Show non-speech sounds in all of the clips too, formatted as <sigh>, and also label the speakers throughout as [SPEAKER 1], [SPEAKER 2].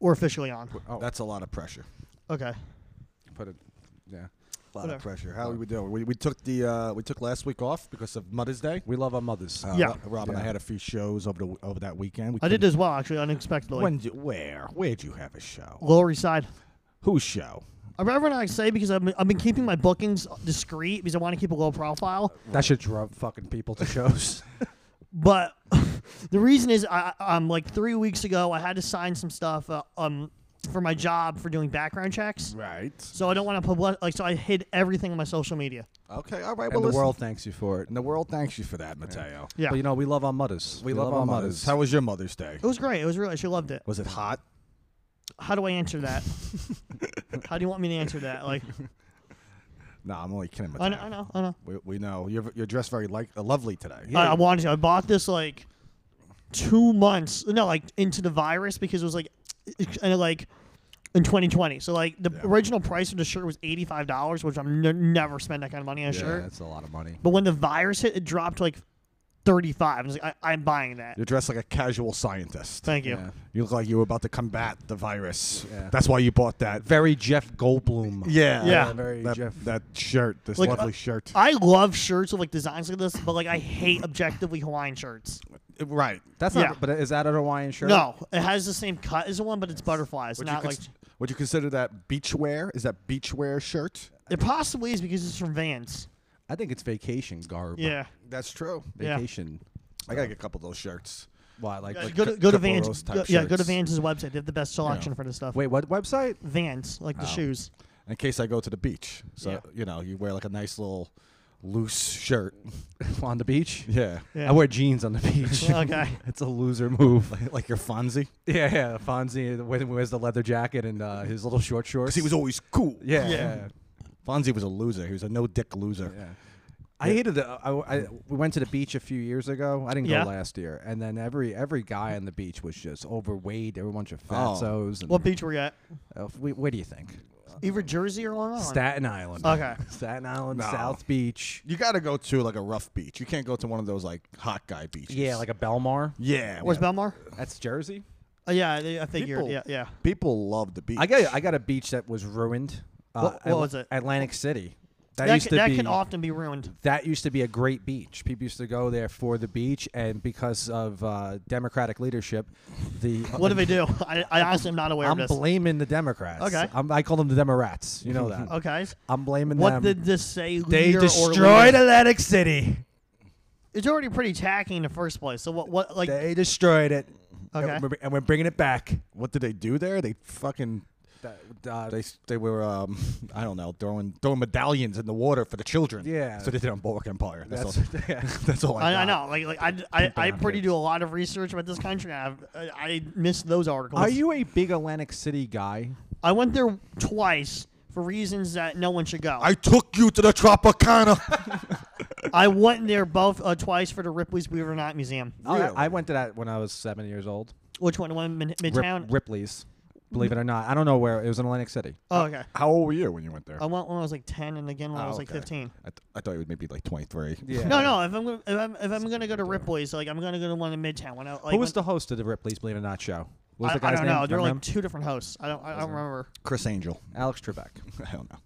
[SPEAKER 1] We're officially on.
[SPEAKER 2] Oh,
[SPEAKER 3] That's a lot of pressure.
[SPEAKER 1] Okay.
[SPEAKER 2] put it. Yeah.
[SPEAKER 3] A lot
[SPEAKER 1] Whatever.
[SPEAKER 3] of pressure. How are we doing? We, we took the uh, we took last week off because of Mother's Day.
[SPEAKER 4] We love our mothers.
[SPEAKER 3] Uh,
[SPEAKER 1] Yeah.
[SPEAKER 3] Ro- Rob and I
[SPEAKER 2] Yeah.
[SPEAKER 3] had a few shows over the over that weekend. We
[SPEAKER 1] I did
[SPEAKER 3] couldn't-
[SPEAKER 1] as well, actually, unexpectedly.
[SPEAKER 3] When did, where where'd you have a show?
[SPEAKER 1] Lower East Side.
[SPEAKER 3] Whose show?
[SPEAKER 1] I remember when I say because I've been, I've been keeping my bookings discreet because I want to keep a low profile.
[SPEAKER 4] That should draw fucking people to shows.
[SPEAKER 1] But <laughs> the reason is, I, I- um, like three weeks ago, I had to sign some stuff uh, um, for my job for doing background checks.
[SPEAKER 3] Right.
[SPEAKER 1] So I don't want to public like so I hid everything on my social media.
[SPEAKER 3] Okay. All right.
[SPEAKER 4] <laughs> and
[SPEAKER 3] well,
[SPEAKER 4] the
[SPEAKER 3] listen.
[SPEAKER 4] world thanks you for it.
[SPEAKER 3] And the world thanks you for that, Mateo.
[SPEAKER 1] Yeah,
[SPEAKER 4] But you know, we love our mothers.
[SPEAKER 2] We love our mothers.
[SPEAKER 3] How was your Mother's Day?
[SPEAKER 1] it was great. It was really she loved it.
[SPEAKER 3] Was it hot?
[SPEAKER 1] How do I answer that?
[SPEAKER 4] <laughs>
[SPEAKER 1] How do you want me to answer that? Like
[SPEAKER 3] No, I'm only kidding.
[SPEAKER 1] I
[SPEAKER 3] Mateo.
[SPEAKER 1] know, I know, I know.
[SPEAKER 3] We, we know you're you're dressed very like uh, lovely today.
[SPEAKER 1] I, I wanted to. I bought this like two months, no, like into the virus because it was like, <clears throat> and like in 2020. So like the original price of the shirt was $85, which I'm n- never spend that kind of money on a
[SPEAKER 4] Yeah,
[SPEAKER 1] shirt.
[SPEAKER 4] that's a lot of money.
[SPEAKER 1] But when the virus hit, it dropped to like 35. I was like, I, I'm buying that.
[SPEAKER 3] You're dressed like a casual scientist.
[SPEAKER 1] Thank you.
[SPEAKER 4] Yeah.
[SPEAKER 3] You look like you were about to combat the virus.
[SPEAKER 4] Yeah.
[SPEAKER 3] That's why you bought that.
[SPEAKER 4] Very Jeff Goldblum.
[SPEAKER 3] Yeah.
[SPEAKER 1] Yeah.
[SPEAKER 4] Very
[SPEAKER 3] That,
[SPEAKER 4] Jeff.
[SPEAKER 3] that shirt, this
[SPEAKER 1] Like,
[SPEAKER 3] lovely
[SPEAKER 1] uh,
[SPEAKER 3] shirt.
[SPEAKER 1] I love shirts with like designs like this, but like I hate objectively Hawaiian shirts.
[SPEAKER 3] Uh, right.
[SPEAKER 4] That's not.
[SPEAKER 1] Yeah.
[SPEAKER 4] But is that a Hawaiian shirt?
[SPEAKER 1] No, it has the same cut as the one, but it's butterflies,
[SPEAKER 3] Would you,
[SPEAKER 1] not like.
[SPEAKER 3] cons- would you consider that beachwear? Is that beachwear shirt?
[SPEAKER 1] It possibly is because it's from Vans.
[SPEAKER 4] I think it's vacation garb.
[SPEAKER 1] Yeah.
[SPEAKER 3] That's true.
[SPEAKER 1] Yeah.
[SPEAKER 4] Vacation.
[SPEAKER 3] I gotta get a couple of those shirts.
[SPEAKER 4] Why? Like, like
[SPEAKER 1] go
[SPEAKER 3] cou-
[SPEAKER 1] to go to
[SPEAKER 3] couple of
[SPEAKER 1] Vans.
[SPEAKER 3] those type
[SPEAKER 1] go- yeah, go to
[SPEAKER 3] shirts.
[SPEAKER 1] Vans' website. They have the best selection for this stuff.
[SPEAKER 4] wait, what website? <laughs>
[SPEAKER 1] Vans, like the shoes.
[SPEAKER 3] In case I go to the beach. So
[SPEAKER 1] Yeah.
[SPEAKER 3] you know, you wear like a nice little loose shirt. <laughs>
[SPEAKER 4] on the beach.
[SPEAKER 3] Yeah.
[SPEAKER 1] Yeah.
[SPEAKER 4] I wear jeans on the beach.
[SPEAKER 1] Okay.
[SPEAKER 4] <laughs> it's a loser
[SPEAKER 3] <laughs>
[SPEAKER 4] move. <laughs>
[SPEAKER 3] like your Fonzie.
[SPEAKER 4] yeah, yeah. Fonzie when he wears the leather jacket and uh, his little short shorts.
[SPEAKER 3] Because he was always cool. <laughs>
[SPEAKER 4] yeah,
[SPEAKER 1] Yeah.
[SPEAKER 4] yeah.
[SPEAKER 3] Fonzie was a loser. He was a no dick loser.
[SPEAKER 4] Yeah. I hated the. I, I- we went to the beach a few years ago. I didn't
[SPEAKER 1] Yeah.
[SPEAKER 4] go last year, and then every every guy on the beach was just overweight. They were a bunch of fatzos. And,
[SPEAKER 1] What beach were you at?
[SPEAKER 4] Uh, we- where do you think?
[SPEAKER 1] Either Jersey or Long Island.
[SPEAKER 4] Staten Island.
[SPEAKER 1] Okay.
[SPEAKER 4] Staten Island,
[SPEAKER 3] No.
[SPEAKER 4] South Beach.
[SPEAKER 3] You gotta go to like a rough beach. You can't go to one of those like hot guy beaches.
[SPEAKER 4] Yeah, like a Belmar.
[SPEAKER 3] yeah.
[SPEAKER 1] Where's
[SPEAKER 3] yeah.
[SPEAKER 1] Belmar?
[SPEAKER 4] That's Jersey.
[SPEAKER 1] Uh, yeah, they- I figured.
[SPEAKER 3] People-
[SPEAKER 1] Yeah, yeah.
[SPEAKER 3] People love the beach.
[SPEAKER 4] I got I got a beach that was ruined. uh,
[SPEAKER 1] What- what
[SPEAKER 4] Atl-
[SPEAKER 1] was it?
[SPEAKER 4] Atlantic City. That,
[SPEAKER 1] That,
[SPEAKER 4] used
[SPEAKER 1] can,
[SPEAKER 4] to
[SPEAKER 1] that
[SPEAKER 4] be
[SPEAKER 1] can often be ruined.
[SPEAKER 4] that used to be a great beach. People used to go there for the beach, and because of uh, Democratic leadership, the
[SPEAKER 1] What do they do? <laughs> I, I honestly am not aware
[SPEAKER 4] I'm
[SPEAKER 1] of this.
[SPEAKER 4] blaming the Democrats.
[SPEAKER 1] Okay.
[SPEAKER 4] I'm, I call them the Democrats.
[SPEAKER 3] <laughs>
[SPEAKER 4] You know that.
[SPEAKER 1] okay.
[SPEAKER 4] I'm blaming
[SPEAKER 1] What
[SPEAKER 4] them.
[SPEAKER 1] did this say?
[SPEAKER 4] they
[SPEAKER 1] leader or
[SPEAKER 4] destroyed
[SPEAKER 1] leader?
[SPEAKER 4] Atlantic City.
[SPEAKER 1] It's already pretty tacky in the first place. So what? What like?
[SPEAKER 4] They destroyed it.
[SPEAKER 1] Okay.
[SPEAKER 4] And we're, and we're bringing it back.
[SPEAKER 3] what did they do there? They fucking
[SPEAKER 4] That- uh,
[SPEAKER 3] they they were um <laughs> I don't know throwing throwing medallions in the water for the children.
[SPEAKER 4] Yeah.
[SPEAKER 3] So they did on Boardwalk Empire. That's,
[SPEAKER 4] that's,
[SPEAKER 3] all.
[SPEAKER 4] <laughs> yeah.
[SPEAKER 3] <laughs> That's all I,
[SPEAKER 1] I, I
[SPEAKER 3] got.
[SPEAKER 1] know. Like, like I, I, I
[SPEAKER 4] down
[SPEAKER 1] pretty
[SPEAKER 4] here.
[SPEAKER 1] do a lot of research about this country. and I've, I, I missed those articles.
[SPEAKER 4] Are you a big Atlantic City guy?
[SPEAKER 1] I went there twice for reasons that no one should go.
[SPEAKER 3] I took you to the Tropicana. <laughs>
[SPEAKER 1] I went there both uh, twice for the Ripley's Believe It or Not Museum.
[SPEAKER 4] Oh, that-
[SPEAKER 3] Really?
[SPEAKER 4] I went to that when I was seven years old.
[SPEAKER 1] Which one? The one in Mm-hmm. Mid-
[SPEAKER 4] Rip-
[SPEAKER 1] Midtown?
[SPEAKER 4] Ripley's. Believe it or not, I don't know where it was in Atlantic City.
[SPEAKER 1] oh, okay.
[SPEAKER 3] How old were you when you went
[SPEAKER 4] Um,
[SPEAKER 3] there?
[SPEAKER 1] I went when I was like 10 and again when I
[SPEAKER 3] Oh,
[SPEAKER 1] was like
[SPEAKER 3] okay.
[SPEAKER 1] 15.
[SPEAKER 3] I, th- I thought you would maybe like 23.
[SPEAKER 4] Yeah.
[SPEAKER 1] No, no. If I'm gonna, if I'm, if I'm gonna go to Ripley's, like I'm gonna go to one in Midtown. When I, like,
[SPEAKER 4] Who was
[SPEAKER 1] when-
[SPEAKER 4] the host of the Ripley's Believe It or Not show? What was
[SPEAKER 1] I,
[SPEAKER 4] the
[SPEAKER 1] I
[SPEAKER 4] guy's
[SPEAKER 1] don't
[SPEAKER 4] name?
[SPEAKER 1] know. There were like
[SPEAKER 4] Remember
[SPEAKER 1] two different hosts. I don't. I don't remember.
[SPEAKER 3] <laughs> Chris Angel. <laughs>
[SPEAKER 4] him? Alex Trebek.
[SPEAKER 3] I don't know.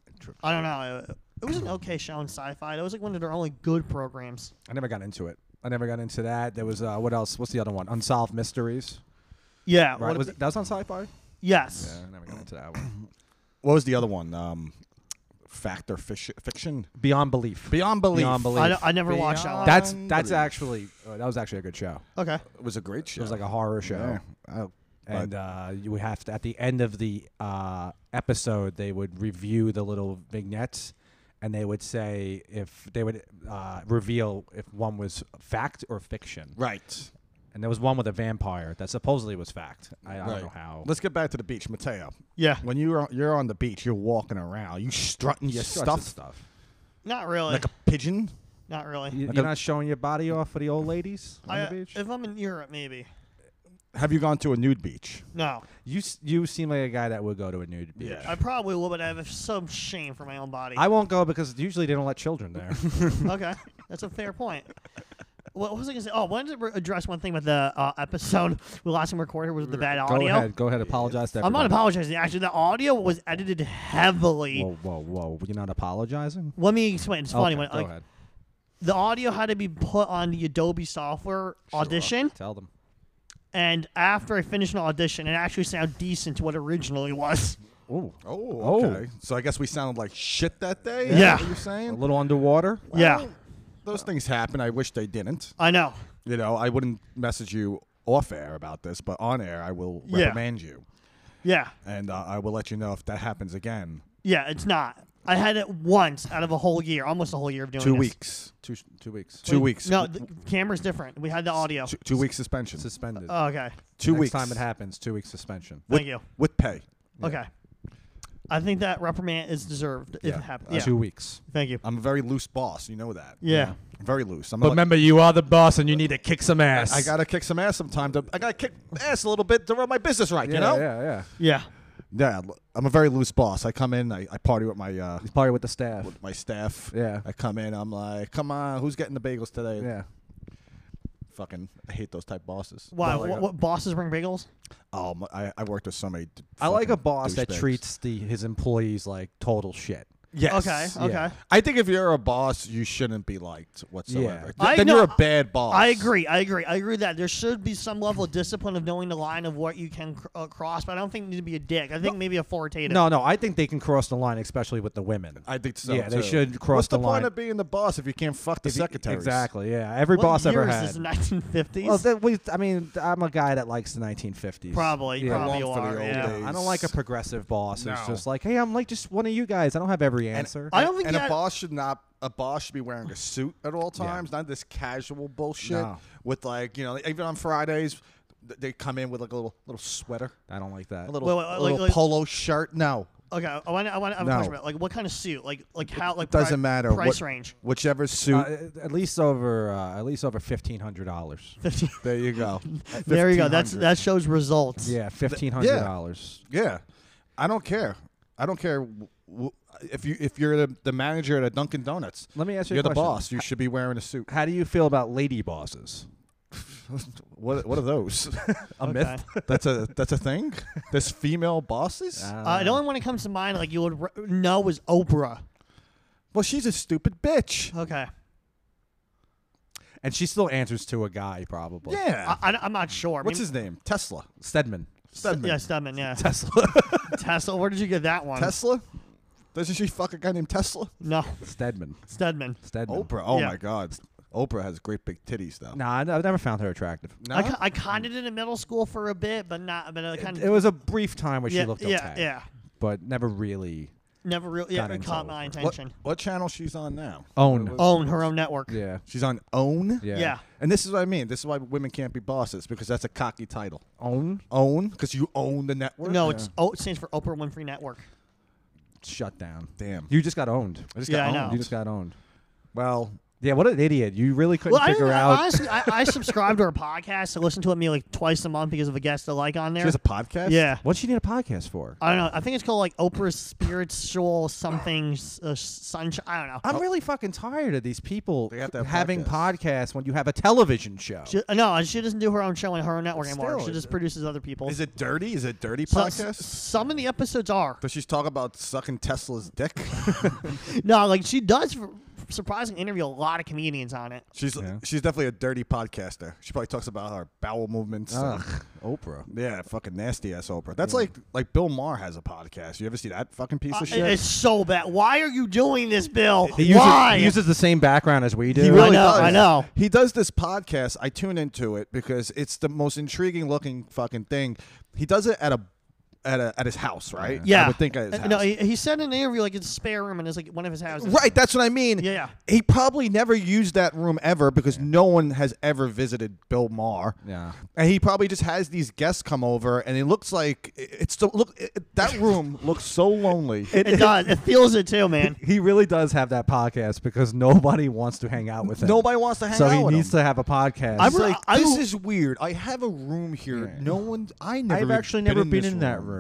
[SPEAKER 1] I don't know. It- It was an okay show in sci-fi. That was like one of their only good programs.
[SPEAKER 4] I never got into it. I never got into that. There was uh, what else? What's the other one? Unsolved Mysteries.
[SPEAKER 1] Yeah.
[SPEAKER 4] Right?
[SPEAKER 1] what-
[SPEAKER 4] Was it, that was on Sci-Fi?
[SPEAKER 1] yes.
[SPEAKER 4] I never got into that one.
[SPEAKER 3] What was the other one? Um, fact or fish- fiction?
[SPEAKER 4] <clears throat> Beyond Belief.
[SPEAKER 3] Beyond Belief.
[SPEAKER 4] Beyond Belief.
[SPEAKER 1] I, don't- I never watched that one.
[SPEAKER 4] that's
[SPEAKER 3] Beyond
[SPEAKER 4] that's
[SPEAKER 3] Belief.
[SPEAKER 4] actually uh, that was actually a good show.
[SPEAKER 1] okay.
[SPEAKER 3] It was a great show.
[SPEAKER 4] It was like a horror show.
[SPEAKER 3] Yeah. Oh,
[SPEAKER 4] And uh, you would have to, at the end of the uh, episode, they would review the little vignettes, and they would say if they would uh, reveal if one was fact or fiction.
[SPEAKER 3] right.
[SPEAKER 4] And there was one with a vampire that supposedly was fact. I, I
[SPEAKER 3] Right.
[SPEAKER 4] don't know how.
[SPEAKER 3] Let's get back to the beach, Mateo.
[SPEAKER 1] Yeah.
[SPEAKER 3] When you're you're on the beach, you're walking around, you strutting your
[SPEAKER 4] Sorts
[SPEAKER 3] stuff
[SPEAKER 4] of stuff.
[SPEAKER 1] Not really.
[SPEAKER 3] like a pigeon.
[SPEAKER 1] Not really.
[SPEAKER 4] You,
[SPEAKER 3] Like
[SPEAKER 4] are
[SPEAKER 3] a-
[SPEAKER 4] not showing your body off for the old ladies on
[SPEAKER 1] I- uh,
[SPEAKER 4] the beach.
[SPEAKER 1] If I'm in Europe, maybe.
[SPEAKER 3] Have you gone to a nude beach?
[SPEAKER 1] No,
[SPEAKER 4] you s- you seem like a guy that would go to a nude beach.
[SPEAKER 3] Yeah.
[SPEAKER 1] I probably will, but I have some shame for my own body.
[SPEAKER 4] I won't go because usually they don't let children there.
[SPEAKER 1] okay, that's a fair point. what was I gonna say? Oh, wanted to re- address one thing about the uh, episode <laughs> we last time recorded was the bad <laughs>
[SPEAKER 4] Go
[SPEAKER 1] audio.
[SPEAKER 4] ahead. Go ahead. Apologize to
[SPEAKER 1] I'm
[SPEAKER 4] everybody.
[SPEAKER 1] not apologizing. Actually, the audio was edited heavily.
[SPEAKER 4] Whoa, whoa, whoa. You're not apologizing?
[SPEAKER 1] Let me explain. It's funny
[SPEAKER 4] Okay,
[SPEAKER 1] when
[SPEAKER 4] go
[SPEAKER 1] like,
[SPEAKER 4] ahead.
[SPEAKER 1] the audio had to be put on the Adobe software audition,
[SPEAKER 4] Tell them.
[SPEAKER 1] and after I finished an audition, it actually sounded decent to what it originally was.
[SPEAKER 4] Ooh.
[SPEAKER 3] Oh,
[SPEAKER 4] Oh.
[SPEAKER 3] okay. So I guess we sounded like shit that day.
[SPEAKER 1] Yeah.
[SPEAKER 3] You're
[SPEAKER 4] A
[SPEAKER 3] saying?
[SPEAKER 4] little underwater.
[SPEAKER 1] yeah,
[SPEAKER 3] Well, Those things happen. I wish they didn't.
[SPEAKER 1] I know.
[SPEAKER 3] You know, I wouldn't message you off air about this, but on air, I will
[SPEAKER 1] Yeah.
[SPEAKER 3] reprimand you,
[SPEAKER 1] Yeah,
[SPEAKER 3] and uh, I will let you know if that happens again.
[SPEAKER 1] yeah, it's not. I had it once out of a whole year, almost a whole year of doing
[SPEAKER 3] Two
[SPEAKER 1] this.
[SPEAKER 3] weeks.
[SPEAKER 4] Two, sh- two weeks.
[SPEAKER 3] Two weeks.
[SPEAKER 1] Oh, No, the camera's different. We had the audio.
[SPEAKER 3] Two, two weeks suspension.
[SPEAKER 4] Suspended.
[SPEAKER 1] Oh, okay,
[SPEAKER 3] two
[SPEAKER 4] Next
[SPEAKER 3] weeks.
[SPEAKER 4] time it happens, two weeks suspension.
[SPEAKER 1] thank you.
[SPEAKER 3] with pay.
[SPEAKER 1] Okay, I think that reprimand is deserved if
[SPEAKER 3] Yeah,
[SPEAKER 1] it happens. Yeah.
[SPEAKER 4] Uh, Two Uh, weeks.
[SPEAKER 1] Thank you.
[SPEAKER 3] I'm a very loose boss. You know that.
[SPEAKER 1] Yeah.
[SPEAKER 3] Very loose. I'm
[SPEAKER 4] But
[SPEAKER 3] not like,
[SPEAKER 4] remember, you are the boss, and you need to kick some ass.
[SPEAKER 3] I gotta kick some ass sometimes. I gotta kick ass a little bit to run my business right.
[SPEAKER 4] Yeah,
[SPEAKER 3] you know.
[SPEAKER 4] Yeah, yeah.
[SPEAKER 1] Yeah.
[SPEAKER 3] Yeah, l- I'm a very loose boss. I come in, I, I party with my uh,
[SPEAKER 4] He's party with the staff.
[SPEAKER 3] with my staff.
[SPEAKER 4] Yeah.
[SPEAKER 3] I come in, I'm like, come on, who's getting the bagels today?
[SPEAKER 4] Yeah.
[SPEAKER 3] Fucking, I hate those type bosses.
[SPEAKER 1] Why?
[SPEAKER 3] But,
[SPEAKER 1] What, what bosses bring bagels?
[SPEAKER 3] Oh, my, I, I worked with so many. d-
[SPEAKER 4] I like a
[SPEAKER 3] fucking
[SPEAKER 4] boss that
[SPEAKER 3] douchebags.
[SPEAKER 4] treats the his employees like total shit.
[SPEAKER 3] Yes.
[SPEAKER 1] Okay. Okay.
[SPEAKER 4] yeah.
[SPEAKER 3] I think if you're a boss, you shouldn't be liked whatsoever.
[SPEAKER 4] Yeah.
[SPEAKER 3] Th-
[SPEAKER 1] I
[SPEAKER 3] then
[SPEAKER 1] know-
[SPEAKER 3] you're a bad boss.
[SPEAKER 1] I agree. I agree. I agree that there should be some level of discipline of knowing the line of what you can cr- uh, cross, but I don't think you need to be a dick. I think maybe authoritative.
[SPEAKER 4] No, no, I think they can cross the line, especially with the women.
[SPEAKER 3] I think so.
[SPEAKER 4] Yeah, they
[SPEAKER 3] too.
[SPEAKER 4] should cross
[SPEAKER 3] What's
[SPEAKER 4] the
[SPEAKER 3] the,
[SPEAKER 4] line.
[SPEAKER 3] point of being the boss if you can't fuck the
[SPEAKER 4] If you-
[SPEAKER 3] secretary?
[SPEAKER 4] Exactly. Yeah. Every
[SPEAKER 1] What
[SPEAKER 4] boss
[SPEAKER 1] year
[SPEAKER 4] ever
[SPEAKER 1] is
[SPEAKER 4] had.
[SPEAKER 1] this? 1950s.
[SPEAKER 4] Well, that we, I mean, I'm a guy that likes the 1950s.
[SPEAKER 1] probably.
[SPEAKER 4] Yeah.
[SPEAKER 1] Probably you
[SPEAKER 3] Along for the
[SPEAKER 1] are.
[SPEAKER 3] old
[SPEAKER 1] Yeah.
[SPEAKER 3] days.
[SPEAKER 4] I don't like a progressive boss. who's
[SPEAKER 2] No.
[SPEAKER 4] just like, hey, I'm like just one of you guys. I don't have every answer.
[SPEAKER 1] I don't think
[SPEAKER 3] And
[SPEAKER 1] that-
[SPEAKER 3] a boss should not. A boss should be wearing a suit at all times, not this casual bullshit
[SPEAKER 4] No.
[SPEAKER 3] with like you know. Even on Fridays, th- they come in with like a little little sweater,
[SPEAKER 4] I don't like that.
[SPEAKER 3] a little,
[SPEAKER 1] Wait, wait, uh, like-
[SPEAKER 3] a little
[SPEAKER 1] like-
[SPEAKER 3] polo shirt. No,
[SPEAKER 1] Okay. I want. I want. I have a
[SPEAKER 3] No.
[SPEAKER 1] question about like what kind of suit? Like like how? Like
[SPEAKER 3] it doesn't
[SPEAKER 1] pri-
[SPEAKER 3] matter.
[SPEAKER 1] Price
[SPEAKER 3] what-
[SPEAKER 4] <laughs>
[SPEAKER 1] range.
[SPEAKER 3] whichever suit.
[SPEAKER 4] Uh, at least over, uh, at least over fifteen hundred dollars.
[SPEAKER 3] there you
[SPEAKER 4] <laughs>
[SPEAKER 3] go.
[SPEAKER 1] There you go. That's
[SPEAKER 3] 1500.
[SPEAKER 1] that shows results.
[SPEAKER 4] Yeah, fifteen hundred dollars.
[SPEAKER 3] Yeah, I don't care. I don't care w- w- if you if you're the, the manager at a Dunkin' Donuts.
[SPEAKER 4] Let me ask you a
[SPEAKER 3] You're the
[SPEAKER 4] question.
[SPEAKER 3] boss. You should be wearing a suit.
[SPEAKER 4] How do you feel about lady bosses?
[SPEAKER 3] What what are those? <laughs>
[SPEAKER 4] A
[SPEAKER 1] Okay.
[SPEAKER 4] myth.
[SPEAKER 3] that's a that's a thing. There's female bosses.
[SPEAKER 1] Uh, the only one that comes to mind, like you would re- know, is Oprah.
[SPEAKER 3] Well, she's a stupid bitch.
[SPEAKER 1] Okay.
[SPEAKER 4] and she still answers to a guy, probably.
[SPEAKER 3] Yeah.
[SPEAKER 1] I, I, am not sure. Maybe-
[SPEAKER 3] What's his name? Tesla.
[SPEAKER 4] Stedman.
[SPEAKER 3] Stedman.
[SPEAKER 1] Yeah, Stedman. Yeah.
[SPEAKER 4] Tesla. <laughs>
[SPEAKER 1] Tesla. Where did you get that one?
[SPEAKER 3] Tesla. Doesn't she fuck a guy named Tesla?
[SPEAKER 1] No,
[SPEAKER 4] Stedman.
[SPEAKER 1] Stedman.
[SPEAKER 4] Stedman.
[SPEAKER 3] Oprah. Oh
[SPEAKER 1] Yeah.
[SPEAKER 3] my God. Oprah has great big titties though.
[SPEAKER 4] Nah, I- I've never found her attractive.
[SPEAKER 3] No.
[SPEAKER 1] I, ki- I kind of did in middle school for a bit, but not. But I kind of
[SPEAKER 4] It was a brief time where
[SPEAKER 1] yeah,
[SPEAKER 4] she looked okay,
[SPEAKER 1] yeah, yeah.
[SPEAKER 4] but never really
[SPEAKER 1] Never really yeah,
[SPEAKER 4] Got
[SPEAKER 1] it
[SPEAKER 4] into
[SPEAKER 1] caught my
[SPEAKER 4] Oprah.
[SPEAKER 3] what,
[SPEAKER 1] attention.
[SPEAKER 3] what channel she's on now?
[SPEAKER 4] own.
[SPEAKER 1] Own her own network.
[SPEAKER 4] Yeah.
[SPEAKER 3] She's on OWN.
[SPEAKER 4] Yeah.
[SPEAKER 1] Oh. Yeah.
[SPEAKER 3] And this is what I mean. This is why women can't be bosses because that's a cocky title.
[SPEAKER 4] Own.
[SPEAKER 3] Own because you own the network.
[SPEAKER 1] No, it's o, it stands for Oprah Winfrey Network.
[SPEAKER 4] Shut down.
[SPEAKER 3] Damn.
[SPEAKER 4] You just got owned.
[SPEAKER 3] I just
[SPEAKER 1] Yeah,
[SPEAKER 3] got
[SPEAKER 1] I know.
[SPEAKER 3] owned.
[SPEAKER 4] You just got owned.
[SPEAKER 3] well,
[SPEAKER 4] Yeah, what an idiot. You really couldn't
[SPEAKER 1] Well, I,
[SPEAKER 4] figure
[SPEAKER 1] didn't- I
[SPEAKER 4] out.
[SPEAKER 1] honestly, I, I subscribed to her podcast. I listen to it maybe like twice a month because of a guest I like on
[SPEAKER 3] she
[SPEAKER 1] there.
[SPEAKER 3] has a podcast.
[SPEAKER 1] yeah.
[SPEAKER 4] What'd she need a podcast for?
[SPEAKER 1] I don't know. I think it's called like Oprah's spiritual something s- uh, sunshine. I don't know.
[SPEAKER 4] I'm really fucking tired of these people
[SPEAKER 3] Oh. They have to have
[SPEAKER 4] having podcasts when you have a television show.
[SPEAKER 1] She- uh, no, she doesn't do her own show on her own network anymore.
[SPEAKER 4] Still,
[SPEAKER 1] She just
[SPEAKER 4] it-
[SPEAKER 1] produces other people.
[SPEAKER 3] Is it dirty? Is it dirty
[SPEAKER 1] So- s-
[SPEAKER 3] podcast?
[SPEAKER 1] some of the episodes are.
[SPEAKER 3] Does she talk about sucking Tesla's dick? <laughs>
[SPEAKER 1] No, like she does for surprising interview a lot of comedians on it.
[SPEAKER 3] She's
[SPEAKER 4] Yeah.
[SPEAKER 3] she's definitely a dirty podcaster. She probably talks about her bowel movements. and-
[SPEAKER 4] Ugh, Oprah.
[SPEAKER 3] yeah, fucking nasty ass Oprah. That's like like Bill Maher has a podcast. You ever see that fucking piece
[SPEAKER 1] Uh,
[SPEAKER 3] of
[SPEAKER 1] it-
[SPEAKER 3] shit?
[SPEAKER 1] It's so bad. Why are you doing this, Bill?
[SPEAKER 4] He uses,
[SPEAKER 1] Why?
[SPEAKER 4] he uses the same background as we do.
[SPEAKER 1] He really I know, does. I know.
[SPEAKER 3] He does this podcast. I tune into it because it's the most intriguing looking fucking thing. He does it at a at a at his house, right?
[SPEAKER 1] yeah,
[SPEAKER 3] I would think at his
[SPEAKER 1] Uh,
[SPEAKER 3] house.
[SPEAKER 1] No, he, he said in an interview like it's a spare room and it's like one of his houses.
[SPEAKER 3] Right, that's what I mean.
[SPEAKER 1] Yeah, yeah.
[SPEAKER 3] He probably never used that room ever because no one has ever visited Bill Maher.
[SPEAKER 4] Yeah.
[SPEAKER 3] And he probably just has these guests come over, and it looks like it's so look. It, that
[SPEAKER 4] <laughs>
[SPEAKER 3] room looks so lonely.
[SPEAKER 1] It
[SPEAKER 3] <laughs>
[SPEAKER 1] does. It feels it too, man.
[SPEAKER 4] He really does have that podcast because nobody wants to hang out with him.
[SPEAKER 3] Nobody wants to hang
[SPEAKER 4] So
[SPEAKER 3] out
[SPEAKER 4] he
[SPEAKER 3] with
[SPEAKER 4] needs
[SPEAKER 3] him.
[SPEAKER 4] to have a podcast.
[SPEAKER 1] I'm
[SPEAKER 3] It's
[SPEAKER 1] re-
[SPEAKER 3] like
[SPEAKER 1] I-
[SPEAKER 3] this is weird. I have a room here. No one. I never.
[SPEAKER 4] I've actually never been
[SPEAKER 3] this
[SPEAKER 4] in that room.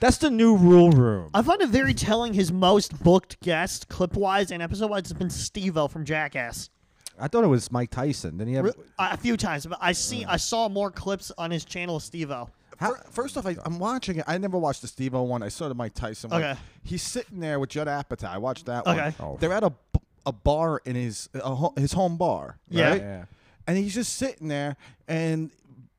[SPEAKER 4] That's the new rule room.
[SPEAKER 1] I find it very telling. His most booked guest, clip wise and episode wise, has been Steve-O from Jackass.
[SPEAKER 4] I thought it was Mike Tyson. Then he have
[SPEAKER 1] Re- a few times, but I see I saw more clips on his channel of Steve-O.
[SPEAKER 3] Fir- First off, I, I'm watching it. I never watched the Steve O one. I saw the Mike Tyson one.
[SPEAKER 1] Okay.
[SPEAKER 3] He's sitting there with Judd Apatow. I watched that
[SPEAKER 1] Okay.
[SPEAKER 3] one.
[SPEAKER 4] Oh.
[SPEAKER 3] They're at a, b- a bar in his a, ho- his home bar.
[SPEAKER 1] Yeah.
[SPEAKER 3] Right?
[SPEAKER 4] Yeah.
[SPEAKER 3] And he's just sitting there, and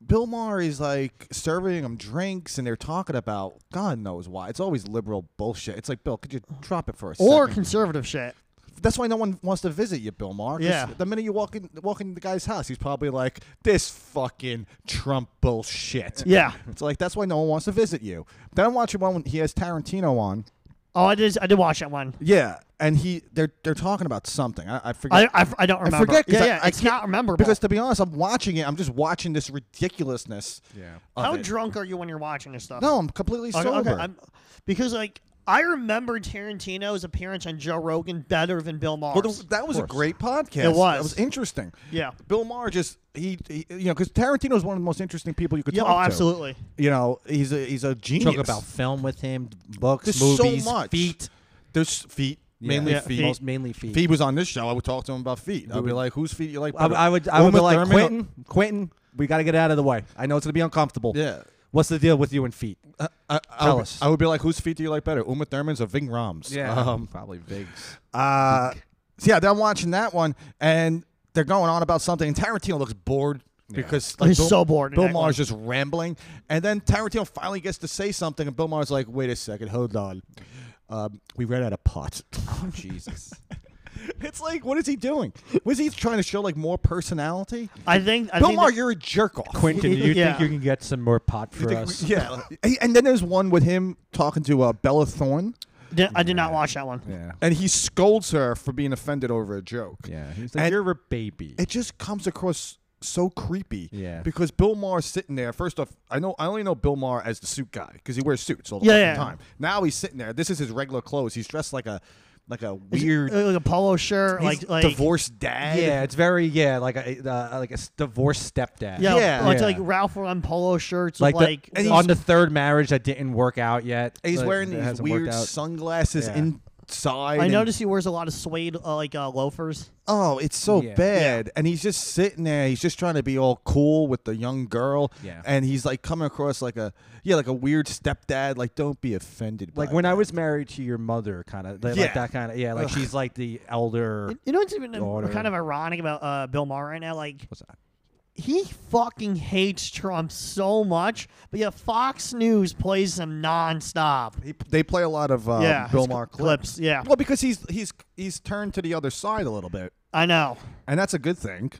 [SPEAKER 3] Bill Maher's like serving him drinks, and they're talking about God knows why. It's always liberal bullshit. It's like Bill, could you drop it for a
[SPEAKER 1] Or
[SPEAKER 3] second?
[SPEAKER 1] conservative shit.
[SPEAKER 3] That's why no one wants to visit you, Bill Maher. 'cause
[SPEAKER 1] Yeah.
[SPEAKER 3] The minute you walk in, walk in the guy's house, he's probably like, "This fucking Trump bullshit."
[SPEAKER 1] Yeah.
[SPEAKER 3] It's like that's why no one wants to visit you. Then I'm watching one when he has Tarantino on.
[SPEAKER 1] Oh, I did. I did watch that one.
[SPEAKER 3] Yeah, and he they're they're talking about something. I, I forget.
[SPEAKER 1] I, I, I don't remember.
[SPEAKER 3] forget 'cause
[SPEAKER 1] Yeah,
[SPEAKER 3] I-
[SPEAKER 1] yeah.
[SPEAKER 3] I
[SPEAKER 1] it's
[SPEAKER 3] can't-
[SPEAKER 1] not rememberable.
[SPEAKER 3] because to be honest, I'm watching it. I'm just watching this ridiculousness.
[SPEAKER 2] Yeah.
[SPEAKER 3] of
[SPEAKER 1] how
[SPEAKER 3] it.
[SPEAKER 1] drunk are you when you're watching this stuff?
[SPEAKER 3] No, I'm completely
[SPEAKER 1] Okay,
[SPEAKER 3] sober.
[SPEAKER 1] okay, I'm, because like I remember Tarantino's appearance on Joe Rogan better than Bill Maher's.
[SPEAKER 3] Well, th- that was a
[SPEAKER 4] course.
[SPEAKER 3] great podcast.
[SPEAKER 1] It was.
[SPEAKER 3] That was interesting.
[SPEAKER 1] Yeah.
[SPEAKER 3] Bill Maher just he, he you know because Tarantino is one of the most interesting people you could
[SPEAKER 1] yeah,
[SPEAKER 3] talk
[SPEAKER 1] oh,
[SPEAKER 3] to.
[SPEAKER 1] absolutely.
[SPEAKER 3] You know he's a he's a genius.
[SPEAKER 4] Talk about film with him, books,
[SPEAKER 3] There's
[SPEAKER 4] movies,
[SPEAKER 3] so much.
[SPEAKER 4] feet,
[SPEAKER 3] There's feet
[SPEAKER 4] Yeah.
[SPEAKER 3] mainly
[SPEAKER 1] Yeah,
[SPEAKER 3] feet.
[SPEAKER 1] feet.
[SPEAKER 4] most mainly feet.
[SPEAKER 3] If he was on this show, I would talk to him about feet. I'd be like, "Whose feet you like?"
[SPEAKER 4] I,
[SPEAKER 3] better?"
[SPEAKER 4] I would. I would be
[SPEAKER 3] Uma
[SPEAKER 4] like
[SPEAKER 3] Thurman or-
[SPEAKER 4] Quentin. Quentin, we got to get out of the way. I know it's gonna be uncomfortable.
[SPEAKER 3] Yeah.
[SPEAKER 4] What's the deal with you and feet?
[SPEAKER 3] I, I, I,
[SPEAKER 4] Tell
[SPEAKER 3] would,
[SPEAKER 4] us.
[SPEAKER 3] I would be like, whose feet do you like better, Uma Thurman's or Ving Rhames? Um,
[SPEAKER 4] <laughs> probably Vig's.
[SPEAKER 3] uh, so yeah, then I'm watching that one, and they're going on about something, and Tarantino looks bored because like,
[SPEAKER 1] He's
[SPEAKER 3] Bill,
[SPEAKER 1] so bored in
[SPEAKER 3] Bill
[SPEAKER 1] that one.
[SPEAKER 3] Maher's just rambling, and then Tarantino finally gets to say something, and Bill Maher's like, "Wait a second, hold on, um, we ran out of <laughs> pot."
[SPEAKER 4] Oh Jesus.
[SPEAKER 3] it's like, what is he doing? Was he trying to show like more personality?
[SPEAKER 1] I think. I
[SPEAKER 3] Bill
[SPEAKER 1] think
[SPEAKER 3] Maher,
[SPEAKER 1] that-
[SPEAKER 3] you're a jerk off. <laughs>
[SPEAKER 4] Quentin, <laughs> you
[SPEAKER 1] Yeah.
[SPEAKER 4] think you can get some more pot for
[SPEAKER 3] You think
[SPEAKER 4] us?
[SPEAKER 3] we- yeah, He- and then there's one with him talking to uh, Bella Thorne.
[SPEAKER 1] did- I did not watch that one.
[SPEAKER 4] Yeah.
[SPEAKER 3] and he scolds her for being offended over a joke.
[SPEAKER 4] Yeah. He's like,
[SPEAKER 3] And-
[SPEAKER 4] you're a baby.
[SPEAKER 3] It just comes across so creepy.
[SPEAKER 4] Yeah.
[SPEAKER 3] Because Bill Maher's sitting there. First off, I know I only know Bill Maher as the suit guy because he wears suits all the
[SPEAKER 1] Yeah,
[SPEAKER 3] fucking
[SPEAKER 1] yeah.
[SPEAKER 3] time. Now he's sitting there. This is his regular clothes. He's dressed like a like a weird
[SPEAKER 1] Uh, like a polo shirt,
[SPEAKER 3] he's
[SPEAKER 1] like like
[SPEAKER 3] divorced dad.
[SPEAKER 4] yeah, it's very yeah, like a uh, like a s- divorced stepdad.
[SPEAKER 1] Yeah,
[SPEAKER 3] Yeah.
[SPEAKER 1] like,
[SPEAKER 4] Yeah.
[SPEAKER 1] like Ralph Lauren polo shirts,
[SPEAKER 4] like,
[SPEAKER 1] like,
[SPEAKER 4] the-
[SPEAKER 1] like
[SPEAKER 3] and he's-
[SPEAKER 4] on the third marriage that didn't work out yet.
[SPEAKER 3] And he's
[SPEAKER 4] like,
[SPEAKER 3] wearing
[SPEAKER 4] that
[SPEAKER 3] these
[SPEAKER 4] hasn't worked
[SPEAKER 3] weird
[SPEAKER 4] out.
[SPEAKER 3] sunglasses
[SPEAKER 4] Yeah.
[SPEAKER 3] inside.
[SPEAKER 1] I
[SPEAKER 3] and-
[SPEAKER 1] noticed he wears a lot of suede uh, like uh, loafers.
[SPEAKER 3] Oh, it's so
[SPEAKER 4] Yeah.
[SPEAKER 3] bad. And he's just sitting there. He's just trying to be all cool with the young girl.
[SPEAKER 4] Yeah.
[SPEAKER 3] And he's like coming across like a yeah, like a weird stepdad. Like, don't be offended.
[SPEAKER 4] like
[SPEAKER 3] by
[SPEAKER 4] when
[SPEAKER 3] that.
[SPEAKER 4] I was married to your mother, kind of like,
[SPEAKER 3] Yeah.
[SPEAKER 4] that kind of yeah, like
[SPEAKER 3] Ugh.
[SPEAKER 4] she's like the elder.
[SPEAKER 1] You know what's even
[SPEAKER 4] Daughter.
[SPEAKER 1] kind of ironic about uh, Bill Maher right now? Like
[SPEAKER 4] What's that?
[SPEAKER 1] he fucking hates Trump so much, but yeah, Fox News plays him nonstop.
[SPEAKER 3] He- they play a lot of uh,
[SPEAKER 1] yeah,
[SPEAKER 3] Bill
[SPEAKER 1] his
[SPEAKER 3] Maher
[SPEAKER 1] cl- clips. Yeah,
[SPEAKER 3] Well, because he's he's he's turned to the other side a little bit,
[SPEAKER 1] I know.
[SPEAKER 3] and that's a good thing.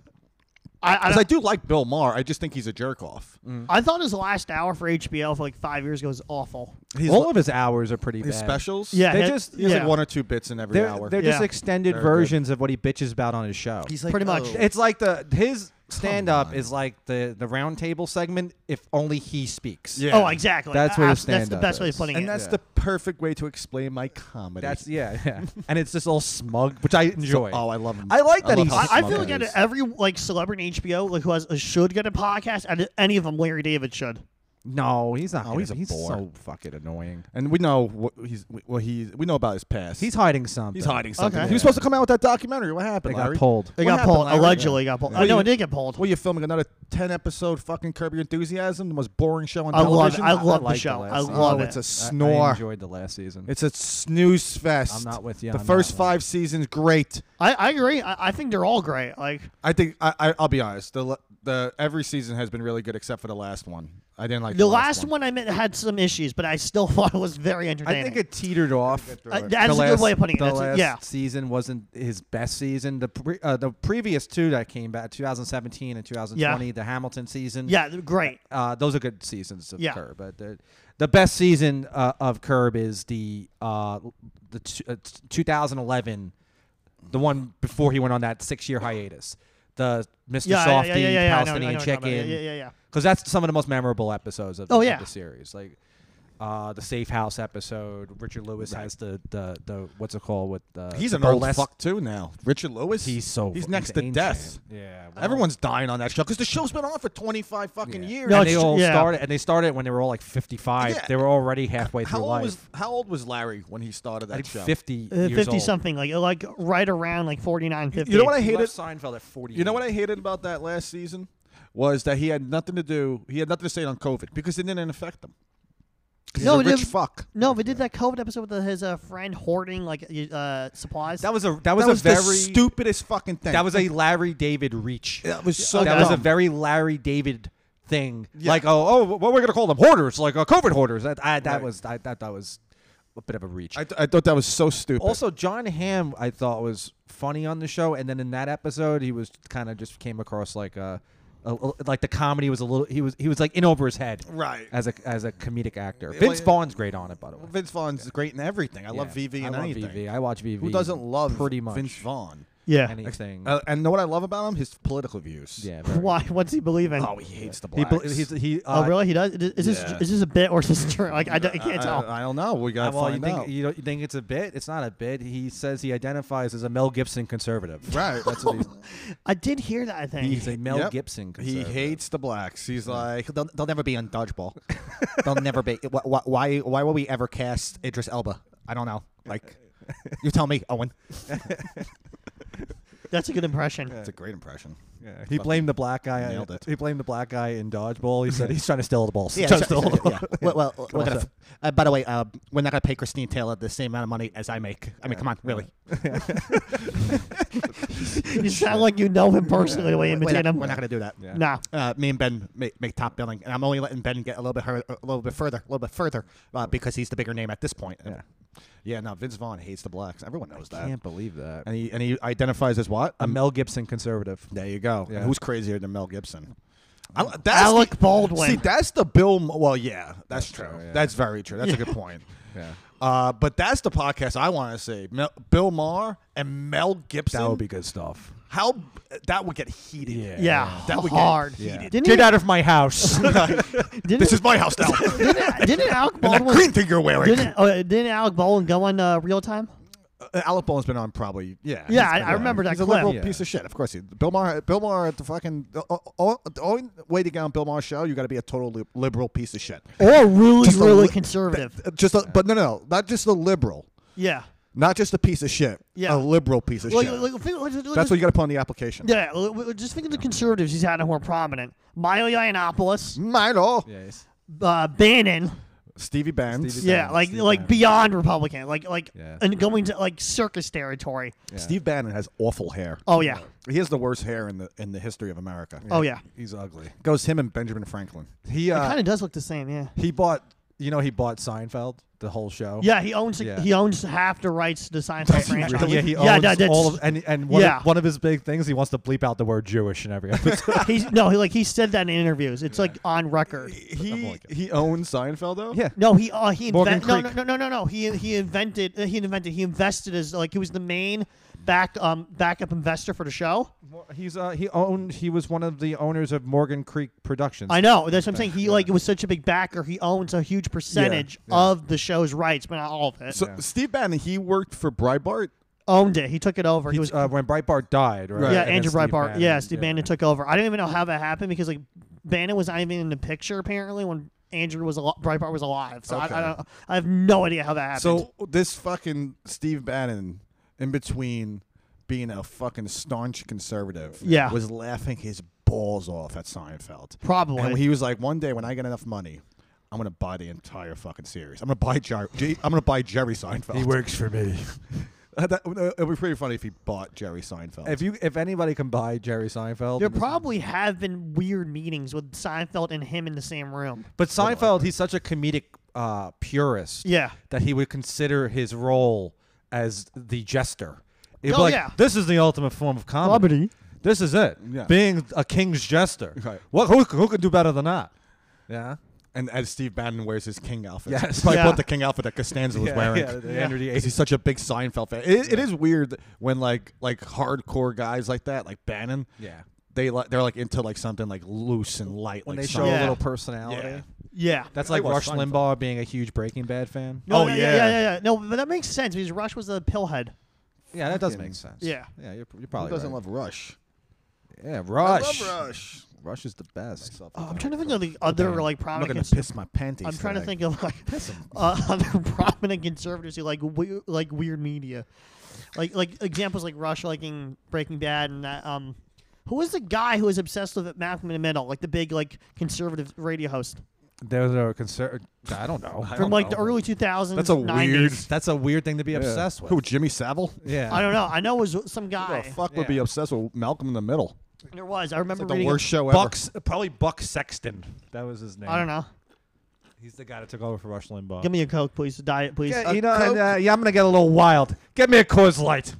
[SPEAKER 1] I I,
[SPEAKER 3] Because I do like Bill Maher. I just think he's a jerk off.
[SPEAKER 4] Mm.
[SPEAKER 1] I thought his last hour for HBO for like five years ago was awful.
[SPEAKER 3] He's
[SPEAKER 4] All of his hours are pretty
[SPEAKER 3] his
[SPEAKER 4] bad.
[SPEAKER 3] specials.
[SPEAKER 1] Yeah,
[SPEAKER 4] They
[SPEAKER 1] his-
[SPEAKER 4] just-
[SPEAKER 3] He has
[SPEAKER 1] yeah.
[SPEAKER 3] like one or two bits in every
[SPEAKER 4] They're,
[SPEAKER 3] hour.
[SPEAKER 4] they're just
[SPEAKER 1] Yeah.
[SPEAKER 4] extended
[SPEAKER 3] Very good.
[SPEAKER 4] versions of what he bitches about on his show.
[SPEAKER 3] he's like
[SPEAKER 1] pretty much.
[SPEAKER 3] "Oh."
[SPEAKER 4] it's like the his stand up
[SPEAKER 3] on.
[SPEAKER 4] is like the the round table segment if only he speaks.
[SPEAKER 3] Yeah.
[SPEAKER 1] Oh, exactly.
[SPEAKER 4] That's
[SPEAKER 1] Uh,
[SPEAKER 4] what
[SPEAKER 1] That's
[SPEAKER 4] his
[SPEAKER 1] the
[SPEAKER 4] stand-up
[SPEAKER 1] best way of
[SPEAKER 4] is.
[SPEAKER 1] putting
[SPEAKER 3] and
[SPEAKER 1] it.
[SPEAKER 3] that's the perfect way to explain my comedy. <laughs>
[SPEAKER 4] That's yeah, yeah. and it's just all smug, which I enjoy.
[SPEAKER 3] oh, I love him.
[SPEAKER 4] I like that
[SPEAKER 3] love how
[SPEAKER 4] he's-
[SPEAKER 1] I, I
[SPEAKER 3] smug
[SPEAKER 1] feel
[SPEAKER 3] he
[SPEAKER 1] like out
[SPEAKER 3] is.
[SPEAKER 1] of every like celebrity in HBO like who has uh, should get a podcast, and any of them, Larry David should.
[SPEAKER 4] no, he's not.
[SPEAKER 3] Oh,
[SPEAKER 4] gonna
[SPEAKER 3] he's a
[SPEAKER 4] be- he's
[SPEAKER 3] bore.
[SPEAKER 4] so fucking annoying.
[SPEAKER 3] And we know what he's what he we know about his past.
[SPEAKER 4] He's hiding something.
[SPEAKER 3] he's hiding something.
[SPEAKER 1] Okay.
[SPEAKER 3] He was supposed to come out with that documentary. What happened?
[SPEAKER 4] They got
[SPEAKER 3] Larry?
[SPEAKER 4] pulled.
[SPEAKER 1] They
[SPEAKER 3] What
[SPEAKER 1] got
[SPEAKER 3] happened,
[SPEAKER 1] pulled.
[SPEAKER 3] Larry?
[SPEAKER 1] Allegedly got pulled.
[SPEAKER 3] Yeah.
[SPEAKER 1] Oh, no,
[SPEAKER 3] Well,
[SPEAKER 1] it did get pulled.
[SPEAKER 3] Well, you're filming another ten episode fucking Curb Your Enthusiasm, the most boring show on
[SPEAKER 1] I love. it.
[SPEAKER 3] television.
[SPEAKER 1] I love the
[SPEAKER 4] like the
[SPEAKER 1] show.
[SPEAKER 4] last
[SPEAKER 1] I
[SPEAKER 4] season.
[SPEAKER 1] love
[SPEAKER 3] Oh,
[SPEAKER 1] it.
[SPEAKER 3] it's a
[SPEAKER 4] I-
[SPEAKER 3] snore.
[SPEAKER 4] I enjoyed the last season.
[SPEAKER 3] it's a snooze fest.
[SPEAKER 4] I'm not with you
[SPEAKER 3] The
[SPEAKER 4] on
[SPEAKER 3] first
[SPEAKER 4] that one.
[SPEAKER 3] five seasons, great.
[SPEAKER 1] I, I agree. I, I think they're all great. Like
[SPEAKER 3] I think I, I I'll be honest. The l- the every season has been really good except for the last one. I didn't like
[SPEAKER 1] the,
[SPEAKER 3] the,
[SPEAKER 1] last one, I meant had some issues, but I still <laughs> thought it was very entertaining.
[SPEAKER 4] I think it teetered off.
[SPEAKER 1] Uh, it. that's a good way of putting it.
[SPEAKER 4] The
[SPEAKER 1] That's a-
[SPEAKER 4] last
[SPEAKER 1] yeah.
[SPEAKER 4] season wasn't his best season. The pre- uh, the previous two that came back, 2017 and 2020, the Hamilton season.
[SPEAKER 1] yeah, they're great.
[SPEAKER 4] Uh, those are good seasons of
[SPEAKER 1] Yeah.
[SPEAKER 4] Curb, but the, the best season uh, of Curb is the uh, the t- uh, t- 2011, the one before he went on that six year hiatus. The Mr.
[SPEAKER 1] Yeah, yeah,
[SPEAKER 4] Softy,
[SPEAKER 1] yeah, yeah, yeah, I know- I know
[SPEAKER 4] Palestinian
[SPEAKER 1] what you're talking about.
[SPEAKER 4] Chicken,
[SPEAKER 1] Yeah, yeah, yeah.
[SPEAKER 4] because that's some of the most memorable episodes of,
[SPEAKER 1] Oh,
[SPEAKER 4] of
[SPEAKER 1] yeah.
[SPEAKER 4] the series. Like, uh, the Safe House episode. Richard Lewis has the, the the what's it called with the
[SPEAKER 3] He's
[SPEAKER 4] the
[SPEAKER 3] an old
[SPEAKER 4] burlesque-
[SPEAKER 3] fuck too now. Richard Lewis.
[SPEAKER 4] He's so
[SPEAKER 3] he's next to
[SPEAKER 4] ancient.
[SPEAKER 3] death.
[SPEAKER 4] Yeah, well,
[SPEAKER 3] Everyone's dying on that show because the show's been on for 25 fucking
[SPEAKER 4] yeah.
[SPEAKER 3] years.
[SPEAKER 1] No,
[SPEAKER 4] and they
[SPEAKER 1] it's-
[SPEAKER 4] all
[SPEAKER 1] yeah.
[SPEAKER 4] started, and they started when they were all like fifty-five.
[SPEAKER 3] Yeah.
[SPEAKER 4] They were already halfway
[SPEAKER 3] how
[SPEAKER 4] through
[SPEAKER 3] old
[SPEAKER 4] life.
[SPEAKER 3] was how old was Larry when he started that
[SPEAKER 4] I think
[SPEAKER 3] show?
[SPEAKER 4] fifty,
[SPEAKER 1] Uh,
[SPEAKER 4] years
[SPEAKER 1] 50
[SPEAKER 4] old.
[SPEAKER 1] something, like like right around like 49, 50.
[SPEAKER 3] You know what I
[SPEAKER 4] He
[SPEAKER 3] hated?
[SPEAKER 4] left Seinfeld at forty.
[SPEAKER 3] You know what I hated about that last season was that he had nothing to do. He had nothing to say on COVID because it didn't affect him. 'Cause He's
[SPEAKER 1] No,
[SPEAKER 3] a
[SPEAKER 1] it
[SPEAKER 3] rich
[SPEAKER 1] didn't-
[SPEAKER 3] fuck.
[SPEAKER 1] No, but did that COVID episode with his uh, friend hoarding like uh, supplies?
[SPEAKER 4] That was a that
[SPEAKER 3] That
[SPEAKER 4] was
[SPEAKER 3] was,
[SPEAKER 4] a very
[SPEAKER 3] the stupidest fucking thing.
[SPEAKER 4] That was a Larry David reach.
[SPEAKER 3] That was so
[SPEAKER 1] Oh,
[SPEAKER 4] that was a
[SPEAKER 3] dumb.
[SPEAKER 4] very Larry David thing.
[SPEAKER 3] Yeah.
[SPEAKER 4] Like, oh, oh, what we're we gonna call them hoarders, like uh, COVID hoarders. That I, that
[SPEAKER 3] Right.
[SPEAKER 4] was I, that that was a bit of a reach.
[SPEAKER 3] I, th- I thought that was so stupid.
[SPEAKER 4] also, John Hamm I thought was funny on the show, and then in that episode, he was kind of just came across like a, a- a- like the comedy was a little. He was he was like in over his head,
[SPEAKER 3] Right.
[SPEAKER 4] As a as a comedic actor,
[SPEAKER 3] Well,
[SPEAKER 4] Vince
[SPEAKER 3] yeah.
[SPEAKER 4] Vaughn's great on it, by the way.
[SPEAKER 3] Vince Vaughn's great in everything. I love
[SPEAKER 4] Yeah.
[SPEAKER 3] VV and
[SPEAKER 4] I love
[SPEAKER 3] anything.
[SPEAKER 4] VV. I watch VV.
[SPEAKER 3] Who doesn't love
[SPEAKER 4] pretty much
[SPEAKER 3] Vince Vaughn?
[SPEAKER 1] yeah.
[SPEAKER 4] anything?
[SPEAKER 3] Uh, and know what I love about him? His political views.
[SPEAKER 4] Mm-hmm. yeah, very-
[SPEAKER 1] <laughs> Why? What's he believing?
[SPEAKER 3] Oh, he hates the
[SPEAKER 4] He,
[SPEAKER 3] blacks.
[SPEAKER 4] bel- he's, he, uh,
[SPEAKER 1] oh, really? He does. Is this
[SPEAKER 3] Yeah.
[SPEAKER 1] is this a bit or is this <laughs> true? Like I, don't- I
[SPEAKER 3] I,
[SPEAKER 1] can't tell.
[SPEAKER 3] I don't know. We got to
[SPEAKER 4] well, you
[SPEAKER 3] find
[SPEAKER 4] think
[SPEAKER 3] out.
[SPEAKER 4] you, don't, you think it's a bit? It's not a bit. He says he identifies as a Mel Gibson conservative.
[SPEAKER 3] <laughs> right. That's <laughs> what he's,
[SPEAKER 1] I did hear that. I think
[SPEAKER 4] He's a Mel
[SPEAKER 3] Yep.
[SPEAKER 4] Gibson
[SPEAKER 3] he
[SPEAKER 4] conservative.
[SPEAKER 3] hates the blacks. He's like,
[SPEAKER 5] They'll, they'll never be
[SPEAKER 4] <laughs>
[SPEAKER 5] undodgeable. they'll never be. Why, why? Why will we ever cast Idris Elba? I don't know. Like, you tell me, Owen.
[SPEAKER 1] that's a good impression.
[SPEAKER 3] it's a great impression.
[SPEAKER 4] Yeah, he blamed the black guy.
[SPEAKER 3] nailed it.
[SPEAKER 4] He blamed the black guy in dodgeball. He said <laughs> he's trying to steal the balls.
[SPEAKER 5] <laughs>
[SPEAKER 3] <laughs>
[SPEAKER 5] Yeah,
[SPEAKER 4] Trying to
[SPEAKER 5] sure,
[SPEAKER 4] steal the
[SPEAKER 5] sure, yeah.
[SPEAKER 4] ball.
[SPEAKER 5] Well, well, we're
[SPEAKER 4] Well
[SPEAKER 5] gonna
[SPEAKER 4] said.
[SPEAKER 5] f- uh, by the way, uh, we're not gonna pay Christine Taylor the same amount of money as I make. I mean, come on,
[SPEAKER 3] <laughs>
[SPEAKER 5] really?
[SPEAKER 1] you sound like you know him personally the way you
[SPEAKER 5] we're,
[SPEAKER 1] imitate
[SPEAKER 5] not,
[SPEAKER 1] him.
[SPEAKER 5] we're not gonna do that.
[SPEAKER 4] Yeah.
[SPEAKER 1] Nah.
[SPEAKER 5] Uh, me and Ben make, make top billing, and I'm only letting Ben get a little bit hur- a little bit further, a little bit further, uh, because he's the bigger name at this point.
[SPEAKER 4] Yeah.
[SPEAKER 3] Yeah, no, Vince Vaughn hates the blacks. Everyone knows that.
[SPEAKER 4] Can't believe that.
[SPEAKER 3] And he and he identifies as what?
[SPEAKER 4] a Mel Gibson conservative.
[SPEAKER 3] There you go.
[SPEAKER 4] Yeah.
[SPEAKER 3] And who's crazier than Mel Gibson? I, don't- that's
[SPEAKER 1] Alec
[SPEAKER 3] the,
[SPEAKER 1] Baldwin.
[SPEAKER 3] see, that's the Bill. M- Well, yeah, that's, true.
[SPEAKER 4] true, yeah.
[SPEAKER 3] That's very true. That's a good point.
[SPEAKER 4] <laughs> Yeah.
[SPEAKER 3] Uh, but that's the podcast I want to see. Mel, Bill Maher and Mel Gibson.
[SPEAKER 4] That would be good stuff.
[SPEAKER 3] how that would get heated.
[SPEAKER 4] Yeah.
[SPEAKER 1] yeah.
[SPEAKER 3] That would get
[SPEAKER 1] hard.
[SPEAKER 4] heated.
[SPEAKER 1] Didn't
[SPEAKER 4] Get
[SPEAKER 1] he,
[SPEAKER 4] out of my house.
[SPEAKER 1] <laughs> didn't,
[SPEAKER 3] This is my
[SPEAKER 1] <laughs>
[SPEAKER 3] house now. <laughs> and
[SPEAKER 1] didn't, didn't Alec
[SPEAKER 3] that
[SPEAKER 1] Baldwin?
[SPEAKER 3] green thing you're wearing.
[SPEAKER 1] Didn't, uh, didn't Alec Baldwin go on uh, real time?
[SPEAKER 3] Uh, Alec Baldwin's been on probably yeah.
[SPEAKER 1] Yeah,
[SPEAKER 3] he's
[SPEAKER 1] I-
[SPEAKER 3] been
[SPEAKER 1] I
[SPEAKER 3] on.
[SPEAKER 1] remember that
[SPEAKER 3] He's a
[SPEAKER 1] clip.
[SPEAKER 3] liberal
[SPEAKER 4] Yeah.
[SPEAKER 3] piece of shit. Of course, he, Bill Maher. Bill Maher at the fucking the, o- o- the only way to get on Bill Maher's show, you got to be a total li- liberal piece of shit.
[SPEAKER 1] Or really,
[SPEAKER 3] Just a
[SPEAKER 1] really
[SPEAKER 3] li-
[SPEAKER 1] conservative?
[SPEAKER 3] Uh, Just a, but no, no, no, not just a liberal,
[SPEAKER 1] yeah.
[SPEAKER 3] not just a piece of shit.
[SPEAKER 1] Yeah.
[SPEAKER 3] a liberal piece of
[SPEAKER 1] Like,
[SPEAKER 3] shit.
[SPEAKER 1] like, think- let's- let's-
[SPEAKER 3] That's what you got to put on the application.
[SPEAKER 1] Yeah, l- w- just think of the conservatives he's had who are prominent: Milo Yiannopoulos,
[SPEAKER 3] Milo,
[SPEAKER 4] yes.
[SPEAKER 1] uh, Bannon.
[SPEAKER 3] Stevie Bands.
[SPEAKER 4] Stevie
[SPEAKER 1] Yeah,
[SPEAKER 4] Bannon,
[SPEAKER 1] like
[SPEAKER 4] Steve
[SPEAKER 1] like
[SPEAKER 4] Bannon.
[SPEAKER 1] beyond Republican, like like
[SPEAKER 4] Yeah.
[SPEAKER 1] and going to like circus territory.
[SPEAKER 4] Yeah.
[SPEAKER 3] Steve Bannon has awful hair.
[SPEAKER 1] Oh yeah,
[SPEAKER 3] He has the worst hair in the in the history of America.
[SPEAKER 1] oh yeah.
[SPEAKER 4] He's ugly.
[SPEAKER 3] Goes him and Benjamin Franklin.
[SPEAKER 4] He
[SPEAKER 1] It
[SPEAKER 4] uh,
[SPEAKER 1] kind of does look the same. Yeah.
[SPEAKER 4] he bought. You know he bought Seinfeld, the whole show.
[SPEAKER 1] Yeah, he owns
[SPEAKER 4] Yeah.
[SPEAKER 1] he owns half the rights to the Seinfeld franchise.
[SPEAKER 4] Yeah, he owns
[SPEAKER 1] that- that's-
[SPEAKER 4] all of and and one,
[SPEAKER 1] yeah.
[SPEAKER 4] of, one of his big things he wants to bleep out the word Jewish in every <laughs> episode.
[SPEAKER 1] <laughs> he's no, he, like he said that in interviews. It's like on record.
[SPEAKER 3] He he owns Seinfeld though.
[SPEAKER 4] yeah,
[SPEAKER 1] No, he uh, he
[SPEAKER 4] Morgan
[SPEAKER 1] invented no, no
[SPEAKER 4] Creek.
[SPEAKER 1] no no no no he he invented uh, he invented he invested as like he was the main back um backup investor for the show.
[SPEAKER 4] Mor- He's uh, he owned he was one of the owners of Morgan Creek Productions.
[SPEAKER 1] I know that's what I'm saying. He like was such a big backer. He owns a huge percentage of the show's rights, but not all of it.
[SPEAKER 3] So
[SPEAKER 4] Yeah.
[SPEAKER 3] Steve Bannon, he worked for Breitbart.
[SPEAKER 1] owned it. He took it over. He,
[SPEAKER 4] He
[SPEAKER 1] was
[SPEAKER 4] was uh, when Breitbart died, right?
[SPEAKER 1] yeah,
[SPEAKER 4] And then
[SPEAKER 1] Andrew
[SPEAKER 4] Steve
[SPEAKER 1] Breitbart.
[SPEAKER 4] Bannon-
[SPEAKER 1] yeah, Steve Bannon took over. I don't even know how that happened because like Bannon was not even in the picture apparently when Andrew was al- Breitbart was alive. So I, I don't. I have no idea how that happened.
[SPEAKER 3] So this fucking Steve Bannon, in between being a fucking staunch conservative,
[SPEAKER 1] Yeah.
[SPEAKER 3] was laughing his balls off at Seinfeld.
[SPEAKER 1] Probably.
[SPEAKER 3] And he was like, one day when I get enough money, I'm gonna buy the entire fucking series. I'm gonna buy Jerry. I'm gonna buy Jerry Seinfeld.
[SPEAKER 4] He works for me.
[SPEAKER 3] <laughs> That- uh, it would be pretty funny if he bought Jerry Seinfeld.
[SPEAKER 4] if you if anybody can buy Jerry Seinfeld,
[SPEAKER 1] there probably have been weird meetings with Seinfeld and him in the same room.
[SPEAKER 4] but Seinfeld he's such a comedic uh, purist.
[SPEAKER 1] Yeah.
[SPEAKER 4] that he would consider his role as the jester. He'd be
[SPEAKER 1] Oh,
[SPEAKER 4] like,
[SPEAKER 1] yeah.
[SPEAKER 4] This is the ultimate form of comedy.
[SPEAKER 1] Comedy.
[SPEAKER 4] This is it.
[SPEAKER 3] Yeah.
[SPEAKER 4] Being a king's jester.
[SPEAKER 3] Right.
[SPEAKER 4] What who, who could do better than that? Yeah.
[SPEAKER 3] and as Steve Bannon wears his king outfit,
[SPEAKER 4] Yes.
[SPEAKER 3] he probably
[SPEAKER 1] Yeah.
[SPEAKER 3] bought the king outfit that Costanza was wearing.
[SPEAKER 4] Yeah, the Andrew
[SPEAKER 3] Because he's such a big Seinfeld fan. It, it is weird when like like hardcore guys like that, like Bannon,
[SPEAKER 4] Yeah.
[SPEAKER 3] they like they're like into like something like loose and light,
[SPEAKER 4] When
[SPEAKER 3] like
[SPEAKER 4] they show
[SPEAKER 3] Seinfeld.
[SPEAKER 4] a
[SPEAKER 1] Yeah.
[SPEAKER 4] little personality.
[SPEAKER 3] Yeah.
[SPEAKER 1] Yeah.
[SPEAKER 4] That's
[SPEAKER 5] I
[SPEAKER 4] like
[SPEAKER 5] watch
[SPEAKER 4] Rush
[SPEAKER 5] Seinfeld.
[SPEAKER 4] Limbaugh being a huge Breaking Bad fan.
[SPEAKER 1] No,
[SPEAKER 5] Oh,
[SPEAKER 1] yeah,
[SPEAKER 5] yeah.
[SPEAKER 1] yeah, yeah, yeah. No, but that makes sense because Rush was the pillhead.
[SPEAKER 4] Yeah, that does
[SPEAKER 2] Fucking-
[SPEAKER 4] make sense.
[SPEAKER 1] Yeah.
[SPEAKER 4] yeah, you're, you're
[SPEAKER 2] Who
[SPEAKER 4] probably
[SPEAKER 2] doesn't
[SPEAKER 4] right.
[SPEAKER 2] love Rush?
[SPEAKER 4] Yeah, Rush.
[SPEAKER 2] I love Rush. Rush is the best.
[SPEAKER 1] Uh, I'm trying to think of the other like
[SPEAKER 3] I'm not
[SPEAKER 1] prominent.
[SPEAKER 3] gonna
[SPEAKER 1] cons-
[SPEAKER 3] piss my panties.
[SPEAKER 1] I'm trying to
[SPEAKER 3] today.
[SPEAKER 1] think of like <laughs> uh, other prominent conservatives who like we- like weird media, like like examples like Rush liking Breaking Bad and that um, who was the guy who was obsessed with Malcolm in the Middle, like the big like conservative radio host
[SPEAKER 4] Those are conser- I don't know.
[SPEAKER 1] from like the early 2000s.
[SPEAKER 3] That's a weird.
[SPEAKER 1] 90s.
[SPEAKER 4] That's a weird thing to be obsessed with.
[SPEAKER 3] Who? Jimmy Savile?
[SPEAKER 4] Yeah,
[SPEAKER 1] I don't know. I know it was some
[SPEAKER 3] Who
[SPEAKER 1] guy.
[SPEAKER 3] the fuck would be
[SPEAKER 4] Yeah.
[SPEAKER 3] obsessed with Malcolm in the Middle?
[SPEAKER 1] There was. I remember
[SPEAKER 3] It's like the
[SPEAKER 1] reading.
[SPEAKER 3] worst show ever.
[SPEAKER 4] Bucks, probably Buck Sexton. That was his name.
[SPEAKER 1] I don't know.
[SPEAKER 4] He's the guy that took over for Rush Limbaugh.
[SPEAKER 1] Give me a coke, please. Diet, please.
[SPEAKER 4] yeah,
[SPEAKER 2] a
[SPEAKER 4] you know, and,
[SPEAKER 2] Coke.
[SPEAKER 4] uh, yeah, I'm gonna get a little wild. Get me a Coors Light.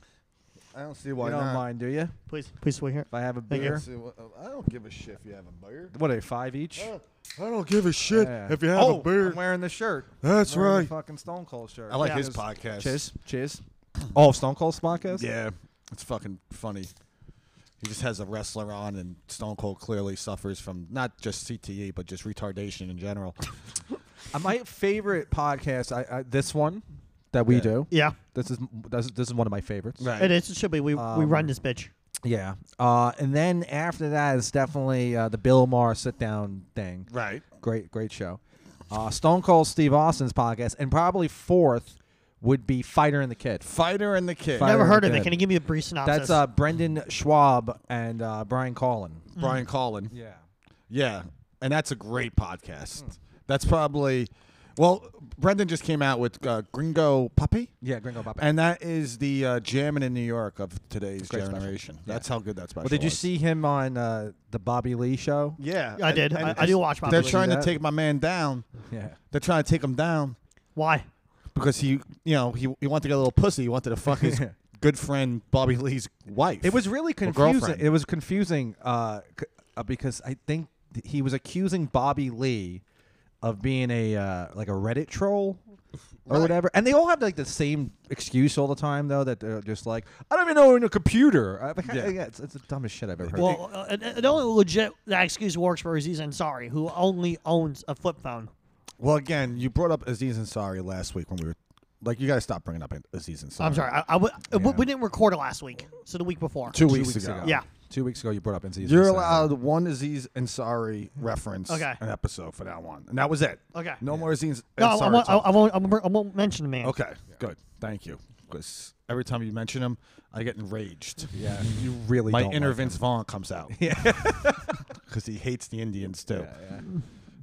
[SPEAKER 2] I don't see why
[SPEAKER 4] you don't
[SPEAKER 2] not.
[SPEAKER 4] mind, do you?
[SPEAKER 1] please, please, wait here.
[SPEAKER 4] If I have a
[SPEAKER 1] Thank you.
[SPEAKER 2] I, don't
[SPEAKER 4] beer,
[SPEAKER 2] see what- I don't give a shit if you have a beer.
[SPEAKER 4] what are they, five each?
[SPEAKER 2] Uh, I don't give a shit
[SPEAKER 4] Yeah.
[SPEAKER 2] if you have
[SPEAKER 4] oh,
[SPEAKER 2] a beer. <laughs>
[SPEAKER 4] I'm wearing the shirt.
[SPEAKER 2] That's
[SPEAKER 4] Wearing the
[SPEAKER 2] right.
[SPEAKER 4] fucking Stone Cold shirt.
[SPEAKER 3] I like
[SPEAKER 1] Yeah.
[SPEAKER 3] his podcast.
[SPEAKER 4] Cheers. Cheers. Oh, Stone Cold's podcast.
[SPEAKER 3] Yeah, it's fucking funny. He just has a wrestler on, and Stone Cold clearly suffers from not just CTE but just retardation in
[SPEAKER 4] <laughs>
[SPEAKER 3] general.
[SPEAKER 4] Uh, my favorite podcast. I, I this one that we
[SPEAKER 3] Yeah.
[SPEAKER 4] do.
[SPEAKER 1] Yeah,
[SPEAKER 4] This is this, this is one of my favorites.
[SPEAKER 3] Right.
[SPEAKER 1] it is. It should be. We we
[SPEAKER 4] Um,
[SPEAKER 1] run this bitch.
[SPEAKER 4] Yeah. Uh, and then after that is definitely uh, the Bill Maher sit down thing.
[SPEAKER 3] Right.
[SPEAKER 4] Great, great show. Uh, Stone Cold Steve Austin's podcast, and probably fourth would be Fighter and the Kid.
[SPEAKER 3] Fighter and the Kid.
[SPEAKER 4] Fighter
[SPEAKER 1] Never
[SPEAKER 4] and the
[SPEAKER 1] heard of it.
[SPEAKER 4] Kid.
[SPEAKER 1] Can you give me a brief synopsis?
[SPEAKER 4] That's uh, Brendan Schwab and uh, Brian Collin.
[SPEAKER 3] Brian Collin.
[SPEAKER 4] Yeah.
[SPEAKER 3] Yeah, and that's a great podcast.
[SPEAKER 4] Mm.
[SPEAKER 3] That's probably, well, Brendan just came out with uh, Gringo Puppy,
[SPEAKER 4] Yeah, Gringo Bop.
[SPEAKER 3] and that is the uh, jamming in New York of today's
[SPEAKER 4] Great special.
[SPEAKER 3] generation.
[SPEAKER 4] Yeah.
[SPEAKER 3] That's how good that special.
[SPEAKER 4] well, did you
[SPEAKER 3] was.
[SPEAKER 4] see him on uh, the Bobby Lee show?
[SPEAKER 3] Yeah,
[SPEAKER 1] I did. I- I do watch Bobby
[SPEAKER 3] They're
[SPEAKER 1] Lee.
[SPEAKER 3] trying to
[SPEAKER 4] That-
[SPEAKER 3] take my man down.
[SPEAKER 4] Yeah.
[SPEAKER 3] They're trying to take him down
[SPEAKER 1] Why?
[SPEAKER 3] because he, you know, he he wanted to get a little pussy. He wanted to fuck his good friend Bobby Lee's wife.
[SPEAKER 4] It was really
[SPEAKER 3] Or
[SPEAKER 4] confusing.
[SPEAKER 3] girlfriend.
[SPEAKER 4] It was confusing uh, c- uh, because I think th- he was accusing Bobby Lee of being a uh, like a Reddit troll or whatever. And they all have like the same excuse all the time though that they're just like, I don't even know in a computer. I, like,
[SPEAKER 3] Yeah.
[SPEAKER 4] yeah, it's, it's the dumbest shit I've ever heard.
[SPEAKER 1] Well, uh, uh, the only legit that excuse works for Aziz Ansari, who only owns a flip phone.
[SPEAKER 3] well. Again, you brought up Aziz Ansari last week when we were like, you got to stop bringing up Aziz Ansari.
[SPEAKER 1] I'm sorry, I, I w- uh,
[SPEAKER 4] Yeah.
[SPEAKER 1] we, we didn't record it last week, so the week before.
[SPEAKER 3] Two,
[SPEAKER 4] Two
[SPEAKER 3] weeks, ago.
[SPEAKER 1] Yeah.
[SPEAKER 4] Two weeks ago, you brought up NC.
[SPEAKER 3] You're allowed one Aziz Ansari reference
[SPEAKER 1] Okay.
[SPEAKER 3] an episode for that one, and that was it.
[SPEAKER 1] Okay.
[SPEAKER 3] No more Aziz
[SPEAKER 1] No, I, I
[SPEAKER 3] Ansari.
[SPEAKER 1] won't, I,
[SPEAKER 3] talk.
[SPEAKER 1] I won't. I won't- I won't mention the man.
[SPEAKER 3] okay, good. Thank you. Because every time you mention him, I get enraged.
[SPEAKER 4] Yeah, you really.
[SPEAKER 3] My
[SPEAKER 4] don't
[SPEAKER 3] inner
[SPEAKER 4] like him.
[SPEAKER 3] Vince Vaughn comes out. <laughs> Because he hates the Indians too.
[SPEAKER 4] Yeah, yeah.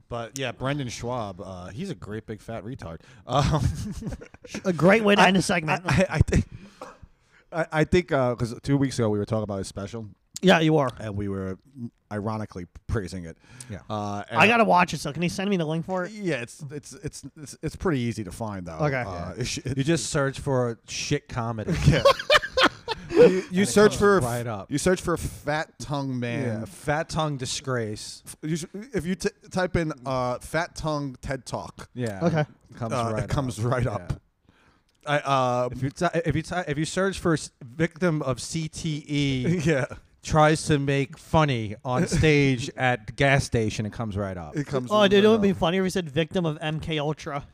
[SPEAKER 3] But yeah, Brendan Schwab, uh, he's a great big fat retard. <laughs> Um,
[SPEAKER 1] A great way to end a segment.
[SPEAKER 3] I, I think. I, I think because two weeks ago we were talking about his special
[SPEAKER 1] yeah, you are.
[SPEAKER 3] and we were ironically praising it.
[SPEAKER 4] Yeah.
[SPEAKER 3] Uh, and
[SPEAKER 1] I gotta watch it. So can you send me the link for it?
[SPEAKER 3] Yeah, it's it's it's it's, it's pretty easy to find though.
[SPEAKER 1] Okay.
[SPEAKER 3] Uh, it sh- <laughs> it-
[SPEAKER 4] You just search for
[SPEAKER 3] <laughs>
[SPEAKER 4] shit comedy.
[SPEAKER 3] yeah. you, you search
[SPEAKER 4] comes
[SPEAKER 3] for
[SPEAKER 4] right up.
[SPEAKER 3] You search for fat tongue man.
[SPEAKER 4] yeah, fat tongue disgrace.
[SPEAKER 3] You sh- if you t- type in uh, fat tongue TED talk,
[SPEAKER 4] Yeah.
[SPEAKER 1] Okay.
[SPEAKER 4] Comes
[SPEAKER 3] uh,
[SPEAKER 4] right
[SPEAKER 3] it comes right up.
[SPEAKER 4] Yeah.
[SPEAKER 3] I uh, <laughs>
[SPEAKER 4] If you t- if you t- if you search for s- victim
[SPEAKER 3] <laughs>
[SPEAKER 4] of CTE
[SPEAKER 3] yeah,
[SPEAKER 4] tries to make funny on
[SPEAKER 3] <laughs>
[SPEAKER 4] stage at gas station, it comes right up.
[SPEAKER 3] it comes. uh,
[SPEAKER 1] Oh, dude,
[SPEAKER 3] right
[SPEAKER 1] it would
[SPEAKER 3] up.
[SPEAKER 1] be funnier if you said victim of MK Ultra.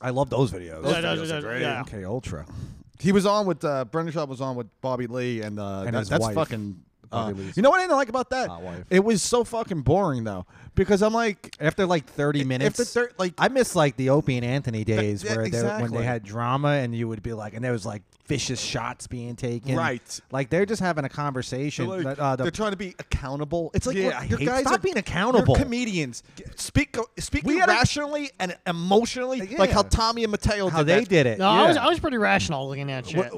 [SPEAKER 4] I love those videos.
[SPEAKER 1] Yeah, those- those- yeah.
[SPEAKER 4] Okay, Ultra.
[SPEAKER 3] He was on with uh, Brendan Schaub was on with Bobby Lee and, uh,
[SPEAKER 4] And
[SPEAKER 3] that-
[SPEAKER 4] his
[SPEAKER 3] that's
[SPEAKER 4] wife.
[SPEAKER 3] fucking. Uh,
[SPEAKER 4] Bobby Lee's
[SPEAKER 3] you know what I didn't like about that?
[SPEAKER 4] hot wife.
[SPEAKER 3] It was so fucking boring though, because I'm like,
[SPEAKER 4] After like thirty minutes,
[SPEAKER 3] if the third like
[SPEAKER 4] I miss like the Opie and Anthony days
[SPEAKER 3] yeah,
[SPEAKER 4] where they, when
[SPEAKER 3] exactly.
[SPEAKER 4] they had drama and you would be like, and there was like vicious shots being taken.
[SPEAKER 3] Right.
[SPEAKER 4] Like they're just having a conversation.
[SPEAKER 3] They're, like-
[SPEAKER 4] that, uh, the-
[SPEAKER 3] they're trying to be accountable. It's like
[SPEAKER 4] Yeah,
[SPEAKER 3] look,
[SPEAKER 4] I
[SPEAKER 3] your
[SPEAKER 4] hate-
[SPEAKER 3] guys
[SPEAKER 4] stop
[SPEAKER 3] are,
[SPEAKER 4] being accountable.
[SPEAKER 3] You're comedians speak speak
[SPEAKER 4] We gotta-
[SPEAKER 3] rationally and emotionally,
[SPEAKER 4] Yeah.
[SPEAKER 3] like how Tommy and Mateo
[SPEAKER 4] how
[SPEAKER 3] did
[SPEAKER 4] they
[SPEAKER 3] that.
[SPEAKER 4] did it.
[SPEAKER 1] No, I was
[SPEAKER 3] Yeah.
[SPEAKER 1] I was pretty rational looking at
[SPEAKER 3] Wha-
[SPEAKER 1] shit.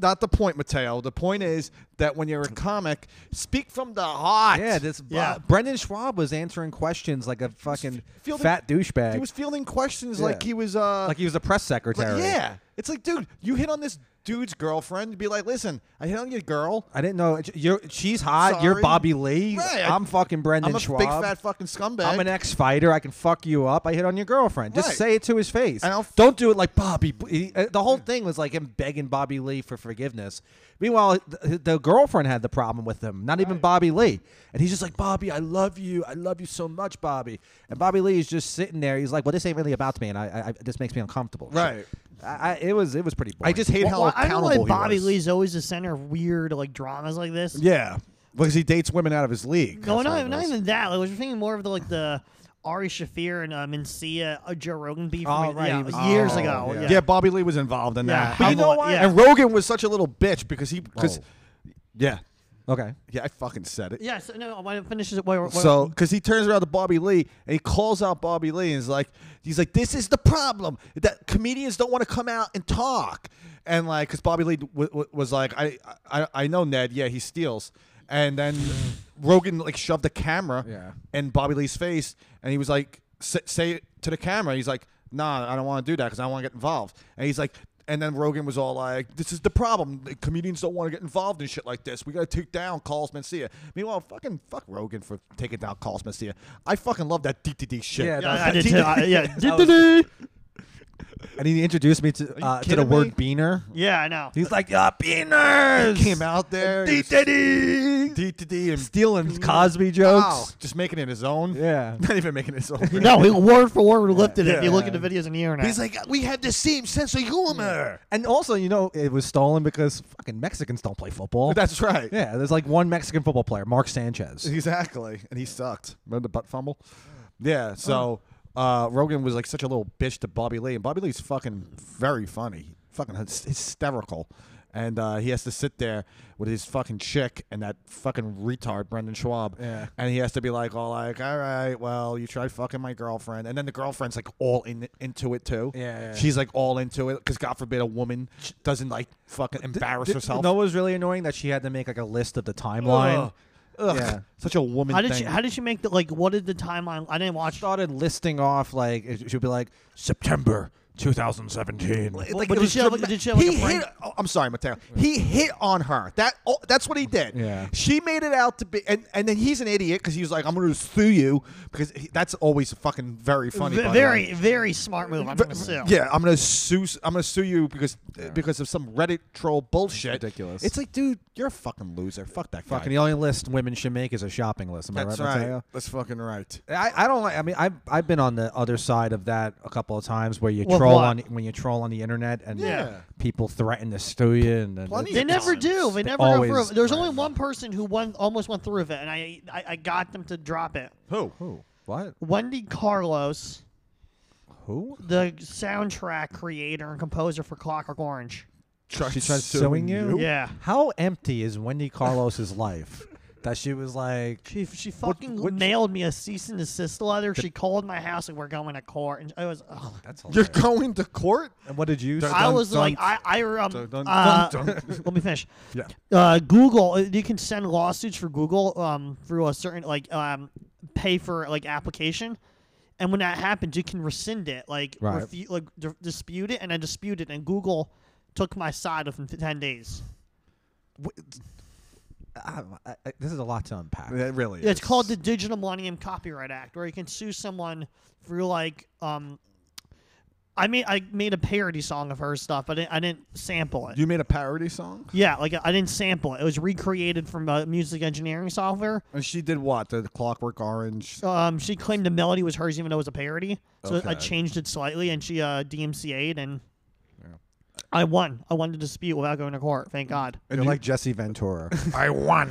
[SPEAKER 3] not the point, Mateo. The point is that when you're a comic, speak from the heart.
[SPEAKER 4] Yeah, this
[SPEAKER 1] Yeah.
[SPEAKER 4] uh, Brendan Schwab was answering questions like a fucking
[SPEAKER 3] fielding-
[SPEAKER 4] fat douchebag.
[SPEAKER 3] he was fielding questions
[SPEAKER 4] Yeah.
[SPEAKER 3] like he was uh
[SPEAKER 4] like he was a press secretary.
[SPEAKER 3] like, yeah. It's like, dude, you hit on this dude's girlfriend. Be like, listen, I hit on your girl.
[SPEAKER 4] I didn't know. You're, she's hot. You're
[SPEAKER 3] Sorry.
[SPEAKER 4] Bobby Lee.
[SPEAKER 3] Right, I-
[SPEAKER 4] I'm fucking Brendan
[SPEAKER 3] I'm a
[SPEAKER 4] Schwab.
[SPEAKER 3] big fat fucking scumbag.
[SPEAKER 4] I'm an ex fighter. I can fuck you up. I hit on your girlfriend. Just
[SPEAKER 3] Right.
[SPEAKER 4] say it to his face.
[SPEAKER 3] And I'll f-
[SPEAKER 4] Don't do it like Bobby. B- he- uh, The whole thing was like him begging Bobby Lee for forgiveness
[SPEAKER 6] Meanwhile, the, the girlfriend had the problem with him, not even Bobby Lee. And he's just like, Bobby, I love you. I love you so much, Bobby.
[SPEAKER 4] And Bobby Lee is just sitting there. He's like, "Well, this ain't really about me, and I, I, I this makes me uncomfortable." So
[SPEAKER 3] Right.
[SPEAKER 4] I, I, it was it was pretty. Boring.
[SPEAKER 3] I just hate how
[SPEAKER 1] Well, I don't
[SPEAKER 3] accountable
[SPEAKER 1] like Bobby
[SPEAKER 3] he was.
[SPEAKER 1] Lee's always the center of weird like dramas like this.
[SPEAKER 3] Yeah, because he dates women out of his league.
[SPEAKER 1] No,
[SPEAKER 3] That's what
[SPEAKER 1] not,
[SPEAKER 3] it
[SPEAKER 1] not
[SPEAKER 3] is.
[SPEAKER 1] even that. Like, I was thinking more of the like the Ari Shafir and uh, Mencia uh, Joe Rogan beef. from,
[SPEAKER 4] Oh, right,
[SPEAKER 1] yeah,
[SPEAKER 4] he
[SPEAKER 1] it was
[SPEAKER 4] was-
[SPEAKER 1] years
[SPEAKER 3] Oh,
[SPEAKER 1] ago. Yeah,
[SPEAKER 3] Yeah. Bobby Lee was involved in
[SPEAKER 1] Yeah,
[SPEAKER 3] that. But you know
[SPEAKER 1] Hamlet,
[SPEAKER 3] what?
[SPEAKER 1] yeah.
[SPEAKER 3] And Rogan was such a little bitch because he because
[SPEAKER 4] Whoa.
[SPEAKER 3] yeah
[SPEAKER 4] okay.
[SPEAKER 3] yeah I fucking said it.
[SPEAKER 1] Yeah, so, no, I want to finish this. Wait, wait, wait.
[SPEAKER 3] So, because he turns around to Bobby Lee and he calls out Bobby Lee and is like, he's like, this is the problem that comedians don't want to come out and talk. And like, because Bobby Lee w- w- was like, I, I, I know Ned. Yeah, he steals. And then Rogan like shoved a camera
[SPEAKER 4] Yeah.
[SPEAKER 3] in Bobby Lee's face and he was like, "S- say it to the camera. He's like, nah, I don't want to do that because I don't want to get involved. And he's like, and then Rogan was all like, "This is the problem. Like, Comedians don't want to get involved in shit like this. We got to take down Carlos Mencia." Meanwhile, fucking fuck Rogan for taking down Carlos Mencia. I fucking love that DDD shit.
[SPEAKER 6] Yeah,
[SPEAKER 1] yeah,
[SPEAKER 3] <laughs>
[SPEAKER 6] that-
[SPEAKER 1] I did too. I, yeah,
[SPEAKER 4] And he introduced me to uh, to the
[SPEAKER 3] kidding
[SPEAKER 4] word beaner.
[SPEAKER 1] yeah, I know.
[SPEAKER 4] He's like, "Yeah, beaners."
[SPEAKER 3] came out there and just-
[SPEAKER 4] DDD.
[SPEAKER 3] DDD <laughs> and
[SPEAKER 4] stealing Cosby jokes.
[SPEAKER 3] wow, just making it his own.
[SPEAKER 4] Yeah.
[SPEAKER 3] <laughs>
[SPEAKER 4] <laughs>
[SPEAKER 3] not even making it his <laughs> own.
[SPEAKER 1] <laughs> No, he word for word lifted it.
[SPEAKER 3] yeah.
[SPEAKER 1] If you look at the videos in the internet,
[SPEAKER 3] He's like, we have the same sense of humor.
[SPEAKER 4] And also, you know, it was stolen because fucking Mexicans don't play football.
[SPEAKER 3] <laughs> That's right.
[SPEAKER 4] yeah, there's like one Mexican football player, Mark Sanchez.
[SPEAKER 3] Exactly. And he sucked. Remember the butt fumble?
[SPEAKER 4] Oh.
[SPEAKER 3] Yeah. So uh, Rogan was like such a little bitch to Bobby Lee. And Bobby Lee's fucking very funny, fucking hys- hysterical. And uh, he has to sit there with his fucking chick and that fucking retard Brendan Schwab,
[SPEAKER 4] Yeah.
[SPEAKER 3] and he has to be like, all like, all right, well, you tried fucking my girlfriend, and then the girlfriend's like all in into it too.
[SPEAKER 4] Yeah, yeah.
[SPEAKER 3] she's like all into it because God forbid a woman doesn't like fucking embarrass
[SPEAKER 4] Th-
[SPEAKER 3] herself.
[SPEAKER 4] You know what was really annoying that she had to make like a list of the timeline.
[SPEAKER 3] Ugh. Ugh.
[SPEAKER 4] Yeah.
[SPEAKER 3] such a woman.
[SPEAKER 1] how did
[SPEAKER 3] thing.
[SPEAKER 1] she? How did she make the like? What did the timeline? I didn't watch.
[SPEAKER 4] Started listing off like it- she'd be like September 2017.
[SPEAKER 1] but
[SPEAKER 3] it
[SPEAKER 1] did
[SPEAKER 3] was
[SPEAKER 1] she have,
[SPEAKER 3] just-
[SPEAKER 1] like- did she have, like,
[SPEAKER 3] he
[SPEAKER 1] a
[SPEAKER 3] hit,
[SPEAKER 1] prank?
[SPEAKER 3] oh, I'm sorry, Mateo. He hit on her. That oh, that's what he did.
[SPEAKER 4] Yeah.
[SPEAKER 3] She made it out to be, and, and then he's an idiot because he was like, "I'm going to sue you," because he, that's always fucking very funny.
[SPEAKER 1] Ve-
[SPEAKER 3] by the
[SPEAKER 1] very,
[SPEAKER 3] way.
[SPEAKER 1] very smart move. I'm
[SPEAKER 3] Ve-
[SPEAKER 1] gonna assume.
[SPEAKER 3] Yeah, I'm gonna sue. I'm gonna sue you because because of some Reddit troll bullshit.
[SPEAKER 4] ridiculous.
[SPEAKER 3] It's like, dude, you're a fucking loser. Fuck that
[SPEAKER 4] Fucking
[SPEAKER 3] guy.
[SPEAKER 4] the only list women should make is a shopping list. Am
[SPEAKER 3] That's
[SPEAKER 4] I right? Mateo?
[SPEAKER 3] right. That's fucking right.
[SPEAKER 4] I, I don't like. I mean, I've I've been on the other side of that a couple of times where you
[SPEAKER 1] With
[SPEAKER 4] troll
[SPEAKER 1] what?
[SPEAKER 4] on when you troll on the internet and
[SPEAKER 3] Yeah.
[SPEAKER 4] people threaten to sue you and then
[SPEAKER 3] Plenty
[SPEAKER 1] They
[SPEAKER 3] of
[SPEAKER 1] never
[SPEAKER 3] times.
[SPEAKER 1] do. They
[SPEAKER 4] They
[SPEAKER 1] never go through.
[SPEAKER 4] always
[SPEAKER 1] it. There's
[SPEAKER 4] learn
[SPEAKER 1] only one person who won, almost went through with it, and I, I, I got them to drop it.
[SPEAKER 3] Who?
[SPEAKER 4] who what
[SPEAKER 1] Wendy Carlos,
[SPEAKER 4] who
[SPEAKER 1] the soundtrack creator and composer for Clockwork Orange.
[SPEAKER 3] Tried
[SPEAKER 4] she tried suing you?
[SPEAKER 1] Yeah,
[SPEAKER 4] How empty is Wendy Carlos's life that she was like,
[SPEAKER 1] she she fucking nailed me a cease and desist letter. She called my house and we're going to court, and I was. ugh.
[SPEAKER 4] that's
[SPEAKER 3] You're going to court?
[SPEAKER 4] And what did you?
[SPEAKER 3] Dun-
[SPEAKER 4] say?
[SPEAKER 1] I was
[SPEAKER 3] dun,
[SPEAKER 1] like, I, I um,
[SPEAKER 3] dun, dun,
[SPEAKER 1] uh,
[SPEAKER 3] dun, dun.
[SPEAKER 1] <laughs> let me finish.
[SPEAKER 3] Yeah.
[SPEAKER 1] Uh, Google, uh, you can send lawsuits for Google um through a certain like um pay for like application, and when that happens, you can rescind it, like
[SPEAKER 4] Right.
[SPEAKER 1] refu- like d- dispute it, and I disputed, and Google took my side within ten days.
[SPEAKER 4] I, I, I- this is a lot to unpack.
[SPEAKER 3] That really.
[SPEAKER 1] It's
[SPEAKER 3] is.
[SPEAKER 1] called the Digital Millennium Copyright Act, where you can sue someone for like um. I made I made a parody song of her stuff, but I didn't, I didn't sample it.
[SPEAKER 3] You made a parody song.
[SPEAKER 1] Yeah, like I didn't sample it. It was recreated from uh, music engineering software.
[SPEAKER 3] And she did what? The Clockwork Orange.
[SPEAKER 1] Um, she claimed the melody was hers, even though it was a parody. So I
[SPEAKER 3] Okay.
[SPEAKER 1] changed it slightly, and she uh, DMCA'd, and I won. I won the dispute without going to court. Thank God.
[SPEAKER 4] You're like Jesse <laughs> Ventura.
[SPEAKER 3] I won.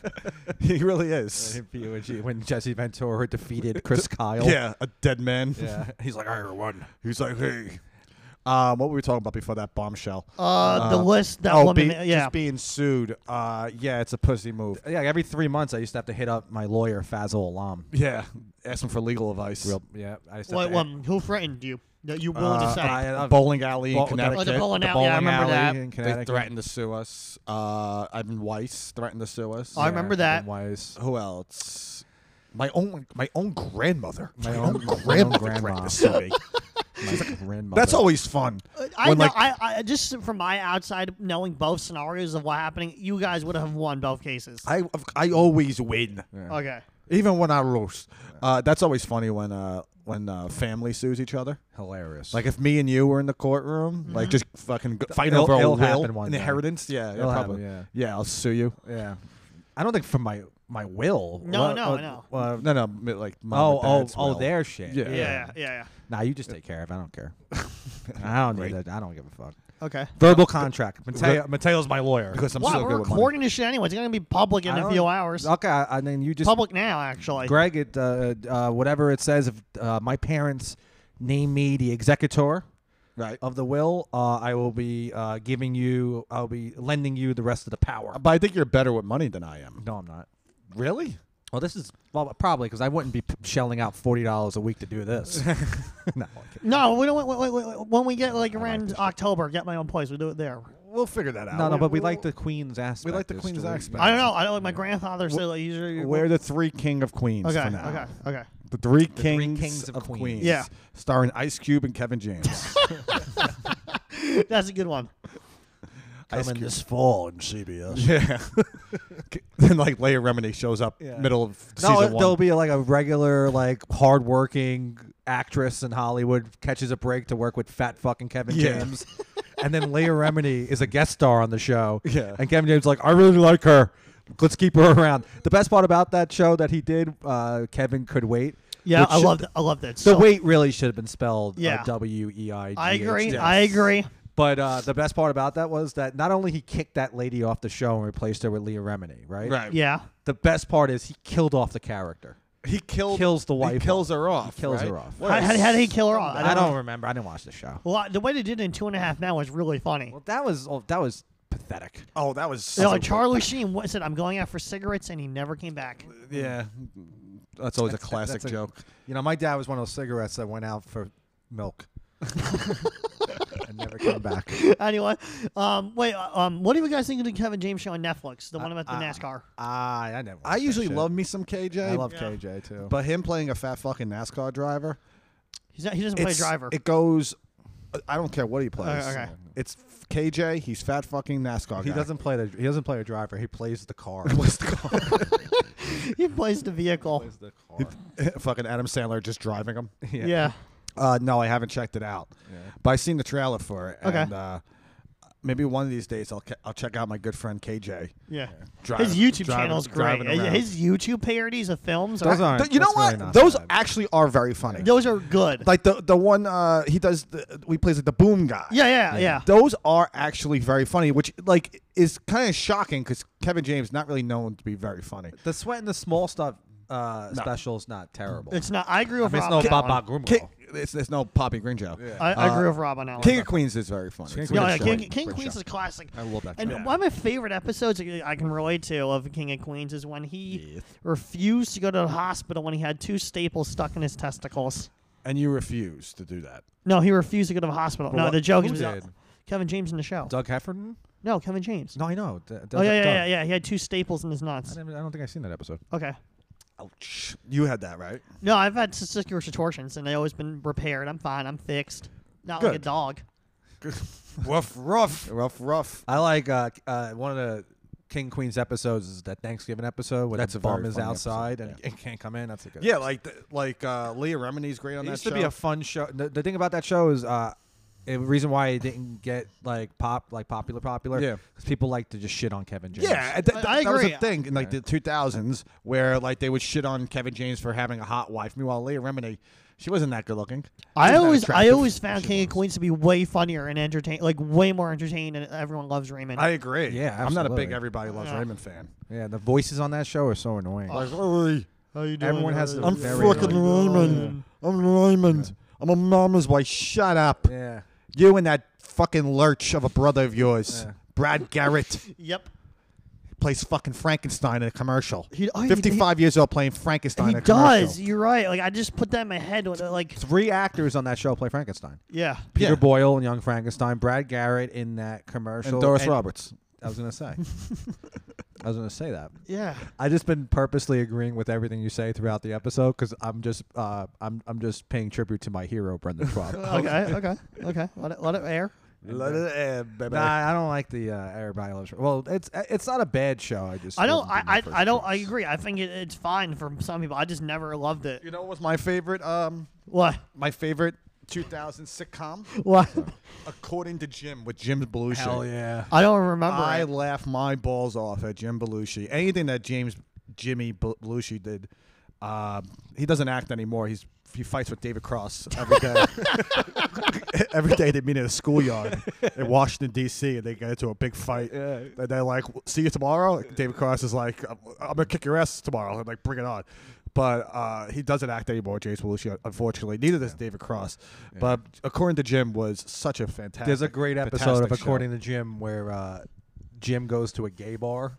[SPEAKER 3] <laughs> he really is.
[SPEAKER 4] If you- when she- when Jesse Ventura <laughs> defeated Chris Kyle.
[SPEAKER 3] Yeah, a dead man. <laughs>
[SPEAKER 4] Yeah. He's like, I won.
[SPEAKER 3] He's like, hey. Um, what were we talking about before that bombshell?
[SPEAKER 1] Uh, the list that
[SPEAKER 3] oh,
[SPEAKER 1] woman,
[SPEAKER 3] be-
[SPEAKER 1] yeah,
[SPEAKER 3] just being sued. Uh, yeah, it's a pussy move.
[SPEAKER 4] Yeah, like every three months I used to have to hit up my lawyer Fazil Alam.
[SPEAKER 3] Yeah, asking for legal advice.
[SPEAKER 4] Real, yeah, I used to have
[SPEAKER 1] what
[SPEAKER 4] to-
[SPEAKER 1] woman who threatened you that you willing to
[SPEAKER 4] Uh,
[SPEAKER 1] say?
[SPEAKER 4] I- I-
[SPEAKER 3] bowling alley
[SPEAKER 4] Well,
[SPEAKER 3] in Connecticut.
[SPEAKER 1] the bowling
[SPEAKER 4] the
[SPEAKER 1] alley, yeah, I
[SPEAKER 4] bowling
[SPEAKER 1] remember
[SPEAKER 4] alley
[SPEAKER 1] that.
[SPEAKER 4] in
[SPEAKER 3] they
[SPEAKER 4] Connecticut.
[SPEAKER 3] threatened to sue us. Uh, Ivan Weiss threatened to sue us.
[SPEAKER 1] I remember
[SPEAKER 4] Yeah,
[SPEAKER 1] that.
[SPEAKER 4] and Weiss.
[SPEAKER 3] Who else? My own, my own grandmother.
[SPEAKER 4] My own, my own grandma.
[SPEAKER 3] threatened to sue me.
[SPEAKER 4] My grandmother.
[SPEAKER 3] That's always fun.
[SPEAKER 1] Uh, I
[SPEAKER 3] When,
[SPEAKER 1] know.
[SPEAKER 3] like-
[SPEAKER 1] I, I just from my outside knowing both scenarios of what happening, you guys would have won both cases.
[SPEAKER 3] I I always win,
[SPEAKER 1] okay.
[SPEAKER 3] even when I roast. Uh, that's always funny when uh, when uh, family sues each other.
[SPEAKER 4] Hilarious.
[SPEAKER 3] Like if me and you were in the courtroom, like just fucking go, fight
[SPEAKER 4] Mm-hmm. It'll-
[SPEAKER 3] over a
[SPEAKER 4] it'll
[SPEAKER 3] will,
[SPEAKER 4] happen one
[SPEAKER 3] an
[SPEAKER 4] day.
[SPEAKER 3] inheritance. Yeah,
[SPEAKER 4] It'll happen,
[SPEAKER 3] probably.
[SPEAKER 4] yeah.
[SPEAKER 3] I'll sue you. Yeah.
[SPEAKER 4] I don't think for my my will.
[SPEAKER 1] No,
[SPEAKER 4] Well,
[SPEAKER 1] no,
[SPEAKER 4] uh,
[SPEAKER 1] I know.
[SPEAKER 3] Well, no, no, mi- like mom
[SPEAKER 4] Oh,
[SPEAKER 3] and
[SPEAKER 4] oh,
[SPEAKER 3] dad's
[SPEAKER 4] oh,
[SPEAKER 3] will.
[SPEAKER 4] their shit.
[SPEAKER 3] Yeah.
[SPEAKER 1] Yeah, yeah, yeah. yeah.
[SPEAKER 4] Nah, you just take care of. it. I don't <laughs> care. I don't need that. I don't give a
[SPEAKER 1] <laughs>
[SPEAKER 4] fuck.
[SPEAKER 1] Okay.
[SPEAKER 4] Verbal contract. Mateo, Mateo's my lawyer.
[SPEAKER 3] because I'm
[SPEAKER 1] Wow,
[SPEAKER 3] so
[SPEAKER 1] we're
[SPEAKER 3] good with money.
[SPEAKER 1] recording this shit anyway. It's gonna be public in
[SPEAKER 4] I
[SPEAKER 1] a
[SPEAKER 4] don't-
[SPEAKER 1] few hours.
[SPEAKER 4] Okay, I I mean you just
[SPEAKER 1] public now, actually.
[SPEAKER 4] Greg, it uh, uh, whatever it says. If uh, my parents name me the executor
[SPEAKER 3] Right.
[SPEAKER 4] of the will, uh, I will be uh, giving you. I'll be lending you the rest of the power.
[SPEAKER 3] But I think you're better with money than I am.
[SPEAKER 4] No, I'm not.
[SPEAKER 3] Really?
[SPEAKER 4] Well, this is well probably because I wouldn't be p- shelling out forty dollars a week to do <laughs> this. no, I'm kidding.
[SPEAKER 1] No, we don't. Wait, wait, wait, wait. When we get
[SPEAKER 3] Oh
[SPEAKER 1] like around October, get my own place. We do it there.
[SPEAKER 3] We'll figure that out.
[SPEAKER 4] no, no, but we like the Queen's aspect.
[SPEAKER 3] like the
[SPEAKER 4] It's
[SPEAKER 3] Queen's
[SPEAKER 4] really-
[SPEAKER 3] aspect.
[SPEAKER 1] I don't know. I don't like my grandfather said like usually
[SPEAKER 3] We're the three king of queens.
[SPEAKER 1] Okay,
[SPEAKER 3] for now.
[SPEAKER 1] okay, okay.
[SPEAKER 3] The three kings,
[SPEAKER 4] three kings of
[SPEAKER 3] of,
[SPEAKER 4] Queens.
[SPEAKER 3] queens.
[SPEAKER 1] Yeah.
[SPEAKER 3] Starring Ice Cube and Kevin
[SPEAKER 4] <laughs>
[SPEAKER 3] James. <laughs>
[SPEAKER 1] That's a good one.
[SPEAKER 3] Ice Cube.
[SPEAKER 4] fall in CBS.
[SPEAKER 2] <laughs>
[SPEAKER 3] Yeah. <laughs> and like Leia Remini shows up middle of
[SPEAKER 4] No,
[SPEAKER 3] season
[SPEAKER 4] it-
[SPEAKER 3] one.
[SPEAKER 4] there'll be like a regular, like hardworking actress in Hollywood catches a break to work with fat fucking Kevin
[SPEAKER 3] Yeah.
[SPEAKER 4] James, <laughs> and then Leah Remini is a guest star on the show.
[SPEAKER 3] Yeah.
[SPEAKER 4] and Kevin James is like, I really like her. Let's keep her around. The best part about that show that he did, uh, Kevin could wait.
[SPEAKER 1] Yeah,
[SPEAKER 4] which
[SPEAKER 1] I
[SPEAKER 4] should-
[SPEAKER 1] love that. I love that.
[SPEAKER 4] The
[SPEAKER 1] So
[SPEAKER 4] wait really should have been spelled
[SPEAKER 1] Yeah.
[SPEAKER 4] uh, W E I G H.
[SPEAKER 1] I agree.
[SPEAKER 4] Yes.
[SPEAKER 1] I agree.
[SPEAKER 4] But uh, the best part about that was that not only he kicked that lady off the show and replaced her with Leah Remini, right?
[SPEAKER 3] right.
[SPEAKER 1] Yeah.
[SPEAKER 4] The best part is he killed off the character.
[SPEAKER 3] He killed
[SPEAKER 4] Kills the
[SPEAKER 3] He
[SPEAKER 4] wife
[SPEAKER 3] kills her off.
[SPEAKER 4] kills
[SPEAKER 3] right?
[SPEAKER 4] her off.
[SPEAKER 3] What
[SPEAKER 1] How,
[SPEAKER 3] a
[SPEAKER 1] how, how did he kill her off?
[SPEAKER 4] I don't remember. I didn't watch the show.
[SPEAKER 1] Well, the way they did it in two and a half now was really funny.
[SPEAKER 4] Well, that was oh, that was pathetic.
[SPEAKER 3] Oh, that was.
[SPEAKER 1] You know, like Charlie Sheen wa- said, "I'm going out for cigarettes," and he never came back.
[SPEAKER 3] yeah, that's always a classic
[SPEAKER 4] That's a-
[SPEAKER 3] joke.
[SPEAKER 4] You know, my dad was one of those cigarettes that went out for <laughs> milk and never came back.
[SPEAKER 1] anyway, um, wait, uh, um, what do you guys think of the Kevin James show on Netflix? The one about the
[SPEAKER 4] uh,
[SPEAKER 1] NASCAR.
[SPEAKER 4] Ah, I never.
[SPEAKER 3] I usually love me some KJ.
[SPEAKER 4] I love
[SPEAKER 1] Yeah.
[SPEAKER 4] KJ too.
[SPEAKER 3] but him playing a fat fucking NASCAR driver.
[SPEAKER 1] He's not, he doesn't play
[SPEAKER 3] it's-
[SPEAKER 1] driver.
[SPEAKER 3] It goes. I don't care what he plays.
[SPEAKER 1] Okay, okay.
[SPEAKER 3] It's KJ. He's fat fucking NASCAR.
[SPEAKER 4] he
[SPEAKER 3] guy. <laughs>
[SPEAKER 4] doesn't play the he doesn't play a driver. He plays the <laughs> car.
[SPEAKER 3] What's the call?
[SPEAKER 1] <laughs> he plays the vehicle.
[SPEAKER 3] <laughs> fucking Adam Sandler just driving him.
[SPEAKER 1] Yeah.
[SPEAKER 3] Uh, no, I haven't checked it out, but I seen the trailer for it.
[SPEAKER 1] Okay.
[SPEAKER 3] And, uh, maybe one of these days I'll ca- I'll check out my good friend KJ.
[SPEAKER 1] yeah,
[SPEAKER 3] Drive-
[SPEAKER 1] His YouTube
[SPEAKER 3] driving-
[SPEAKER 1] channel's great.
[SPEAKER 3] driving around.
[SPEAKER 1] His YouTube parodies of films
[SPEAKER 4] Those
[SPEAKER 1] are
[SPEAKER 4] aren't-
[SPEAKER 3] Th- you know
[SPEAKER 4] that's really
[SPEAKER 3] what?
[SPEAKER 4] not
[SPEAKER 3] Those
[SPEAKER 4] bad.
[SPEAKER 3] actually are very funny.
[SPEAKER 1] those are good.
[SPEAKER 3] Like the the one uh, he does, the, he plays like the boom guy.
[SPEAKER 1] yeah, yeah, yeah.
[SPEAKER 3] Those are actually very funny, which like is kind of shocking because Kevin James not really known to be very funny.
[SPEAKER 4] The sweat and the small stuff uh, special's not terrible.
[SPEAKER 1] It's not. I agree
[SPEAKER 4] I
[SPEAKER 1] with
[SPEAKER 4] mean,
[SPEAKER 1] Rob.
[SPEAKER 4] it's no
[SPEAKER 1] on that
[SPEAKER 4] Bob
[SPEAKER 1] one.
[SPEAKER 4] Bob Grumble.
[SPEAKER 3] King, it's, it's no Poppy Grinjo.
[SPEAKER 1] I, I agree with Rob on that one.
[SPEAKER 3] King of Queens is very funny.
[SPEAKER 4] King of
[SPEAKER 3] It's
[SPEAKER 1] Yeah,
[SPEAKER 3] really
[SPEAKER 1] yeah,
[SPEAKER 3] short.
[SPEAKER 1] King, King
[SPEAKER 3] Great
[SPEAKER 1] Queens
[SPEAKER 3] show.
[SPEAKER 1] is classic.
[SPEAKER 4] I love that
[SPEAKER 1] And
[SPEAKER 4] show.
[SPEAKER 1] one of my favorite episodes I can relate to of King of Queens is when he refused to go to the hospital when he had two staples stuck in his testicles.
[SPEAKER 3] And you refuse to do that.
[SPEAKER 1] No, he refused to go to the hospital. no,
[SPEAKER 4] what-
[SPEAKER 1] the joke
[SPEAKER 4] who
[SPEAKER 1] is
[SPEAKER 4] did?
[SPEAKER 1] Kevin James in the show.
[SPEAKER 4] Doug Heffernan?
[SPEAKER 1] No, Kevin James.
[SPEAKER 4] No, I know. D- Doug,
[SPEAKER 1] oh yeah, yeah,
[SPEAKER 4] Doug.
[SPEAKER 1] yeah, yeah. He had two staples in his
[SPEAKER 4] I,
[SPEAKER 1] nuts.
[SPEAKER 4] never, I don't think I've seen that episode.
[SPEAKER 1] Okay.
[SPEAKER 3] Ouch! You had that right.
[SPEAKER 1] No, I've had testicular contortions and they always been repaired. I'm fine. I'm fixed. Not like a
[SPEAKER 3] Good.
[SPEAKER 1] dog.
[SPEAKER 3] rough, rough, rough, rough.
[SPEAKER 4] I like uh, uh, one of the King Queens episodes is that Thanksgiving episode where
[SPEAKER 3] That's
[SPEAKER 4] the
[SPEAKER 3] a very
[SPEAKER 4] bum is
[SPEAKER 3] funny
[SPEAKER 4] outside
[SPEAKER 3] episode,
[SPEAKER 4] and, and can't come in. That's a good.
[SPEAKER 3] Yeah, like th- like uh, Leah Remini's great on
[SPEAKER 4] it
[SPEAKER 3] that
[SPEAKER 4] used
[SPEAKER 3] show.
[SPEAKER 4] to be a fun show. The, the thing about that show is uh, the reason why it didn't get like pop like popular popular.
[SPEAKER 3] Yeah.
[SPEAKER 4] because people like to just shit on Kevin James.
[SPEAKER 3] yeah, th- th-
[SPEAKER 1] I
[SPEAKER 3] that was
[SPEAKER 1] agree.
[SPEAKER 3] a thing in like the 2000s where like they would shit on Kevin James for having a hot wife. Meanwhile, Leah Remini, she wasn't that good looking.
[SPEAKER 1] I
[SPEAKER 3] She's not
[SPEAKER 1] always, I
[SPEAKER 3] attractive.
[SPEAKER 1] always found
[SPEAKER 3] She
[SPEAKER 1] King of
[SPEAKER 3] was.
[SPEAKER 1] Queens to be way funnier and entertain, like way more entertaining. And everyone loves Raymond.
[SPEAKER 3] I agree.
[SPEAKER 4] Yeah,
[SPEAKER 3] I'm not a big
[SPEAKER 4] absolutely.
[SPEAKER 3] everybody loves
[SPEAKER 1] Yeah.
[SPEAKER 3] Raymond fan.
[SPEAKER 4] yeah. The voices on that show are so annoying.
[SPEAKER 3] Like, "Hey,
[SPEAKER 1] How you
[SPEAKER 4] doing? Everyone has a
[SPEAKER 3] I'm
[SPEAKER 4] Very
[SPEAKER 3] fucking
[SPEAKER 4] annoying.
[SPEAKER 3] Raymond. I'm Raymond. I'm a mama's wife. Shut up.
[SPEAKER 4] yeah,
[SPEAKER 3] You and that fucking lurch of a brother of yours,
[SPEAKER 4] Yeah.
[SPEAKER 3] Brad Garrett,
[SPEAKER 1] Yep.
[SPEAKER 3] plays fucking Frankenstein in a commercial.
[SPEAKER 1] He- oh, he-
[SPEAKER 3] 55 years old playing Frankenstein
[SPEAKER 1] He
[SPEAKER 3] in a
[SPEAKER 1] does.
[SPEAKER 3] commercial.
[SPEAKER 1] You're right. Like I just put that in my head. When, uh, like
[SPEAKER 4] three actors on that show play Frankenstein.
[SPEAKER 1] yeah,
[SPEAKER 4] Peter
[SPEAKER 3] Yeah.
[SPEAKER 4] Boyle and Young Frankenstein, Brad Garrett in that commercial,
[SPEAKER 3] And Doris
[SPEAKER 4] and-
[SPEAKER 3] Roberts.
[SPEAKER 4] I was gonna <laughs> say. I was gonna say that.
[SPEAKER 1] yeah.
[SPEAKER 4] I just been purposely agreeing with everything you say throughout the episode because I'm just <laughs>
[SPEAKER 3] Oh,
[SPEAKER 4] uh, I'm I'm just paying tribute to my hero Brendan Schwab.
[SPEAKER 1] Okay, okay, okay. Let it let it air.
[SPEAKER 4] Nah, I don't like the uh, Everybody Loves. Well, it's it's not a bad show. I just
[SPEAKER 1] I don't.
[SPEAKER 4] wasn't in
[SPEAKER 1] I, I,
[SPEAKER 4] the first
[SPEAKER 1] I don't. I
[SPEAKER 4] place.
[SPEAKER 1] agree. I think it, it's fine for some people. I just never loved it.
[SPEAKER 3] You know what was my favorite? Um,
[SPEAKER 1] What?
[SPEAKER 3] my favorite 2000 sitcom,
[SPEAKER 1] What? <laughs>
[SPEAKER 3] According to Jim, with Jim Belushi.
[SPEAKER 4] Hell yeah!
[SPEAKER 1] I don't remember.
[SPEAKER 3] I
[SPEAKER 1] it.
[SPEAKER 3] laugh my balls off at Jim Belushi. Anything that James Jimmy Bel- Belushi did, uh, he doesn't act anymore. He's he fights with David Cross every
[SPEAKER 4] <laughs>
[SPEAKER 3] day. every day they meet in a schoolyard in Washington D.C. and they get into a big fight. And they're like, "See you tomorrow." David Cross is like, "I'm, I'm gonna kick your ass tomorrow." I'm like, "Bring it on." But uh, he doesn't act anymore, James Belushi. Unfortunately, neither does David Cross. But according to Jim, was such a fantastic.
[SPEAKER 4] There's a great episode
[SPEAKER 3] fantastic
[SPEAKER 4] of
[SPEAKER 3] show.
[SPEAKER 4] According to Jim where uh, Jim goes to a gay bar,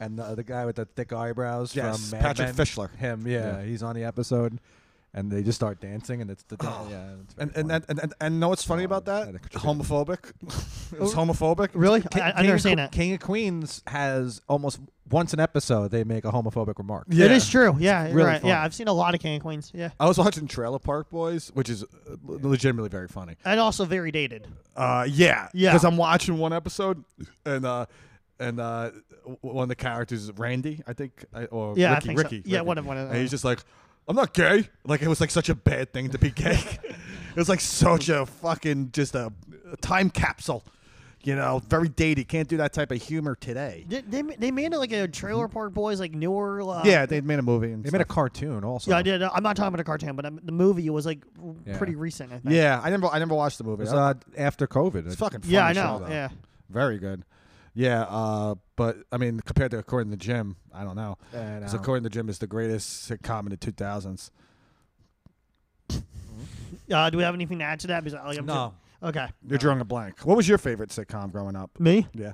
[SPEAKER 4] and the, the guy with the thick eyebrows
[SPEAKER 3] Yes,
[SPEAKER 4] from Mad
[SPEAKER 3] Patrick
[SPEAKER 4] Men,
[SPEAKER 3] Fischler.
[SPEAKER 4] Him, yeah,
[SPEAKER 3] Yeah.
[SPEAKER 4] he's on the episode, and they just start dancing, and it's the dan- yeah, it's very
[SPEAKER 3] And and,
[SPEAKER 4] funny.
[SPEAKER 3] and and and and know what's funny about that?
[SPEAKER 4] I had to contribute.
[SPEAKER 3] Homophobic. <laughs> it was
[SPEAKER 1] Oh,
[SPEAKER 3] homophobic.
[SPEAKER 1] really?
[SPEAKER 4] Ki-
[SPEAKER 1] I, I've
[SPEAKER 4] King
[SPEAKER 1] never
[SPEAKER 4] of
[SPEAKER 1] seen
[SPEAKER 4] Que-
[SPEAKER 1] it.
[SPEAKER 4] King of Queens has almost once an episode they make a homophobic remark.
[SPEAKER 3] Yeah.
[SPEAKER 1] It is true. Yeah. you're
[SPEAKER 4] really
[SPEAKER 1] right.
[SPEAKER 4] fun.
[SPEAKER 1] Yeah. I've seen a lot of King of Queens. Yeah.
[SPEAKER 3] I was watching Trailer Park Boys, which is uh, le- legitimately very funny.
[SPEAKER 1] And also very dated.
[SPEAKER 3] Uh, yeah,
[SPEAKER 1] Yeah.
[SPEAKER 3] Because I'm watching one episode, and uh, and uh, w- one of the characters, is Randy, I think, I- or
[SPEAKER 1] Yeah, I
[SPEAKER 3] Ricky,
[SPEAKER 1] think so.
[SPEAKER 3] Ricky,
[SPEAKER 1] Yeah,
[SPEAKER 3] Ricky.
[SPEAKER 1] one of- one of
[SPEAKER 3] And he's
[SPEAKER 1] them.
[SPEAKER 3] just like, I'm not gay. Like it was like such a bad thing to be gay.
[SPEAKER 1] <laughs>
[SPEAKER 3] it was like such a fucking just a time capsule. You know, very dated. Can't do that type of humor today.
[SPEAKER 1] They, they, they made it like a Trailer Park Boys, like newer. Uh,
[SPEAKER 3] Yeah, they made a movie. And
[SPEAKER 4] They made a cartoon also.
[SPEAKER 1] Yeah, I did. I'm not talking about a cartoon, but um, the movie was like r-
[SPEAKER 4] Yeah.
[SPEAKER 1] pretty recent. I think.
[SPEAKER 3] Yeah, I never, I never watched the movie.
[SPEAKER 4] It was uh, after COVID.
[SPEAKER 3] it's fucking.
[SPEAKER 1] Yeah, I
[SPEAKER 3] funny show,
[SPEAKER 1] know.
[SPEAKER 3] though.
[SPEAKER 1] Yeah.
[SPEAKER 3] very good. Yeah, uh, but I mean, compared to according to Jim, I don't know.
[SPEAKER 4] I
[SPEAKER 3] Because
[SPEAKER 4] know.
[SPEAKER 3] according to Jim, is the greatest sitcom in the 2000s.
[SPEAKER 1] Uh, do we have anything to add to that? Because like, I'm
[SPEAKER 4] No.
[SPEAKER 1] ju- okay.
[SPEAKER 3] You're drawing a blank. What was your favorite sitcom growing up?
[SPEAKER 1] Me
[SPEAKER 3] Yeah,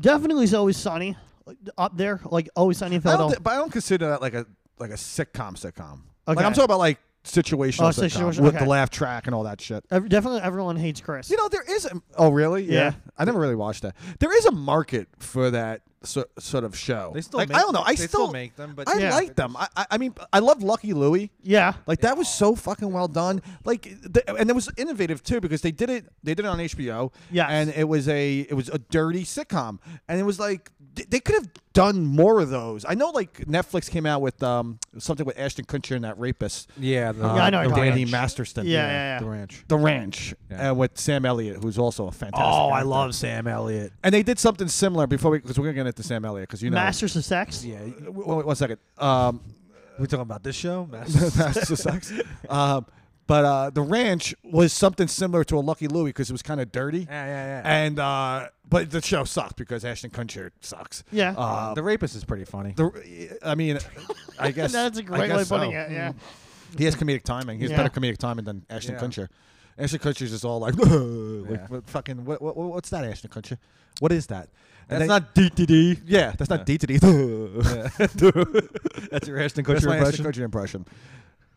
[SPEAKER 1] definitely is always sunny. Like, up there, like always sunny in
[SPEAKER 3] I don't
[SPEAKER 1] Philadelphia.
[SPEAKER 3] thi- but I don't consider that like a like a sitcom sitcom. Like
[SPEAKER 1] Okay.
[SPEAKER 3] I'm talking about like situational
[SPEAKER 1] Oh,
[SPEAKER 3] sitcom
[SPEAKER 1] situation-
[SPEAKER 3] with
[SPEAKER 1] okay.
[SPEAKER 3] the laugh track and all that shit.
[SPEAKER 1] Ev- definitely, everyone hates Chris.
[SPEAKER 3] You know, there is. A, oh, really?
[SPEAKER 1] Yeah.
[SPEAKER 3] I never really watched that. There is a market for that so, sort of show.
[SPEAKER 4] They still
[SPEAKER 3] like,
[SPEAKER 4] make-
[SPEAKER 3] I don't know. I
[SPEAKER 4] they still make them, but
[SPEAKER 3] I
[SPEAKER 1] yeah.
[SPEAKER 3] like them. I, I I mean, I love Lucky Louie.
[SPEAKER 1] yeah.
[SPEAKER 3] Like that was so fucking well done. Like, the, and it was innovative too because they did it. They did it on HBO.
[SPEAKER 1] Yes.
[SPEAKER 3] and it was a it was a dirty sitcom, and it was like th- they could have done more of those. I know, like Netflix came out with um something with Ashton Kutcher and that rapist.
[SPEAKER 4] yeah, the,
[SPEAKER 1] Yeah, I know
[SPEAKER 4] the
[SPEAKER 1] you're talking
[SPEAKER 4] Randy
[SPEAKER 3] Randy
[SPEAKER 1] about.
[SPEAKER 4] Ma-
[SPEAKER 3] Masterston.
[SPEAKER 1] Yeah, yeah,
[SPEAKER 4] the
[SPEAKER 1] yeah.
[SPEAKER 4] ranch.
[SPEAKER 3] The Ranch,
[SPEAKER 4] Yeah.
[SPEAKER 3] and with Sam Elliott, who's also a fantastic.
[SPEAKER 4] Oh, I
[SPEAKER 3] actor.
[SPEAKER 4] love Sam Elliott.
[SPEAKER 3] And they did something similar before we because we're gonna get into Sam Elliott because you know.
[SPEAKER 1] Masters of Sex.
[SPEAKER 3] <laughs>
[SPEAKER 4] Yeah,
[SPEAKER 3] W- w- one second. Um,
[SPEAKER 4] we're talking about this show.
[SPEAKER 3] <laughs> Master sucks. Um, but uh, the ranch was something similar to a Lucky Louie because it was kind of dirty.
[SPEAKER 1] Ah,
[SPEAKER 4] Yeah, yeah, yeah.
[SPEAKER 3] And uh, but the show sucked because Ashton Kutcher sucks.
[SPEAKER 1] Yeah.
[SPEAKER 3] Uh,
[SPEAKER 4] the rapist is pretty funny.
[SPEAKER 3] the, I mean, I
[SPEAKER 1] <laughs>
[SPEAKER 3] guess
[SPEAKER 1] That's a
[SPEAKER 3] I
[SPEAKER 1] great way
[SPEAKER 3] guess
[SPEAKER 1] of putting
[SPEAKER 3] so.
[SPEAKER 1] it. Yeah.
[SPEAKER 3] Hmm. He has comedic timing. He has
[SPEAKER 1] Yeah.
[SPEAKER 3] better comedic timing than Ashton
[SPEAKER 4] Yeah.
[SPEAKER 3] Kutcher. Ashton Kutcher's just all like, <laughs> like
[SPEAKER 4] Yeah.
[SPEAKER 3] what fucking what, what, what's that Ashton Kutcher? What is that? And
[SPEAKER 4] That's
[SPEAKER 3] they-
[SPEAKER 4] not DTD.
[SPEAKER 3] yeah, that's not D to D. <laughs>
[SPEAKER 4] That's your Ashton
[SPEAKER 3] That's my Ashton Kutcher impression.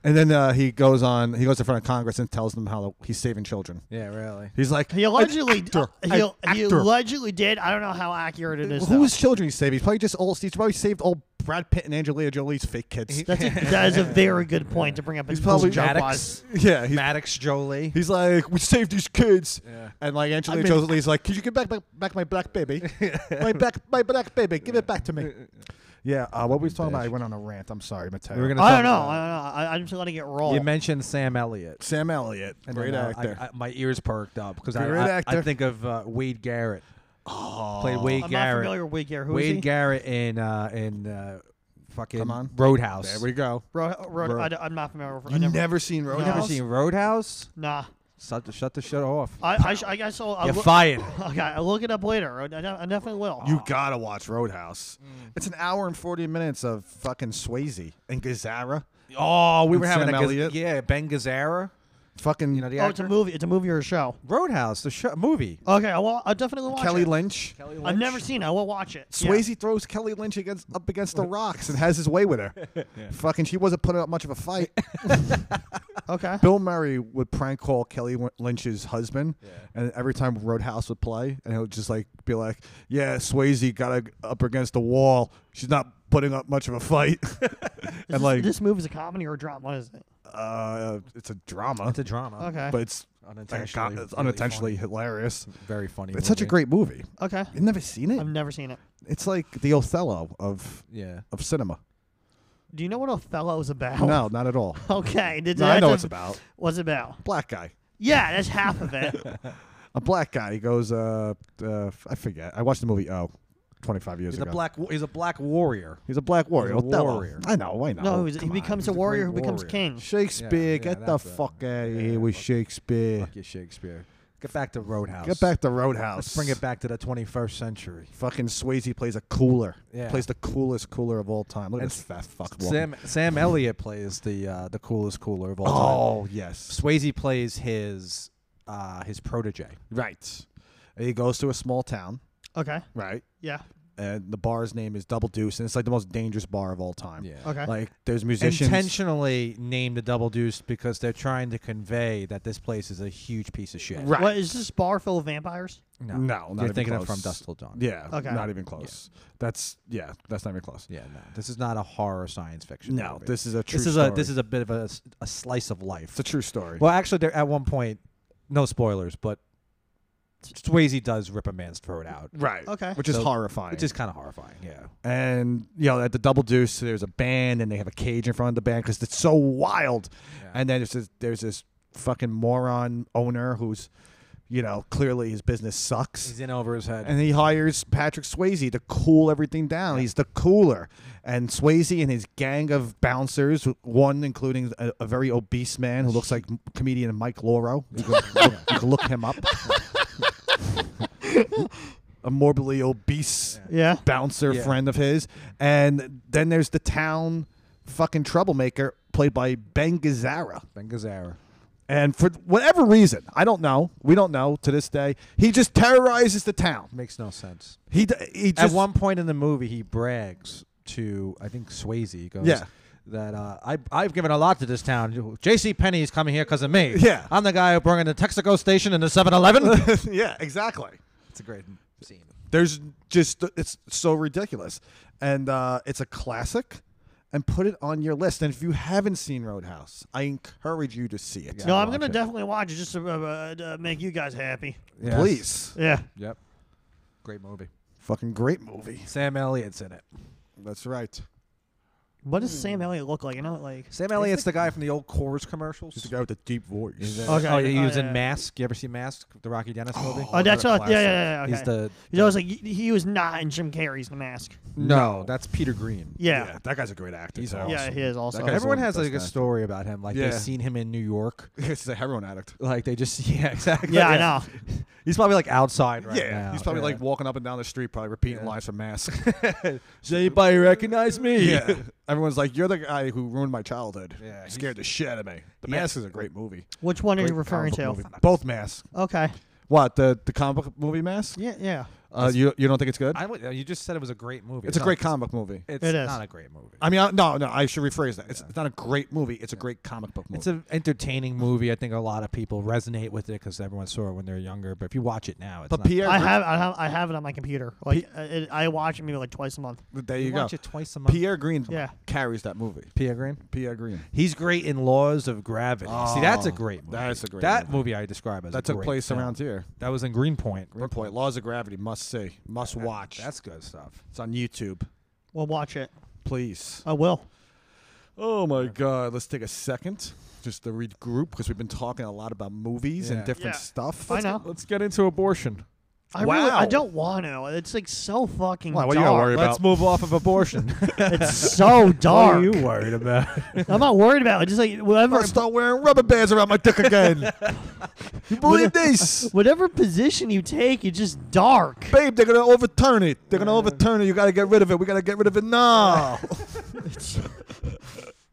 [SPEAKER 3] And then uh, he goes on. He goes in front of Congress and tells them how he's saving children.
[SPEAKER 4] Yeah, really.
[SPEAKER 3] He's like
[SPEAKER 1] He allegedly,
[SPEAKER 3] an actor,
[SPEAKER 1] he,
[SPEAKER 3] an
[SPEAKER 1] he
[SPEAKER 3] actor.
[SPEAKER 1] allegedly did. I don't know how accurate it is. though.
[SPEAKER 3] Whose children he's saving? He's probably just all. He's probably saved all Brad Pitt and Angelina Jolie's fake kids.
[SPEAKER 1] That's a, that is a very good point to bring up.
[SPEAKER 3] He's
[SPEAKER 1] in
[SPEAKER 3] probably
[SPEAKER 1] joke-wise.
[SPEAKER 4] <laughs>
[SPEAKER 3] yeah, he's,
[SPEAKER 4] Maddox Jolie.
[SPEAKER 3] he's like we saved these kids.
[SPEAKER 4] Yeah.
[SPEAKER 3] And like Angelina
[SPEAKER 1] I mean-
[SPEAKER 3] Jolie's like, could you give back back, back my black <laughs> baby? my black my black baby, give it back to <laughs> me. Yeah, uh, what we was talking about, I went on a rant. I'm sorry, Mateo.
[SPEAKER 4] We were gonna
[SPEAKER 1] I
[SPEAKER 4] talk
[SPEAKER 1] don't know.
[SPEAKER 4] about-
[SPEAKER 1] I don't know. I, I'm just letting it roll.
[SPEAKER 4] You mentioned Sam Elliott.
[SPEAKER 3] Sam Elliott,
[SPEAKER 4] And
[SPEAKER 3] great
[SPEAKER 4] then, uh,
[SPEAKER 3] actor.
[SPEAKER 4] I, I, my ears perked up because I,
[SPEAKER 3] Great
[SPEAKER 4] I, I
[SPEAKER 3] actor.
[SPEAKER 4] think of uh, Wade Garrett. Oh, played Wade
[SPEAKER 1] I'm not
[SPEAKER 4] Garrett.
[SPEAKER 1] familiar with Wade Garrett. Who is
[SPEAKER 4] Wade
[SPEAKER 1] he?
[SPEAKER 4] Garrett in uh, in uh, fucking
[SPEAKER 3] Come on.
[SPEAKER 4] Roadhouse.
[SPEAKER 3] there we go.
[SPEAKER 1] Ro- Ro-
[SPEAKER 3] Ro-
[SPEAKER 1] I, am not familiar with. I
[SPEAKER 3] You
[SPEAKER 1] never,
[SPEAKER 3] never, seen
[SPEAKER 1] No.
[SPEAKER 3] Roadhouse?
[SPEAKER 4] Never seen Roadhouse?
[SPEAKER 1] nah.
[SPEAKER 4] Shut the, shut the shit off.
[SPEAKER 1] I I, sh- I guess I'll. I'll
[SPEAKER 4] You're
[SPEAKER 1] look-
[SPEAKER 4] fired.
[SPEAKER 1] <laughs> Okay, I'll look it up later. I, I- I definitely will. Oh,
[SPEAKER 3] You gotta watch Roadhouse. It's an hour and forty minutes of fucking Swayze and Gazzara.
[SPEAKER 4] Oh, we
[SPEAKER 3] And
[SPEAKER 4] were having
[SPEAKER 3] Sam
[SPEAKER 4] a Gaz-
[SPEAKER 3] Elliott.
[SPEAKER 4] yeah Ben Gazzara.
[SPEAKER 3] Fucking
[SPEAKER 4] You know the
[SPEAKER 1] oh, it's
[SPEAKER 4] actor.
[SPEAKER 1] a movie. It's a movie or a show.
[SPEAKER 4] Roadhouse, the show, movie.
[SPEAKER 1] Okay, I will. I definitely watch
[SPEAKER 3] Kelly
[SPEAKER 1] it.
[SPEAKER 3] Lynch.
[SPEAKER 1] I've never seen. it. I will watch it. Yeah.
[SPEAKER 3] Swayze throws Kelly Lynch against up against <laughs> the rocks and has his way <laughs> with her. Fucking, she wasn't putting up much of a fight.
[SPEAKER 1] Okay.
[SPEAKER 3] Bill Murray would prank call Kelly Win- Lynch's husband, and every time Roadhouse would play, and he would just like be like, "Yeah, Swayze got a, up against the wall. She's not putting up much of a fight. <laughs> and like,
[SPEAKER 1] this movie is a comedy or a drama. What is it?
[SPEAKER 3] uh, it's a drama,
[SPEAKER 4] It's a drama.
[SPEAKER 1] Okay.
[SPEAKER 3] but it's
[SPEAKER 4] Unintentionally
[SPEAKER 3] it's
[SPEAKER 4] really
[SPEAKER 3] unintentionally hilarious.
[SPEAKER 4] Very funny.
[SPEAKER 3] It's such a
[SPEAKER 4] movie.
[SPEAKER 3] great movie.
[SPEAKER 1] okay.
[SPEAKER 3] You've never seen it?
[SPEAKER 1] I've never seen it.
[SPEAKER 3] It's like the Othello of
[SPEAKER 4] Yeah.
[SPEAKER 3] of cinema.
[SPEAKER 1] Do you know what Othello is about?
[SPEAKER 3] No, not at all.
[SPEAKER 1] <laughs> Okay. Did
[SPEAKER 3] No, I know
[SPEAKER 1] that's
[SPEAKER 3] it's
[SPEAKER 1] Oh. a-
[SPEAKER 3] about
[SPEAKER 1] What's it about?
[SPEAKER 3] black guy.
[SPEAKER 1] Yeah, that's half of
[SPEAKER 3] <laughs>
[SPEAKER 1] it. <laughs>
[SPEAKER 3] A black guy. He goes. Uh, uh, I forget. I watched the movie. Oh, 25 years
[SPEAKER 4] He's a
[SPEAKER 3] ago.
[SPEAKER 4] black. wa- He's a black warrior.
[SPEAKER 3] He's a black warrior.
[SPEAKER 4] He's a
[SPEAKER 3] Othello.
[SPEAKER 4] warrior.
[SPEAKER 3] I know. I know.
[SPEAKER 1] no, he, was, he
[SPEAKER 3] Come on.
[SPEAKER 1] becomes a
[SPEAKER 4] he's a
[SPEAKER 1] warrior who
[SPEAKER 4] great
[SPEAKER 1] becomes
[SPEAKER 4] warrior.
[SPEAKER 1] king.
[SPEAKER 3] Shakespeare,
[SPEAKER 4] yeah,
[SPEAKER 3] get the
[SPEAKER 4] that's a-
[SPEAKER 3] fuck out of
[SPEAKER 4] yeah,
[SPEAKER 3] here with
[SPEAKER 4] fuck-
[SPEAKER 3] Shakespeare.
[SPEAKER 4] Fuck you, Shakespeare. Get back to Roadhouse.
[SPEAKER 3] Get back to Roadhouse.
[SPEAKER 4] Let's bring it back to the 21st century.
[SPEAKER 3] Fucking Swayze plays a cooler.
[SPEAKER 4] Yeah.
[SPEAKER 3] Plays the coolest cooler of all time. Look at
[SPEAKER 4] And
[SPEAKER 3] this fat fuck. walking.
[SPEAKER 4] Sam Sam Elliott plays the uh, the coolest cooler of all time.
[SPEAKER 3] Oh yes.
[SPEAKER 4] Swayze plays his uh, his protege.
[SPEAKER 3] Right. And he goes to a small town.
[SPEAKER 1] Okay.
[SPEAKER 3] Right.
[SPEAKER 1] Yeah.
[SPEAKER 3] And the bar's name is Double Deuce, and it's like the most dangerous bar of all time.
[SPEAKER 1] Okay.
[SPEAKER 3] Like there's musicians.
[SPEAKER 4] Intentionally named the Double Deuce because they're trying to convey that this place is a huge piece of shit.
[SPEAKER 3] Right.
[SPEAKER 1] What is this bar full of vampires?
[SPEAKER 4] No,
[SPEAKER 3] No, not
[SPEAKER 4] you're
[SPEAKER 3] even
[SPEAKER 4] thinking of
[SPEAKER 3] close.
[SPEAKER 4] From Dust Till Dawn.
[SPEAKER 3] Yeah.
[SPEAKER 1] Okay.
[SPEAKER 3] Not even close. That's yeah. That's not even close.
[SPEAKER 4] yeah. No, this is not a horror science fiction.
[SPEAKER 3] No,
[SPEAKER 4] movie.
[SPEAKER 3] this is a true.
[SPEAKER 4] this is
[SPEAKER 3] story.
[SPEAKER 4] a this is a bit of a, s- a slice of life.
[SPEAKER 3] It's a true story.
[SPEAKER 4] Well, actually, there, at one point, no spoilers, but Swayze does rip a man's throat out,
[SPEAKER 3] Right.
[SPEAKER 1] Okay.
[SPEAKER 3] Which is
[SPEAKER 4] So-
[SPEAKER 3] horrifying.
[SPEAKER 4] which is kind of horrifying. Yeah.
[SPEAKER 3] and you know at the double deuce there's a band and they have a cage in front of the band because it's so wild
[SPEAKER 4] Yeah.
[SPEAKER 3] and then there's this, there's this fucking moron owner who's you know clearly his business sucks
[SPEAKER 4] He's in over his head.
[SPEAKER 3] and he hires Patrick Swayze to cool everything down. He's the cooler. And Swayze and his gang of bouncers, one including a, a very obese man who looks like comedian Mike Lauro.
[SPEAKER 1] <laughs>
[SPEAKER 3] You can, look, you can look him up. a morbidly obese
[SPEAKER 1] Yeah.
[SPEAKER 3] bouncer
[SPEAKER 4] Yeah.
[SPEAKER 3] friend of his. And then there's the town fucking troublemaker played by Ben Gazzara.
[SPEAKER 4] Ben Gazzara.
[SPEAKER 3] And for whatever reason, I don't know. We don't know to this day. He just terrorizes the town.
[SPEAKER 4] Makes no sense.
[SPEAKER 3] He d- he just
[SPEAKER 4] At one point in the movie, he brags to I think Swayze. He goes,
[SPEAKER 3] Yeah.
[SPEAKER 4] That uh, I I've given a lot to this town. J.C. Penney's coming here because of me.
[SPEAKER 3] Yeah.
[SPEAKER 4] I'm the guy who brought in the Texaco station and the
[SPEAKER 3] <laughs>
[SPEAKER 4] 7-Eleven.
[SPEAKER 3] yeah, exactly.
[SPEAKER 4] <laughs> it's a great scene.
[SPEAKER 3] There's just it's so ridiculous, and uh, it's a classic. And put it on your list. And if you haven't seen Roadhouse, I encourage you to see it.
[SPEAKER 4] Yeah.
[SPEAKER 1] No,
[SPEAKER 4] I'll
[SPEAKER 1] I'm gonna
[SPEAKER 4] watch it.
[SPEAKER 1] definitely watch it just to uh, uh, make you guys happy.
[SPEAKER 3] Please,
[SPEAKER 1] Yeah.
[SPEAKER 4] Yep. Great movie.
[SPEAKER 3] fucking great movie.
[SPEAKER 4] Sam Elliott's in it.
[SPEAKER 3] That's right.
[SPEAKER 1] What does
[SPEAKER 3] Hmm.
[SPEAKER 1] Sam Elliott look like? You know, like.
[SPEAKER 4] Sam Elliott's the guy from the old Coors commercials.
[SPEAKER 3] He's the guy with the deep voice.
[SPEAKER 1] Okay.
[SPEAKER 4] Oh, he
[SPEAKER 1] Oh,
[SPEAKER 4] was
[SPEAKER 1] yeah.
[SPEAKER 4] in Mask. You ever see Mask, the Rocky Dennis movie?
[SPEAKER 1] Oh, that's
[SPEAKER 3] another
[SPEAKER 1] what. Yeah, yeah, yeah. Okay.
[SPEAKER 4] He's the
[SPEAKER 1] You know, I was like, he he was not in Jim Carrey's The Mask.
[SPEAKER 4] no, that's Peter Green.
[SPEAKER 1] Yeah.
[SPEAKER 3] Yeah, that guy's a great actor.
[SPEAKER 4] He's
[SPEAKER 3] too.
[SPEAKER 4] awesome.
[SPEAKER 1] Yeah, he is also.
[SPEAKER 3] guy's one
[SPEAKER 4] Everyone
[SPEAKER 3] of
[SPEAKER 4] has
[SPEAKER 3] the
[SPEAKER 4] like a
[SPEAKER 3] best actors.
[SPEAKER 4] story about him. Like
[SPEAKER 3] Yeah.
[SPEAKER 4] they've seen him in New York.
[SPEAKER 3] <laughs> He's a heroin addict.
[SPEAKER 4] Like they just <laughs> yeah
[SPEAKER 3] <laughs>
[SPEAKER 4] exactly.
[SPEAKER 1] yeah, I know.
[SPEAKER 4] He's probably like outside right
[SPEAKER 3] yeah,
[SPEAKER 4] now.
[SPEAKER 3] he's probably
[SPEAKER 4] Yeah.
[SPEAKER 3] like walking up and down the street, probably repeating
[SPEAKER 4] Yeah.
[SPEAKER 3] lines from <laughs> Mask.
[SPEAKER 4] Does anybody recognize me?
[SPEAKER 3] yeah, everyone's like, "You're the guy who ruined my childhood.
[SPEAKER 4] Yeah, he's-
[SPEAKER 3] scared the shit out of me." The
[SPEAKER 4] Yeah.
[SPEAKER 3] Mask is a great movie.
[SPEAKER 1] Which one are
[SPEAKER 3] Great
[SPEAKER 1] you referring
[SPEAKER 3] comic
[SPEAKER 1] to?
[SPEAKER 3] book movie. Both Mask.
[SPEAKER 1] Okay.
[SPEAKER 3] What the the comic book movie Mask?
[SPEAKER 1] Yeah, yeah.
[SPEAKER 3] Uh, you you don't think it's good?
[SPEAKER 4] I would- you just said it was a great movie.
[SPEAKER 3] it's a
[SPEAKER 4] not-
[SPEAKER 3] great comic book movie.
[SPEAKER 4] It's
[SPEAKER 1] It is.
[SPEAKER 4] not a great movie.
[SPEAKER 3] I mean, I, no, no, I should rephrase that. It's, it's not a great movie. It's a great comic book movie.
[SPEAKER 4] It's an entertaining movie. I think a lot of people resonate with it because everyone saw it when they were younger. But if you watch it now, it's
[SPEAKER 3] but
[SPEAKER 4] not,
[SPEAKER 3] Pierre,
[SPEAKER 1] I have, I have, I have it on my computer. Like, uh, it, I watch it maybe like twice a month.
[SPEAKER 3] there
[SPEAKER 4] you,
[SPEAKER 3] you go.
[SPEAKER 4] watch it twice a month.
[SPEAKER 3] Pierre Green
[SPEAKER 1] Yeah.
[SPEAKER 3] carries that movie.
[SPEAKER 4] Pierre Green.
[SPEAKER 3] Pierre Green.
[SPEAKER 4] He's great in Laws of Gravity. See, Oh, that's a great movie.
[SPEAKER 3] that's a great
[SPEAKER 4] That
[SPEAKER 3] movie.
[SPEAKER 4] movie, I describe as a
[SPEAKER 3] That took
[SPEAKER 4] great
[SPEAKER 3] place
[SPEAKER 4] film.
[SPEAKER 3] around here.
[SPEAKER 4] That was in Greenpoint.
[SPEAKER 3] One point. Laws of Gravity. Must see. Must
[SPEAKER 4] That-
[SPEAKER 3] watch.
[SPEAKER 4] That's good stuff.
[SPEAKER 3] it's on YouTube.
[SPEAKER 1] Well, watch it.
[SPEAKER 3] Please.
[SPEAKER 1] I will.
[SPEAKER 3] Oh my God! Let's take a second just to regroup because we've been talking a lot about movies
[SPEAKER 4] Yeah.
[SPEAKER 3] and different
[SPEAKER 1] Yeah.
[SPEAKER 3] stuff.
[SPEAKER 1] I know.
[SPEAKER 4] Let's get into abortion.
[SPEAKER 1] I really, I
[SPEAKER 3] Wow.
[SPEAKER 1] don't want to. It's like so fucking
[SPEAKER 3] Why,
[SPEAKER 1] dark.
[SPEAKER 3] what you gotta worry about?
[SPEAKER 4] Let's move off of <laughs> abortion.
[SPEAKER 1] <laughs> It's
[SPEAKER 3] <laughs>
[SPEAKER 1] so
[SPEAKER 4] What are
[SPEAKER 1] dark.
[SPEAKER 4] you worried about?
[SPEAKER 1] I'm not worried about it. Just like whatever,
[SPEAKER 3] I start wearing rubber bands around my dick
[SPEAKER 4] <laughs>
[SPEAKER 3] again. you believe this,
[SPEAKER 1] whatever position you take, it's just dark.
[SPEAKER 3] babe? They're gonna overturn it. They're gonna overturn it. You gotta get rid of it. We gotta get rid of it
[SPEAKER 4] <laughs>
[SPEAKER 3] now.
[SPEAKER 1] It's,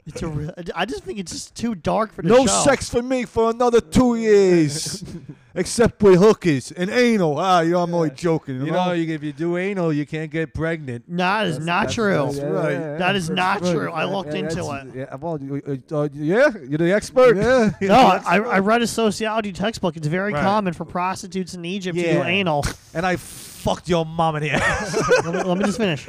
[SPEAKER 1] it's a re- I just think it's just too dark for the
[SPEAKER 3] no
[SPEAKER 1] show.
[SPEAKER 3] sex for me for another two years,
[SPEAKER 4] <laughs>
[SPEAKER 3] except with hookers and anal. Ah, you know I'm only joking. You, know,
[SPEAKER 4] if <laughs> you do anal, you can't get pregnant.
[SPEAKER 1] Nah, that is not true.
[SPEAKER 3] that's right.
[SPEAKER 1] That is not true. I looked into it.
[SPEAKER 4] Yeah, well, you- uh, uh, yeah, you're the expert.
[SPEAKER 3] Yeah.
[SPEAKER 4] <laughs>
[SPEAKER 1] No,
[SPEAKER 3] <laughs>
[SPEAKER 1] I, I read a sociology textbook. It's very
[SPEAKER 3] Right.
[SPEAKER 1] common for prostitutes in Egypt to do
[SPEAKER 3] <laughs>
[SPEAKER 4] Yeah.
[SPEAKER 1] anal.
[SPEAKER 4] <laughs> And I fucked your mom in the ass.
[SPEAKER 1] let, me, let me just finish.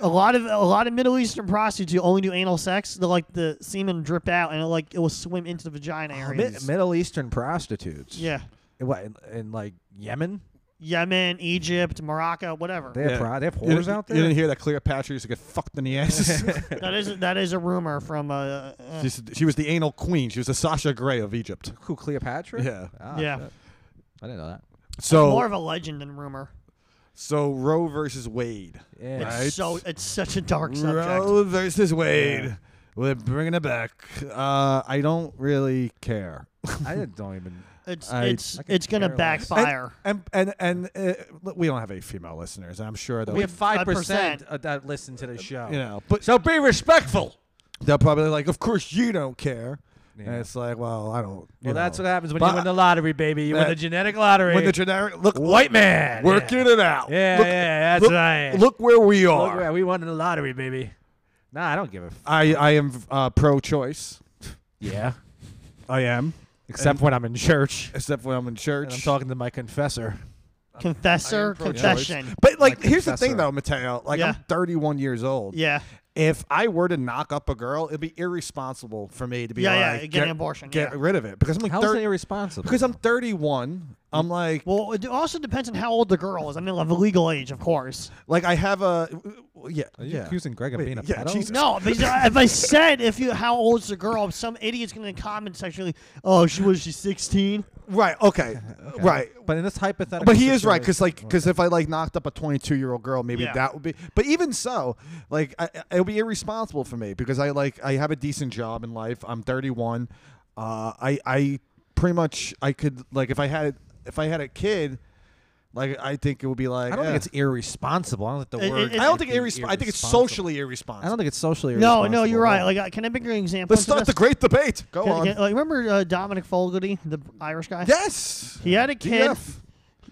[SPEAKER 1] a lot of a lot of Middle Eastern prostitutes who only do anal sex. They like the semen drip out and it, like it will swim into the
[SPEAKER 3] Oh,
[SPEAKER 1] vagina area.
[SPEAKER 4] Mid- Middle Eastern prostitutes.
[SPEAKER 1] yeah,
[SPEAKER 4] In What in, in like Yemen?
[SPEAKER 1] Yemen, Egypt, Morocco, whatever.
[SPEAKER 4] They have
[SPEAKER 3] Yeah.
[SPEAKER 4] pro- they have
[SPEAKER 3] You didn't-
[SPEAKER 4] whores out there.
[SPEAKER 3] You didn't hear that Cleopatra used to get fucked in the
[SPEAKER 4] <laughs>
[SPEAKER 3] ass. <laughs>
[SPEAKER 1] that is that is a rumor from uh, uh,
[SPEAKER 3] She's- she was the anal queen. She was the Sasha Grey of Egypt.
[SPEAKER 4] Who Cleopatra?
[SPEAKER 3] Yeah.
[SPEAKER 4] Ah,
[SPEAKER 1] yeah,
[SPEAKER 4] shit. I didn't know that.
[SPEAKER 3] So
[SPEAKER 1] more of a legend than rumor.
[SPEAKER 3] so Roe versus Wade.
[SPEAKER 4] Yeah.
[SPEAKER 1] It's
[SPEAKER 3] Right.
[SPEAKER 1] so it's such a dark subject.
[SPEAKER 3] Roe versus Wade. We're bringing it back. Uh, I don't really care.
[SPEAKER 4] I <laughs> didn't- don't even.
[SPEAKER 1] It's
[SPEAKER 3] I-
[SPEAKER 1] it's
[SPEAKER 4] I could
[SPEAKER 1] it's gonna
[SPEAKER 4] care less.
[SPEAKER 1] backfire.
[SPEAKER 3] And and and uh, look, we don't have any female listeners. I'm sure they'll
[SPEAKER 1] We have 5%
[SPEAKER 4] that listen to the show.
[SPEAKER 3] you know, but
[SPEAKER 4] So be respectful.
[SPEAKER 3] they'll probably like, of course you don't care. And
[SPEAKER 4] Yeah.
[SPEAKER 3] it's like, well, I don't. you
[SPEAKER 4] Well, that's
[SPEAKER 3] know.
[SPEAKER 4] what happens when
[SPEAKER 3] But-
[SPEAKER 4] you win the lottery, baby. You win
[SPEAKER 3] That-
[SPEAKER 4] the genetic lottery.
[SPEAKER 3] When the generic look,
[SPEAKER 4] white man.
[SPEAKER 3] working
[SPEAKER 4] yeah.
[SPEAKER 3] it out.
[SPEAKER 4] Yeah,
[SPEAKER 3] Look-
[SPEAKER 4] yeah, that's
[SPEAKER 3] look,
[SPEAKER 4] right.
[SPEAKER 3] Look where we are.
[SPEAKER 4] Look, we won the lottery, baby. Nah, I don't give a. F-
[SPEAKER 3] I I am uh, pro-choice.
[SPEAKER 4] yeah.
[SPEAKER 3] I am,
[SPEAKER 4] <laughs> Except when I'm in church
[SPEAKER 3] except when I'm in church.
[SPEAKER 4] and I'm talking to my confessor.
[SPEAKER 1] Confessor,
[SPEAKER 3] pro-choice.
[SPEAKER 1] confession.
[SPEAKER 3] But like,
[SPEAKER 4] Like
[SPEAKER 3] here's the thing
[SPEAKER 4] professor.
[SPEAKER 3] though, Mateo. Like,
[SPEAKER 1] Yeah.
[SPEAKER 3] I'm 31 years old.
[SPEAKER 1] Yeah,
[SPEAKER 3] If I were to knock up a girl, it'd be irresponsible for me to be
[SPEAKER 1] yeah,
[SPEAKER 3] like,
[SPEAKER 1] yeah. get an
[SPEAKER 3] get,
[SPEAKER 1] abortion.
[SPEAKER 3] get
[SPEAKER 1] yeah.
[SPEAKER 3] rid of it because I'm like,
[SPEAKER 4] How's
[SPEAKER 3] thir-
[SPEAKER 4] that irresponsible?
[SPEAKER 3] because I'm 31. I'm like,
[SPEAKER 1] Well, it also depends on how old the girl is. I mean, of legal age, of course.
[SPEAKER 3] like I have a, yeah,
[SPEAKER 4] Are you
[SPEAKER 3] yeah.
[SPEAKER 4] accusing Greg of
[SPEAKER 3] Wait,
[SPEAKER 4] being a
[SPEAKER 3] yeah,
[SPEAKER 4] pedo?
[SPEAKER 3] Jesus.
[SPEAKER 1] No, because if I said if you how old's the girl, some idiot's gonna comment section like, "Oh, she was she 16?
[SPEAKER 3] Right.
[SPEAKER 4] <laughs>
[SPEAKER 3] Okay. Right.
[SPEAKER 4] But in this hypothetical,
[SPEAKER 3] But he is right because
[SPEAKER 4] situation-
[SPEAKER 3] like because if I like knocked up a 22 year old girl, maybe
[SPEAKER 1] Yeah.
[SPEAKER 3] that would be. But even so, like I, I- it would be irresponsible for me because I like I have a decent job in life. I'm 31. Uh, I I pretty much I could like if I had if I had a kid, like I think it would be like
[SPEAKER 4] I don't
[SPEAKER 3] eh.
[SPEAKER 4] think it's irresponsible. I don't think
[SPEAKER 1] It-
[SPEAKER 4] the word.
[SPEAKER 1] it-
[SPEAKER 3] I don't
[SPEAKER 1] it'd
[SPEAKER 3] think
[SPEAKER 4] be
[SPEAKER 3] irresponsible. I think it's
[SPEAKER 4] irresponsible.
[SPEAKER 3] socially
[SPEAKER 4] I
[SPEAKER 3] irresponsible.
[SPEAKER 4] don't think it's socially.
[SPEAKER 1] No, no, you're right.
[SPEAKER 4] irresponsible.
[SPEAKER 1] Like, I- can I make an example?
[SPEAKER 3] Let's start the great debate. Go
[SPEAKER 1] Can-
[SPEAKER 3] on.
[SPEAKER 1] can- like, remember uh, Dominic Fogarty, the Irish guy?
[SPEAKER 3] yes.
[SPEAKER 1] He had a kid,
[SPEAKER 3] DF.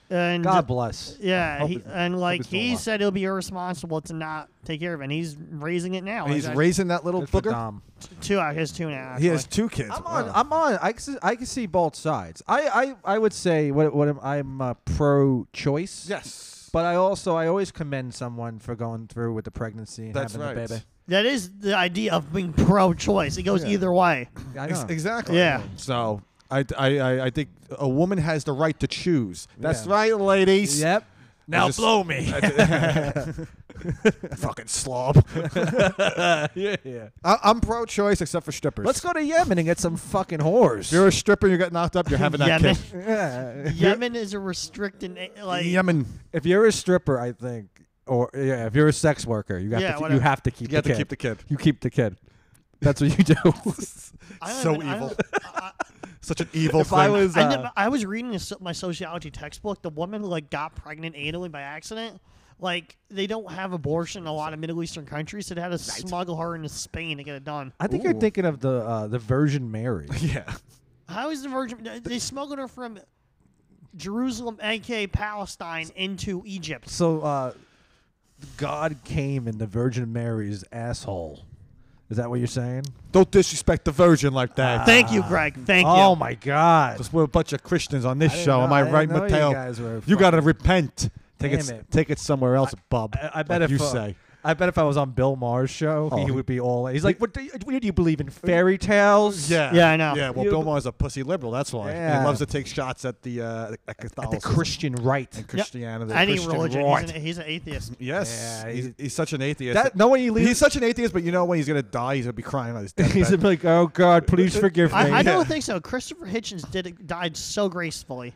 [SPEAKER 1] and
[SPEAKER 4] God bless.
[SPEAKER 1] yeah,
[SPEAKER 4] Hope
[SPEAKER 1] he,
[SPEAKER 4] it's-
[SPEAKER 1] and like
[SPEAKER 4] it's still
[SPEAKER 1] he
[SPEAKER 4] alive.
[SPEAKER 1] said, it'll be irresponsible to not take care of it. And he's raising it now.
[SPEAKER 3] He's
[SPEAKER 1] Like, I-
[SPEAKER 3] raising that little
[SPEAKER 4] Good for
[SPEAKER 3] booger.
[SPEAKER 4] Dom.
[SPEAKER 1] two. out. He has two now.
[SPEAKER 3] He has
[SPEAKER 1] actually.
[SPEAKER 3] two kids.
[SPEAKER 4] I'm on.
[SPEAKER 3] Wow.
[SPEAKER 4] I'm on. I can see, I can see both sides. I, I, I would say what what am, I'm uh, pro choice.
[SPEAKER 3] Yes.
[SPEAKER 4] But I also I always commend someone for going through with the pregnancy and
[SPEAKER 3] That's
[SPEAKER 4] having
[SPEAKER 3] right.
[SPEAKER 4] <laughs> the baby.
[SPEAKER 1] That is the idea of being pro-choice. It goes
[SPEAKER 3] Yeah.
[SPEAKER 1] either way.
[SPEAKER 4] I
[SPEAKER 3] Ex-
[SPEAKER 4] know.
[SPEAKER 3] exactly.
[SPEAKER 1] Yeah.
[SPEAKER 3] So I, I, I- I think a woman has the right to choose. That's
[SPEAKER 4] Yeah.
[SPEAKER 3] right, ladies.
[SPEAKER 4] Yep.
[SPEAKER 3] Now just- blow
[SPEAKER 4] me.
[SPEAKER 3] <laughs> Fucking slob.
[SPEAKER 4] <laughs> yeah, yeah.
[SPEAKER 3] I, I'm pro-choice except for strippers.
[SPEAKER 4] Let's go to Yemen and get some fucking whores.
[SPEAKER 3] If you're a stripper, you get knocked up. You're having that
[SPEAKER 1] Yemen,
[SPEAKER 3] kid.
[SPEAKER 4] <laughs> yeah.
[SPEAKER 1] <laughs> Yemen is a restricted eh, like.
[SPEAKER 3] Yemen.
[SPEAKER 4] If you're a stripper, I think, or yeah, if you're a sex worker, you have
[SPEAKER 1] Yeah,
[SPEAKER 4] to keep, you
[SPEAKER 1] whatever.
[SPEAKER 4] have to keep
[SPEAKER 3] You have
[SPEAKER 4] the
[SPEAKER 3] to
[SPEAKER 4] kid.
[SPEAKER 3] keep the kid.
[SPEAKER 4] you keep the kid. That's what you do.
[SPEAKER 1] I don't
[SPEAKER 3] so
[SPEAKER 1] even- I
[SPEAKER 3] evil.
[SPEAKER 1] don't-
[SPEAKER 3] Such an evil
[SPEAKER 4] if
[SPEAKER 3] thing.
[SPEAKER 4] I was,
[SPEAKER 1] I,
[SPEAKER 4] uh,
[SPEAKER 1] never, I was reading this, my sociology textbook. The woman who like got pregnant anally by accident, like they don't have abortion in a lot of Middle Eastern countries. So they had to smuggle her into Spain to get it done.
[SPEAKER 4] <laughs> I think you're thinking of the uh, the Virgin <laughs> Mary.
[SPEAKER 3] <laughs> yeah.
[SPEAKER 1] How is the Virgin? they- They smuggled her from Jerusalem, aka Palestine, into Egypt.
[SPEAKER 4] So uh, God came in the Virgin Mary's asshole. Is that what you're saying?
[SPEAKER 3] Don't disrespect the virgin like that.
[SPEAKER 1] Ah. Thank you, Greg. Thank you.
[SPEAKER 4] oh my God!
[SPEAKER 3] Because we're a bunch of Christians on this
[SPEAKER 4] I didn't
[SPEAKER 3] show.
[SPEAKER 4] know-
[SPEAKER 3] Am
[SPEAKER 4] I
[SPEAKER 3] I,
[SPEAKER 4] didn't
[SPEAKER 3] right,
[SPEAKER 4] know you
[SPEAKER 3] Mateo?
[SPEAKER 4] guys were
[SPEAKER 3] you gotta
[SPEAKER 4] fucking-
[SPEAKER 3] repent. Take
[SPEAKER 4] Damn
[SPEAKER 3] it,
[SPEAKER 4] it.
[SPEAKER 3] Take it somewhere else, bub.
[SPEAKER 4] I, I bet
[SPEAKER 3] like
[SPEAKER 4] if
[SPEAKER 3] you
[SPEAKER 4] uh,
[SPEAKER 3] say.
[SPEAKER 4] I bet if I was on Bill Maher's show,
[SPEAKER 3] Oh,
[SPEAKER 4] he
[SPEAKER 3] he-
[SPEAKER 4] would be all. He's like, what do, you, what do you believe in fairy tales?
[SPEAKER 3] Yeah.
[SPEAKER 1] Yeah, I know.
[SPEAKER 3] Yeah, well,
[SPEAKER 4] You-
[SPEAKER 3] Bill Maher's a pussy liberal. That's why. And
[SPEAKER 4] Yeah.
[SPEAKER 3] He loves to take shots at the uh, at
[SPEAKER 4] At
[SPEAKER 3] Catholicism.
[SPEAKER 4] the Christian right.
[SPEAKER 3] and Christianity.
[SPEAKER 1] Any
[SPEAKER 3] Christian
[SPEAKER 1] religion,
[SPEAKER 3] right.
[SPEAKER 1] he's an, he's an atheist.
[SPEAKER 3] yes.
[SPEAKER 4] Yeah,
[SPEAKER 3] he's,
[SPEAKER 4] he's-
[SPEAKER 3] he's such an atheist.
[SPEAKER 4] That no one he leaves.
[SPEAKER 3] he's such an atheist, but you know when he's gonna die, he's gonna be crying on his deathbed.
[SPEAKER 4] <laughs> He's like, oh God, please forgive me.
[SPEAKER 1] I, I
[SPEAKER 3] Yeah.
[SPEAKER 1] don't think so. Christopher Hitchens did it, died so gracefully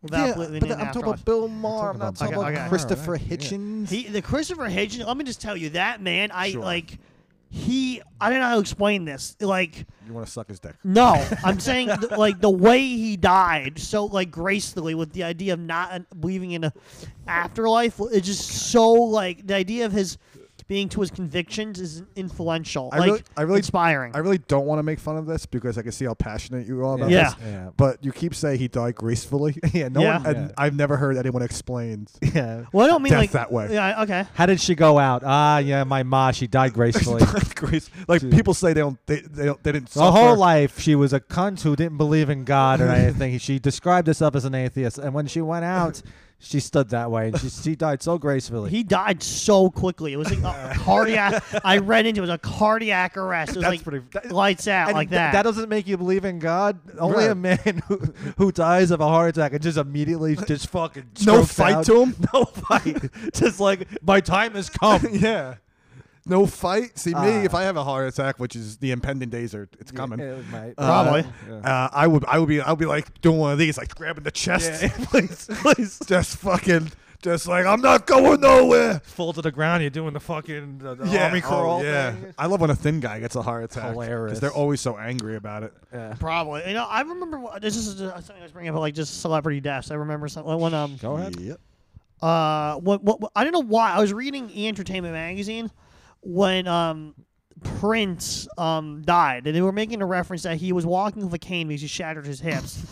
[SPEAKER 1] without believing in an afterlife.
[SPEAKER 3] Bill Maher.
[SPEAKER 4] I'm not talking about
[SPEAKER 1] okay.
[SPEAKER 4] Christopher Hitchens.
[SPEAKER 1] He, the Christopher Hitchens. Let me just tell you that man. I
[SPEAKER 3] Sure.
[SPEAKER 1] like. He. I don't know how to explain this. Like,
[SPEAKER 3] You want to suck his dick?
[SPEAKER 1] no, <laughs> I'm saying th- like the way he died, so like gracefully with the idea of not uh, believing in a afterlife. It's just so like the idea of his being to his convictions is influential.
[SPEAKER 3] I
[SPEAKER 1] like,
[SPEAKER 3] really- I really-
[SPEAKER 1] inspiring.
[SPEAKER 3] I really don't want to make fun of this because I can see how passionate you are about
[SPEAKER 1] Yeah.
[SPEAKER 3] this. But you keep saying he died gracefully. <laughs> yeah,
[SPEAKER 1] no Yeah. one-
[SPEAKER 3] and
[SPEAKER 4] Yeah.
[SPEAKER 3] I've never heard anyone
[SPEAKER 4] <laughs>
[SPEAKER 3] explain.
[SPEAKER 4] yeah. yeah.
[SPEAKER 1] well, I don't mean
[SPEAKER 3] death
[SPEAKER 1] like
[SPEAKER 3] that way.
[SPEAKER 1] Yeah. Okay.
[SPEAKER 4] How did she go out? Ah, yeah, my ma, she <laughs> died gracefully.
[SPEAKER 3] Grace, like <laughs> people say they don't, they, they don't, they didn't.
[SPEAKER 4] Her whole
[SPEAKER 3] suffer.
[SPEAKER 4] life, she was a cunt who didn't believe in God or anything. she described herself as an atheist, and when she went out, She stood that way, and she she died so gracefully.
[SPEAKER 1] He died so quickly. It was like
[SPEAKER 4] <laughs>
[SPEAKER 1] a cardiac. I read into it, it was a cardiac arrest. It was
[SPEAKER 4] That's
[SPEAKER 1] like
[SPEAKER 4] pretty-
[SPEAKER 1] <laughs>
[SPEAKER 4] that-
[SPEAKER 1] lights out
[SPEAKER 4] And
[SPEAKER 1] like
[SPEAKER 4] th-
[SPEAKER 1] that.
[SPEAKER 4] That doesn't make you believe in God. Only a man who, who dies of a heart attack and just immediately just fucking
[SPEAKER 3] No
[SPEAKER 4] strokes
[SPEAKER 3] fight
[SPEAKER 4] out.
[SPEAKER 3] to him?
[SPEAKER 4] <laughs> No fight. just like my time has come.
[SPEAKER 3] <laughs> yeah. No fight. See me
[SPEAKER 4] Ah.
[SPEAKER 3] if I have a heart attack, which is the impending days are it's coming.
[SPEAKER 4] It might-
[SPEAKER 1] Probably.
[SPEAKER 3] Uh, I would I would be I would be like doing one of these, like grabbing the chest, <laughs>
[SPEAKER 4] Yeah, please, <laughs> please.
[SPEAKER 3] just fucking, just like I'm not going nowhere.
[SPEAKER 4] Fall to the ground. You're doing the fucking the, the
[SPEAKER 3] oh,
[SPEAKER 4] army crawl.
[SPEAKER 3] yeah.
[SPEAKER 4] thing.
[SPEAKER 3] I love when a thin guy gets a heart attack.
[SPEAKER 4] hilarious.
[SPEAKER 3] they're always so angry about it.
[SPEAKER 1] Probably. You know, I remember wh- this is uh, something I was bringing up, like just celebrity deaths. I remember something when um
[SPEAKER 4] Go ahead.
[SPEAKER 2] Yep.
[SPEAKER 1] uh what, what what- I don't know why I was reading E Entertainment magazine when um Prince um died and they were making a reference that he was walking with a cane because he shattered his hips.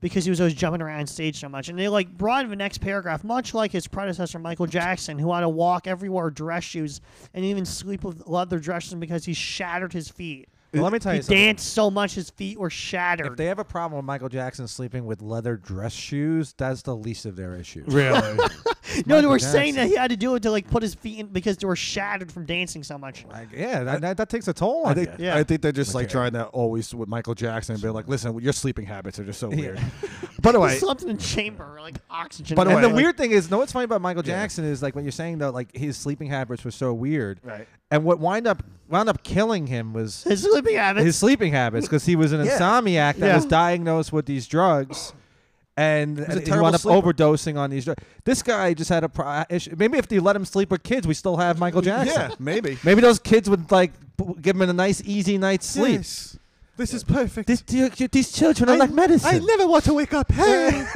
[SPEAKER 1] Because he was always jumping around stage so much, and they like brought in the next paragraph, much like his predecessor Michael Jackson, who had to walk everywhere with dress shoes and even sleep with leather dresses because he shattered his feet.
[SPEAKER 4] Well, let me tell
[SPEAKER 1] He
[SPEAKER 4] you something.
[SPEAKER 1] danced so much his feet were shattered.
[SPEAKER 4] If they have a problem with Michael Jackson sleeping with leather dress shoes, that's the least of their issues.
[SPEAKER 3] Really?
[SPEAKER 1] No, they
[SPEAKER 4] Michael
[SPEAKER 1] were saying
[SPEAKER 4] Jackson.
[SPEAKER 1] that he had to do it to like put his feet in because they were shattered from dancing so much.
[SPEAKER 4] Like, yeah, that, that, that takes a toll
[SPEAKER 3] I
[SPEAKER 4] on
[SPEAKER 3] think,
[SPEAKER 4] you.
[SPEAKER 1] Yeah.
[SPEAKER 3] I think they're just like
[SPEAKER 4] Okay.
[SPEAKER 3] trying to always with Michael Jackson and be like, listen, your sleeping habits are just so weird. By the
[SPEAKER 1] He
[SPEAKER 3] way,
[SPEAKER 1] slept in a chamber, like oxygen.
[SPEAKER 3] By the
[SPEAKER 4] And
[SPEAKER 3] way-
[SPEAKER 4] the
[SPEAKER 1] like,
[SPEAKER 4] weird thing is, no, what's funny about Michael
[SPEAKER 3] Yeah.
[SPEAKER 4] Jackson is like when you're saying that like his sleeping habits were so weird,
[SPEAKER 3] Right.
[SPEAKER 4] And what wind up wound up killing
[SPEAKER 3] <laughs>
[SPEAKER 4] him was
[SPEAKER 1] his sleeping habits.
[SPEAKER 4] his sleeping habits because he was an
[SPEAKER 3] Yeah.
[SPEAKER 4] insomniac that
[SPEAKER 1] Yeah.
[SPEAKER 4] was diagnosed with these drugs, and,
[SPEAKER 3] a
[SPEAKER 4] and he
[SPEAKER 3] terrible
[SPEAKER 4] wound up
[SPEAKER 3] sleeper.
[SPEAKER 4] overdosing on these drugs. This guy just had a pro- uh, issue. Maybe if they let him sleep with kids, we still have Michael Jackson.
[SPEAKER 3] yeah, maybe.
[SPEAKER 4] Maybe those kids would like b- give him a nice, easy night's sleep.
[SPEAKER 3] Yes. This is perfect.
[SPEAKER 4] These, these children are like medicine.
[SPEAKER 3] never want to wake up. Hey. <laughs>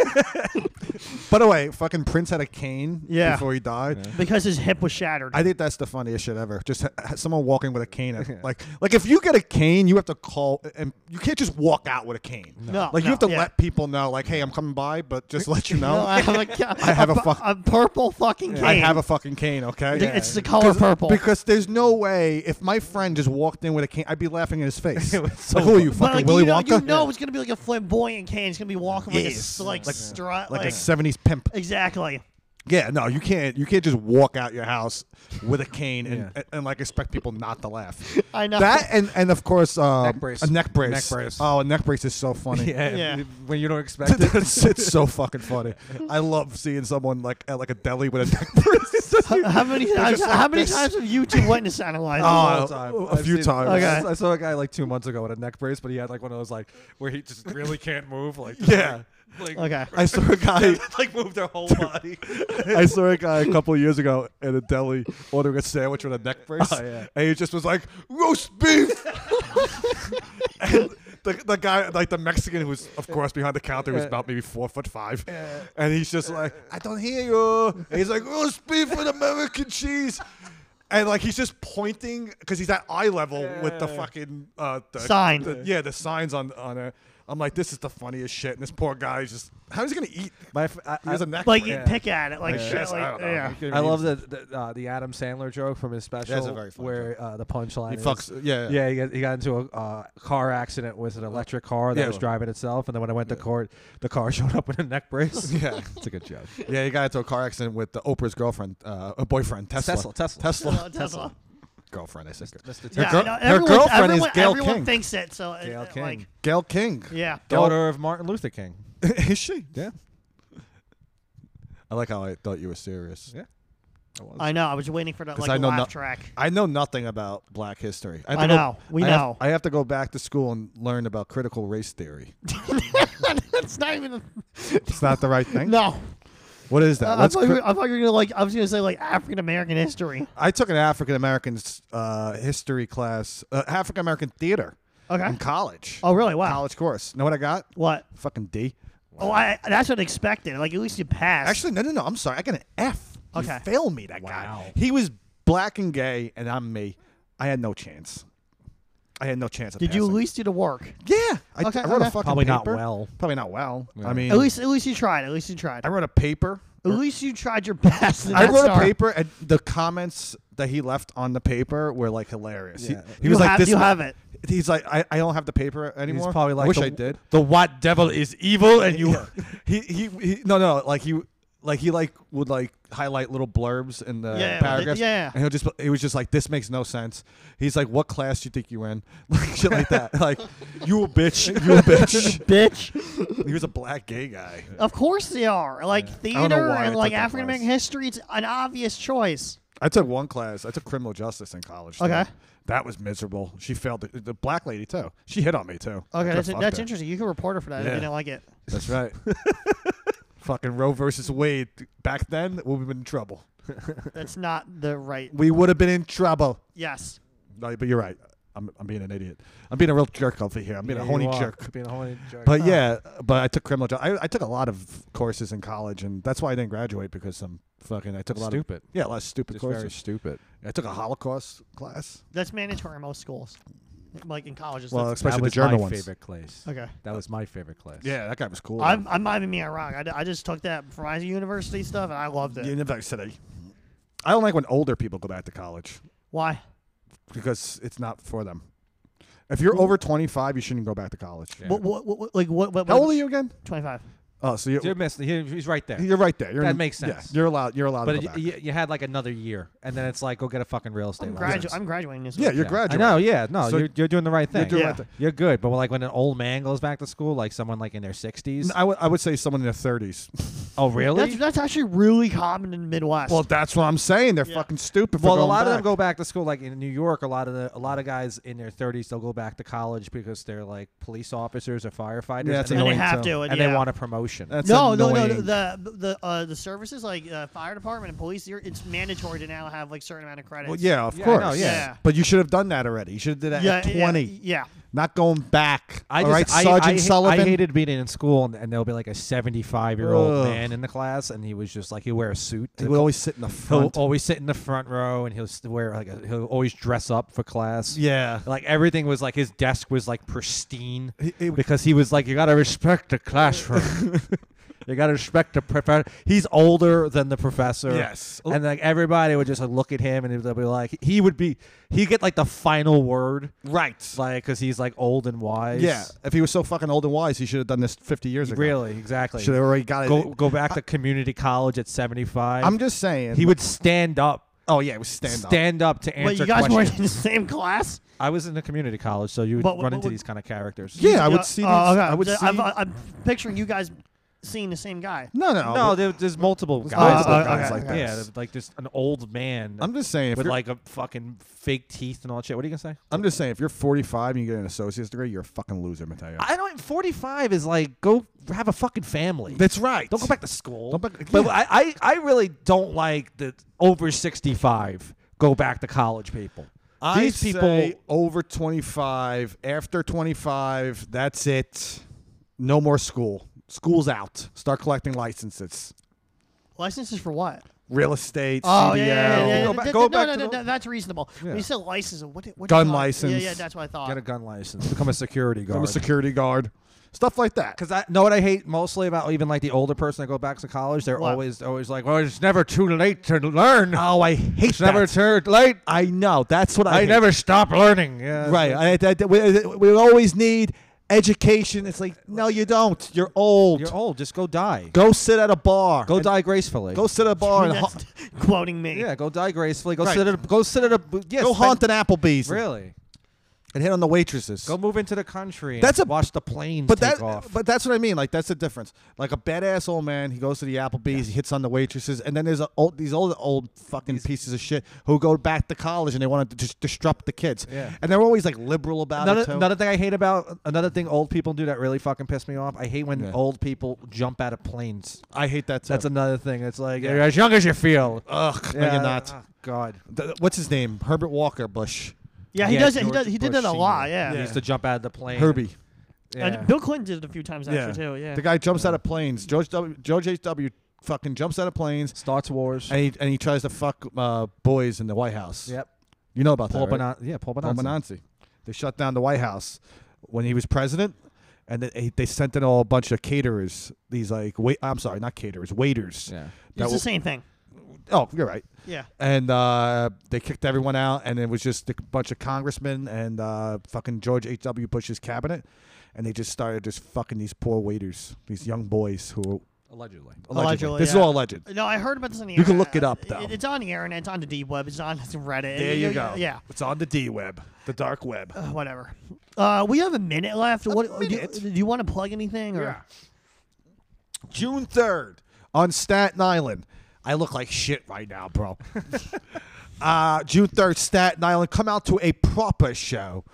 [SPEAKER 3] By the way, fucking Prince had a cane
[SPEAKER 1] Yeah.
[SPEAKER 3] before he died.
[SPEAKER 1] because his hip was shattered. <laughs>
[SPEAKER 3] I think that's the funniest shit ever. Just ha- ha- someone walking with a cane.
[SPEAKER 4] <laughs>
[SPEAKER 3] at- Like, like if you get a cane, you have to call, and you can't just walk out with a cane.
[SPEAKER 1] No,
[SPEAKER 3] like you have to
[SPEAKER 1] no, yeah.
[SPEAKER 3] let people know, like, hey, I'm coming by, but just let you
[SPEAKER 1] <laughs>
[SPEAKER 3] know,
[SPEAKER 1] No, I have a,
[SPEAKER 3] I have a
[SPEAKER 1] pu-
[SPEAKER 3] fuck-
[SPEAKER 1] a purple fucking cane.
[SPEAKER 3] I have a fucking cane. Okay,
[SPEAKER 1] Th- It's the color
[SPEAKER 3] 'Cause-
[SPEAKER 1] purple.
[SPEAKER 3] Because there's no way if my friend just walked in with a cane, I'd be laughing in his face.
[SPEAKER 4] <laughs> It was so
[SPEAKER 3] like, who are you,
[SPEAKER 1] But,
[SPEAKER 3] fucking
[SPEAKER 1] like,
[SPEAKER 3] Willy
[SPEAKER 1] you know,
[SPEAKER 3] Wonka?
[SPEAKER 1] you know it's gonna be like a flamboyant cane. It's gonna be walking like a
[SPEAKER 3] Yes.
[SPEAKER 1] s- like, strut,
[SPEAKER 3] like,
[SPEAKER 1] like,
[SPEAKER 3] a '70s pimp.
[SPEAKER 1] exactly.
[SPEAKER 3] Yeah, no, you can't. You can't just walk out your house with a cane and,
[SPEAKER 4] Yeah.
[SPEAKER 3] and, like expect people not to laugh.
[SPEAKER 1] I know.
[SPEAKER 3] That and and of course uh,
[SPEAKER 4] Neck brace.
[SPEAKER 3] a neck brace.
[SPEAKER 4] Neck brace.
[SPEAKER 3] Oh, a neck brace is so
[SPEAKER 4] <laughs>
[SPEAKER 3] funny.
[SPEAKER 1] Yeah.
[SPEAKER 4] when you don't expect <laughs>
[SPEAKER 3] <laughs>
[SPEAKER 4] it.
[SPEAKER 3] it's, it's so fucking funny. I love seeing someone like at like a deli with a neck <laughs> brace.
[SPEAKER 1] How many times?
[SPEAKER 3] just
[SPEAKER 1] How
[SPEAKER 3] like
[SPEAKER 1] many
[SPEAKER 3] this.
[SPEAKER 1] times have you two witnessed analyzed?
[SPEAKER 3] Oh,
[SPEAKER 4] all the time.
[SPEAKER 3] a
[SPEAKER 4] I've
[SPEAKER 3] few
[SPEAKER 4] seen-
[SPEAKER 3] times.
[SPEAKER 1] Okay.
[SPEAKER 4] I saw a guy like two months ago with a neck brace, but he had like one of those like where he just really can't move. Like
[SPEAKER 3] Yeah.
[SPEAKER 4] like,
[SPEAKER 1] okay.
[SPEAKER 3] I
[SPEAKER 4] <laughs>
[SPEAKER 3] saw a guy.
[SPEAKER 4] like move their whole body.
[SPEAKER 3] I saw a guy a couple of years ago at a deli ordering a sandwich with a neck brace.
[SPEAKER 4] Oh, yeah.
[SPEAKER 3] And he just was like, roast beef. <laughs> and the, the guy, like the Mexican who was, of course, behind the counter, who's about maybe four foot five. And he's just like, I don't hear you. And he's like, roast beef with American cheese. And like he's just pointing because he's at eye level with the fucking uh, the,
[SPEAKER 1] Sign.
[SPEAKER 3] the- yeah, the signs on on it. I'm like, this is the funniest shit. And this poor guy is just, how is he gonna eat?
[SPEAKER 4] My, f- I,
[SPEAKER 3] He has a neck.
[SPEAKER 1] Like
[SPEAKER 3] brace.
[SPEAKER 1] you pick at it, like
[SPEAKER 3] Yeah.
[SPEAKER 1] shit,
[SPEAKER 3] Yes, I
[SPEAKER 1] like
[SPEAKER 3] don't know.
[SPEAKER 1] yeah. <laughs>
[SPEAKER 4] I love the the, uh, the Adam Sandler joke from his special.
[SPEAKER 5] That's a very funny
[SPEAKER 4] where uh, the punchline
[SPEAKER 3] He
[SPEAKER 4] is-
[SPEAKER 3] fucks. Yeah.
[SPEAKER 4] Yeah, he got, he got into a uh, car accident with an electric car that
[SPEAKER 3] Yeah.
[SPEAKER 4] was driving itself, and then when I went to court, the car <laughs> showed up with a neck <laughs> brace.
[SPEAKER 3] <laughs> Yeah.
[SPEAKER 4] it's a good joke.
[SPEAKER 3] Yeah, he got into a car accident with the Oprah's girlfriend, uh, a boyfriend, Tesla.
[SPEAKER 5] Tesla, Tesla.
[SPEAKER 3] Tesla.
[SPEAKER 1] Tesla, Tesla.
[SPEAKER 3] Girlfriend, I said. Her,
[SPEAKER 1] Yeah, I
[SPEAKER 3] girl-
[SPEAKER 1] know.
[SPEAKER 3] her
[SPEAKER 1] Everyone-
[SPEAKER 3] girlfriend
[SPEAKER 1] everyone,
[SPEAKER 3] is Gail
[SPEAKER 1] everyone
[SPEAKER 3] King.
[SPEAKER 1] thinks it, so it-
[SPEAKER 4] Gayle
[SPEAKER 1] it,
[SPEAKER 4] King.
[SPEAKER 1] like
[SPEAKER 3] Gail King.
[SPEAKER 1] yeah.
[SPEAKER 4] Daughter of Martin Luther King.
[SPEAKER 3] is she?
[SPEAKER 4] Yeah,
[SPEAKER 3] I like how I thought you were serious.
[SPEAKER 4] Yeah.
[SPEAKER 1] I know. I was waiting for that
[SPEAKER 3] 'Cause
[SPEAKER 1] like
[SPEAKER 3] I know
[SPEAKER 1] laugh
[SPEAKER 3] no-
[SPEAKER 1] track.
[SPEAKER 3] <laughs> I know nothing about black history. have
[SPEAKER 1] I
[SPEAKER 3] to go-
[SPEAKER 1] know. We
[SPEAKER 3] I have-
[SPEAKER 1] know.
[SPEAKER 3] I have to go back to school and learn about critical race theory.
[SPEAKER 1] That's not even.
[SPEAKER 3] It's not
[SPEAKER 1] <laughs>
[SPEAKER 3] the right thing.
[SPEAKER 1] No.
[SPEAKER 3] What is that?
[SPEAKER 1] Uh, I, I
[SPEAKER 3] What's
[SPEAKER 1] thought you
[SPEAKER 3] cri-
[SPEAKER 1] were, I thought you were gonna like. I was gonna say like African American
[SPEAKER 3] <laughs>
[SPEAKER 1] history.
[SPEAKER 3] I took an African American uh, history class, uh, African American theater
[SPEAKER 1] Okay.
[SPEAKER 3] in college.
[SPEAKER 1] Oh really? Wow.
[SPEAKER 3] College course. Know what I got?
[SPEAKER 1] What?
[SPEAKER 3] Fucking D.
[SPEAKER 1] Oh, I. That's what I expected. Like at least you passed.
[SPEAKER 3] Actually, no, no, no. I'm sorry. I got an F. You
[SPEAKER 1] Okay.
[SPEAKER 3] failed me, that guy.
[SPEAKER 4] Wow.
[SPEAKER 3] He was black and gay, and I'm me. I had no chance. I had no chance. Of
[SPEAKER 1] did you at
[SPEAKER 3] passing.
[SPEAKER 1] least do the work?
[SPEAKER 3] Yeah. I,
[SPEAKER 1] Okay,
[SPEAKER 3] I wrote
[SPEAKER 1] okay.
[SPEAKER 3] a fucking
[SPEAKER 4] Probably not
[SPEAKER 3] paper.
[SPEAKER 4] well.
[SPEAKER 3] Probably not well. I mean,
[SPEAKER 1] At least, at least you tried. At least you tried.
[SPEAKER 3] I
[SPEAKER 1] At
[SPEAKER 3] wrote a paper.
[SPEAKER 1] least you tried your best. and
[SPEAKER 3] I
[SPEAKER 1] that
[SPEAKER 3] wrote
[SPEAKER 1] star.
[SPEAKER 3] a paper, and the comments that he left on the paper were like hilarious. He-
[SPEAKER 4] Yeah.
[SPEAKER 3] He,
[SPEAKER 1] You
[SPEAKER 3] was like,
[SPEAKER 1] have-
[SPEAKER 3] "This
[SPEAKER 1] you
[SPEAKER 3] ma-
[SPEAKER 1] have it."
[SPEAKER 3] He's like, I, "I don't have the paper anymore."
[SPEAKER 4] probably
[SPEAKER 1] <laughs>
[SPEAKER 4] like
[SPEAKER 3] "Wish
[SPEAKER 4] the-
[SPEAKER 3] I did."
[SPEAKER 4] <laughs> The what devil is evil, and you
[SPEAKER 3] he, he he no no like he like he like would like highlight little blurbs in the
[SPEAKER 1] Yeah,
[SPEAKER 3] paragraphs.
[SPEAKER 1] yeah.
[SPEAKER 3] and he'll just it was just like this makes no sense. He's like, "What class do you think you in?" <laughs> Like shit like that. Like you a bitch, you
[SPEAKER 1] <laughs>
[SPEAKER 3] a bitch.
[SPEAKER 1] bitch.
[SPEAKER 3] he was a black gay guy.
[SPEAKER 1] Of course they are. Like
[SPEAKER 3] don't know
[SPEAKER 1] theater
[SPEAKER 3] why I
[SPEAKER 1] and like
[SPEAKER 3] took that
[SPEAKER 1] African American
[SPEAKER 3] class.
[SPEAKER 1] history, it's an obvious choice.
[SPEAKER 3] I took one class. I took criminal justice in college. too.
[SPEAKER 1] Okay.
[SPEAKER 3] that was miserable. She failed the, the black lady too. She hit on me too.
[SPEAKER 1] Okay,
[SPEAKER 3] I
[SPEAKER 1] that's,
[SPEAKER 3] fucked
[SPEAKER 1] that's
[SPEAKER 3] her.
[SPEAKER 1] interesting. You can report her for that if
[SPEAKER 3] Yeah.
[SPEAKER 1] you didn't like it.
[SPEAKER 3] <laughs> That's right. Fucking Roe versus Wade. Back then, we'd have been in trouble.
[SPEAKER 1] That's not the right.
[SPEAKER 3] We would have been in trouble.
[SPEAKER 1] Yes.
[SPEAKER 3] No, but you're right. I'm, I'm being an idiot. I'm being a real jerk over here. I'm being a horny
[SPEAKER 4] <laughs>
[SPEAKER 3] jerk.
[SPEAKER 4] Being a horny jerk. Ah,
[SPEAKER 3] But yeah, but I took criminal. Ju- I, I took a lot of courses in college, and that's why I didn't graduate because I'm fucking. I took a lot
[SPEAKER 4] Stupid.
[SPEAKER 3] of yeah, a lot of stupid
[SPEAKER 4] Just very
[SPEAKER 3] courses.
[SPEAKER 4] stupid.
[SPEAKER 3] I took a Holocaust class.
[SPEAKER 1] That's mandatory in most schools, like in colleges.
[SPEAKER 3] Well,
[SPEAKER 1] that's-
[SPEAKER 3] especially
[SPEAKER 4] that
[SPEAKER 3] the
[SPEAKER 4] was
[SPEAKER 3] German
[SPEAKER 4] my
[SPEAKER 3] ones.
[SPEAKER 4] favorite class.
[SPEAKER 1] okay.
[SPEAKER 4] That was my favorite class.
[SPEAKER 3] Yeah, that guy was cool.
[SPEAKER 1] I'm, I'm not even being wrong. I, d- I just took that from my university stuff and I loved it.
[SPEAKER 3] You never said I. I don't like when older people go back to college
[SPEAKER 1] Why?
[SPEAKER 3] because it's not for them. If you're over 25, you shouldn't go back to college.
[SPEAKER 4] Yeah.
[SPEAKER 1] What, what, what, what- like what? what
[SPEAKER 3] How old are you again?
[SPEAKER 1] Twenty five.
[SPEAKER 3] Oh, so
[SPEAKER 4] You're
[SPEAKER 3] you're,
[SPEAKER 4] missing. he- He's right there.
[SPEAKER 3] you're right there. You're
[SPEAKER 4] That
[SPEAKER 3] in-
[SPEAKER 4] makes
[SPEAKER 3] yeah,
[SPEAKER 4] sense.
[SPEAKER 3] you're allowed. You're allowed. to
[SPEAKER 4] But
[SPEAKER 3] go
[SPEAKER 4] you,
[SPEAKER 3] back.
[SPEAKER 4] you, you had like another year, and then it's like, go get a fucking real estate
[SPEAKER 1] I'm,
[SPEAKER 4] license.
[SPEAKER 1] gradu- I'm graduating this.
[SPEAKER 3] yeah,
[SPEAKER 1] week.
[SPEAKER 3] you're
[SPEAKER 4] Yeah.
[SPEAKER 3] graduating.
[SPEAKER 4] I know. Yeah. No,
[SPEAKER 3] So-
[SPEAKER 4] you're, you're doing the right thing.
[SPEAKER 3] doing
[SPEAKER 1] Yeah.
[SPEAKER 3] right
[SPEAKER 4] You're good. But like when an old man goes back to school, like someone like in their 60s.
[SPEAKER 3] I would- I would say someone in their 30s.
[SPEAKER 4] oh, really?
[SPEAKER 1] That's, that's actually really common in the Midwest.
[SPEAKER 3] Well, that's what I'm saying. They're
[SPEAKER 1] Yeah.
[SPEAKER 3] fucking stupid. For
[SPEAKER 4] well, a
[SPEAKER 3] going
[SPEAKER 4] lot of
[SPEAKER 3] back.
[SPEAKER 4] them go back to school. Like in New York, a lot of the a lot of guys in their 30s, they'll go back to college because they're like police officers or firefighters.
[SPEAKER 3] Yeah, that's
[SPEAKER 4] and
[SPEAKER 1] and
[SPEAKER 4] they,
[SPEAKER 1] they
[SPEAKER 3] annoying,
[SPEAKER 1] have
[SPEAKER 3] so-
[SPEAKER 1] to, and,
[SPEAKER 4] and
[SPEAKER 1] yeah.
[SPEAKER 4] they want a promotion.
[SPEAKER 3] That's
[SPEAKER 1] no, no, no,
[SPEAKER 3] annoying.
[SPEAKER 1] The the uh, the services like uh, fire department and police, you're- it's mandatory to now have like certain amount of credits.
[SPEAKER 3] Well, yeah, of
[SPEAKER 4] Yeah, I
[SPEAKER 3] course.
[SPEAKER 4] know, yeah.
[SPEAKER 1] Yeah.
[SPEAKER 3] But you should have done that already. You should have did that
[SPEAKER 1] yeah,
[SPEAKER 3] at
[SPEAKER 1] yeah,
[SPEAKER 3] 20.
[SPEAKER 1] Yeah,
[SPEAKER 3] Not going back.
[SPEAKER 4] I
[SPEAKER 3] All
[SPEAKER 4] just,
[SPEAKER 3] right,
[SPEAKER 4] I,
[SPEAKER 3] Sergeant
[SPEAKER 4] I, ha-
[SPEAKER 3] Sullivan.
[SPEAKER 4] I hated being in school, and, and there'll be like a 75 year old
[SPEAKER 3] Ugh.
[SPEAKER 4] man in the class, and he was just like, he'll wear a suit.
[SPEAKER 3] He
[SPEAKER 4] to
[SPEAKER 3] would
[SPEAKER 4] cl-
[SPEAKER 3] always sit in the
[SPEAKER 4] he'll
[SPEAKER 3] front.
[SPEAKER 4] always sit in the front row, and he'll s- wear like a, he'll always dress up for class.
[SPEAKER 3] yeah.
[SPEAKER 4] Like everything was like his desk was like pristine
[SPEAKER 3] He- he-
[SPEAKER 4] because he was like, you gotta respect
[SPEAKER 3] <laughs>
[SPEAKER 4] the classroom. you gotta respect the professor. He's older than the professor.
[SPEAKER 3] Yes.
[SPEAKER 4] and like everybody would just like look at him, and they'd be like, he would be, he'd get like the final word,
[SPEAKER 3] Right.
[SPEAKER 4] like because he's like old and wise.
[SPEAKER 3] yeah. If he was so fucking old and wise, he should have done this 50 years ago.
[SPEAKER 4] Really, exactly.
[SPEAKER 3] Should have already got
[SPEAKER 4] go
[SPEAKER 3] it.
[SPEAKER 4] go back to community college at seventy five.
[SPEAKER 3] I'm just saying.
[SPEAKER 4] He would stand up,
[SPEAKER 3] Oh yeah, it was stand, up.
[SPEAKER 4] stand up to
[SPEAKER 1] Wait,
[SPEAKER 4] answer
[SPEAKER 1] you guys were in
[SPEAKER 4] questions.
[SPEAKER 1] the same class?
[SPEAKER 4] I was in a community college, so you would
[SPEAKER 1] But-
[SPEAKER 4] run
[SPEAKER 1] but
[SPEAKER 4] into
[SPEAKER 1] would-
[SPEAKER 4] these kind of characters.
[SPEAKER 3] Yeah, I would see.
[SPEAKER 1] Uh,
[SPEAKER 3] These,
[SPEAKER 1] okay.
[SPEAKER 3] I would
[SPEAKER 1] So
[SPEAKER 3] see.
[SPEAKER 1] I'm, I'm picturing you guys seeing the same guy.
[SPEAKER 3] no, no,
[SPEAKER 4] No, there, there's multiple
[SPEAKER 3] There's
[SPEAKER 4] guys,
[SPEAKER 1] multiple
[SPEAKER 4] like
[SPEAKER 1] guys
[SPEAKER 4] that.
[SPEAKER 1] like
[SPEAKER 4] yeah,
[SPEAKER 3] this.
[SPEAKER 4] there's, like just an old man
[SPEAKER 3] I'm just saying. If
[SPEAKER 4] with
[SPEAKER 3] you're,
[SPEAKER 4] like a fucking fake teeth and all that shit. What are you gonna say?
[SPEAKER 3] I'm just saying, if you're 45 and you get an associate's degree, you're a fucking loser, Mateo.
[SPEAKER 4] I don't. Forty five is like go have a fucking family.
[SPEAKER 3] That's right.
[SPEAKER 4] Don't go back to school.
[SPEAKER 3] Don't back-
[SPEAKER 4] but
[SPEAKER 3] yeah.
[SPEAKER 4] I, I, I really don't like the over 65 go back to college people.
[SPEAKER 3] I
[SPEAKER 4] These people
[SPEAKER 3] say over 25, after 25, that's it. No more school. School's out. Start collecting licenses.
[SPEAKER 1] Licenses for what?
[SPEAKER 3] Real estate.
[SPEAKER 1] Oh
[SPEAKER 3] CDL.
[SPEAKER 1] yeah, yeah, yeah, yeah.
[SPEAKER 3] Go
[SPEAKER 1] Th-
[SPEAKER 3] back,
[SPEAKER 1] th-
[SPEAKER 3] go
[SPEAKER 1] no,
[SPEAKER 3] back
[SPEAKER 1] no,
[SPEAKER 3] to
[SPEAKER 1] no,
[SPEAKER 3] the-
[SPEAKER 1] no, that's reasonable. When
[SPEAKER 3] Yeah.
[SPEAKER 1] you said license, what? what- what
[SPEAKER 3] Gun
[SPEAKER 1] do you call it? Yeah,
[SPEAKER 3] license.
[SPEAKER 1] yeah, that's what I thought.
[SPEAKER 4] Get a gun license. Become a security guard.
[SPEAKER 3] I'm a security guard. Stuff like that.
[SPEAKER 4] Because I know what I hate mostly about even like the older person that go back to college. They're
[SPEAKER 1] What?
[SPEAKER 4] always always like, well, it's never too late to learn. Oh, I hate it's never too late.
[SPEAKER 3] I know. That's what I,
[SPEAKER 4] I,
[SPEAKER 3] hate.
[SPEAKER 4] never stop learning. Yeah,
[SPEAKER 3] Right. I, I, I- we, we always need education. It's like, no, you don't. You're old.
[SPEAKER 4] You're old. Just go die.
[SPEAKER 3] Go sit at a bar.
[SPEAKER 4] Go
[SPEAKER 3] And-
[SPEAKER 4] die gracefully.
[SPEAKER 3] Go sit at a bar and
[SPEAKER 1] That's <laughs>
[SPEAKER 3] ha-
[SPEAKER 1] quoting me.
[SPEAKER 4] yeah, go die gracefully. Go
[SPEAKER 3] Right.
[SPEAKER 4] sit at a, go sit at a yes,
[SPEAKER 3] go
[SPEAKER 4] spend-
[SPEAKER 3] haunt an Applebee's.
[SPEAKER 4] Really.
[SPEAKER 3] And hit on the waitresses.
[SPEAKER 4] Go move into the country. And
[SPEAKER 3] That's a-
[SPEAKER 4] watch the planes
[SPEAKER 3] But
[SPEAKER 4] take
[SPEAKER 3] that,
[SPEAKER 4] off.
[SPEAKER 3] but that's what I mean. Like that's the difference. Like a badass old man, he goes to the Applebee's, he hits on the waitresses, and then there's a old, these old old fucking pieces of shit who go back to college and they want to just disrupt the kids.
[SPEAKER 4] Yeah.
[SPEAKER 3] And they're always like liberal about it.
[SPEAKER 4] Another,
[SPEAKER 3] Too.
[SPEAKER 4] another thing I hate about another thing old people do that really fucking piss me off. I hate when
[SPEAKER 3] Yeah.
[SPEAKER 4] old people jump out of planes.
[SPEAKER 3] I hate that. Too.
[SPEAKER 4] That's another thing. It's like
[SPEAKER 3] Yeah.
[SPEAKER 4] you're as young as you feel.
[SPEAKER 3] ugh. no, you're not.
[SPEAKER 4] oh, God.
[SPEAKER 3] Th- th- what's his name? Herbert Walker Bush.
[SPEAKER 1] Yeah, he
[SPEAKER 4] Yeah,
[SPEAKER 1] does. it- He
[SPEAKER 4] George
[SPEAKER 1] does. He did
[SPEAKER 4] Bush
[SPEAKER 1] that a
[SPEAKER 4] Senior.
[SPEAKER 1] lot. Yeah.
[SPEAKER 4] He used to jump out of the plane.
[SPEAKER 3] Herbie.
[SPEAKER 4] Yeah.
[SPEAKER 1] And Bill Clinton did it a few times actually
[SPEAKER 3] Yeah.
[SPEAKER 1] too. Yeah.
[SPEAKER 3] The guy jumps out of planes. George W. George H. W. Fucking jumps out of planes,
[SPEAKER 4] Starts wars.
[SPEAKER 3] and he and he tries to fuck uh, boys in the White House.
[SPEAKER 4] Yep.
[SPEAKER 3] You know about
[SPEAKER 4] Paul
[SPEAKER 3] that, right?
[SPEAKER 4] Benan- Yeah, Paul
[SPEAKER 3] Paul
[SPEAKER 4] Bonanza.
[SPEAKER 3] Benanzi. They shut down the White House when he was president, and they, they sent in all a bunch of caterers. These like wait, I'm sorry, not caterers, waiters.
[SPEAKER 4] Yeah.
[SPEAKER 1] it's
[SPEAKER 3] That were-
[SPEAKER 1] the same thing.
[SPEAKER 3] oh, you're right.
[SPEAKER 1] Yeah.
[SPEAKER 3] And uh, they kicked everyone out, and it was just a bunch of congressmen and uh, fucking George H. W. Bush's cabinet, and they just started just fucking these poor waiters, these young boys who
[SPEAKER 4] Allegedly.
[SPEAKER 1] Allegedly,
[SPEAKER 3] this is
[SPEAKER 1] yeah. Uh,
[SPEAKER 3] all alleged.
[SPEAKER 1] No, I heard about this on the
[SPEAKER 3] You can look
[SPEAKER 1] internet.
[SPEAKER 3] it up, though.
[SPEAKER 1] It- It's on the internet. It's on the deep web. It's on <laughs> Reddit.
[SPEAKER 3] There
[SPEAKER 1] It-
[SPEAKER 3] you
[SPEAKER 1] it-
[SPEAKER 3] go.
[SPEAKER 1] Yeah.
[SPEAKER 3] it's on the D web, the dark web.
[SPEAKER 1] Uh, whatever. Uh, we have a minute left. what do-
[SPEAKER 3] minute?
[SPEAKER 1] Do, you want to plug anything? Or?
[SPEAKER 3] June third on Staten Island.
[SPEAKER 5] I look like shit right now, bro.
[SPEAKER 3] uh, June third, Staten Island. Come out to a proper show.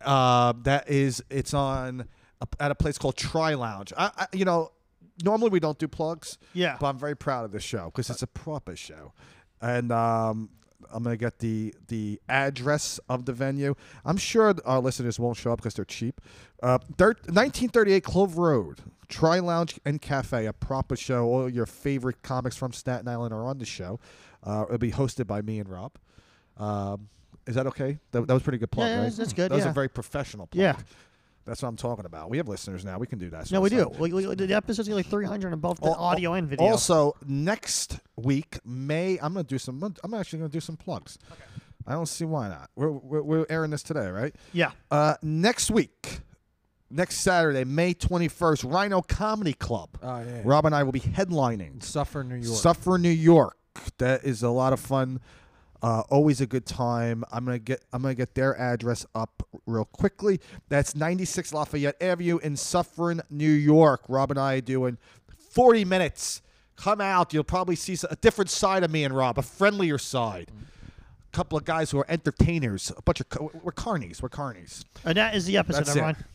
[SPEAKER 3] Uh, that is, it's on uh, at a place called Tri Lounge. I, I, you know, normally we don't do plugs.
[SPEAKER 1] Yeah.
[SPEAKER 3] but I'm very proud of this show because it's a proper show, and um, I'm gonna get the the address of the venue. I'm sure our listeners won't show up because they're cheap. Uh, thir- 1938 Clove Road. Tri Lounge and Cafe, a proper show. All your favorite comics from Staten Island are on the show. Uh, it'll be hosted by me and Rob. Um, is that okay? That, that was pretty good plug,
[SPEAKER 1] Yeah, yeah,
[SPEAKER 3] right?
[SPEAKER 1] that's- that's good,
[SPEAKER 3] That was
[SPEAKER 1] yeah.
[SPEAKER 3] a very professional plug.
[SPEAKER 1] Yeah.
[SPEAKER 3] That's what I'm talking about. We have listeners now. We can do that. sort
[SPEAKER 1] No,
[SPEAKER 3] of
[SPEAKER 1] we do.
[SPEAKER 3] stuff.
[SPEAKER 1] We, we, the episode's gonna be like 300 and both the
[SPEAKER 3] Al-
[SPEAKER 1] audio
[SPEAKER 3] al-
[SPEAKER 1] and video.
[SPEAKER 3] Also, next week, May, I'm gonna do some. I'm actually gonna do some plugs. I don't see why not. We're, we're, we're airing this today, right?
[SPEAKER 1] yeah.
[SPEAKER 3] Uh, next week, next Saturday, May 21st, Rhino Comedy Club.
[SPEAKER 4] Oh, yeah.
[SPEAKER 3] Rob and I will be headlining.
[SPEAKER 4] Suffer New York.
[SPEAKER 3] Suffer New York. That is a lot of fun. Uh, always a good time. I'm gonna get I'm gonna get their address up real quickly. That's 96 Lafayette Avenue in Suffern, New York. Rob and I are doing 40 minutes. Come out. You'll probably see s- a different side of me and Rob, a friendlier side.
[SPEAKER 4] Mm.
[SPEAKER 3] A couple of guys who are entertainers. A bunch of co- we're carnies. We're carnies.
[SPEAKER 1] And that is the episode,
[SPEAKER 3] That's it.
[SPEAKER 1] everyone.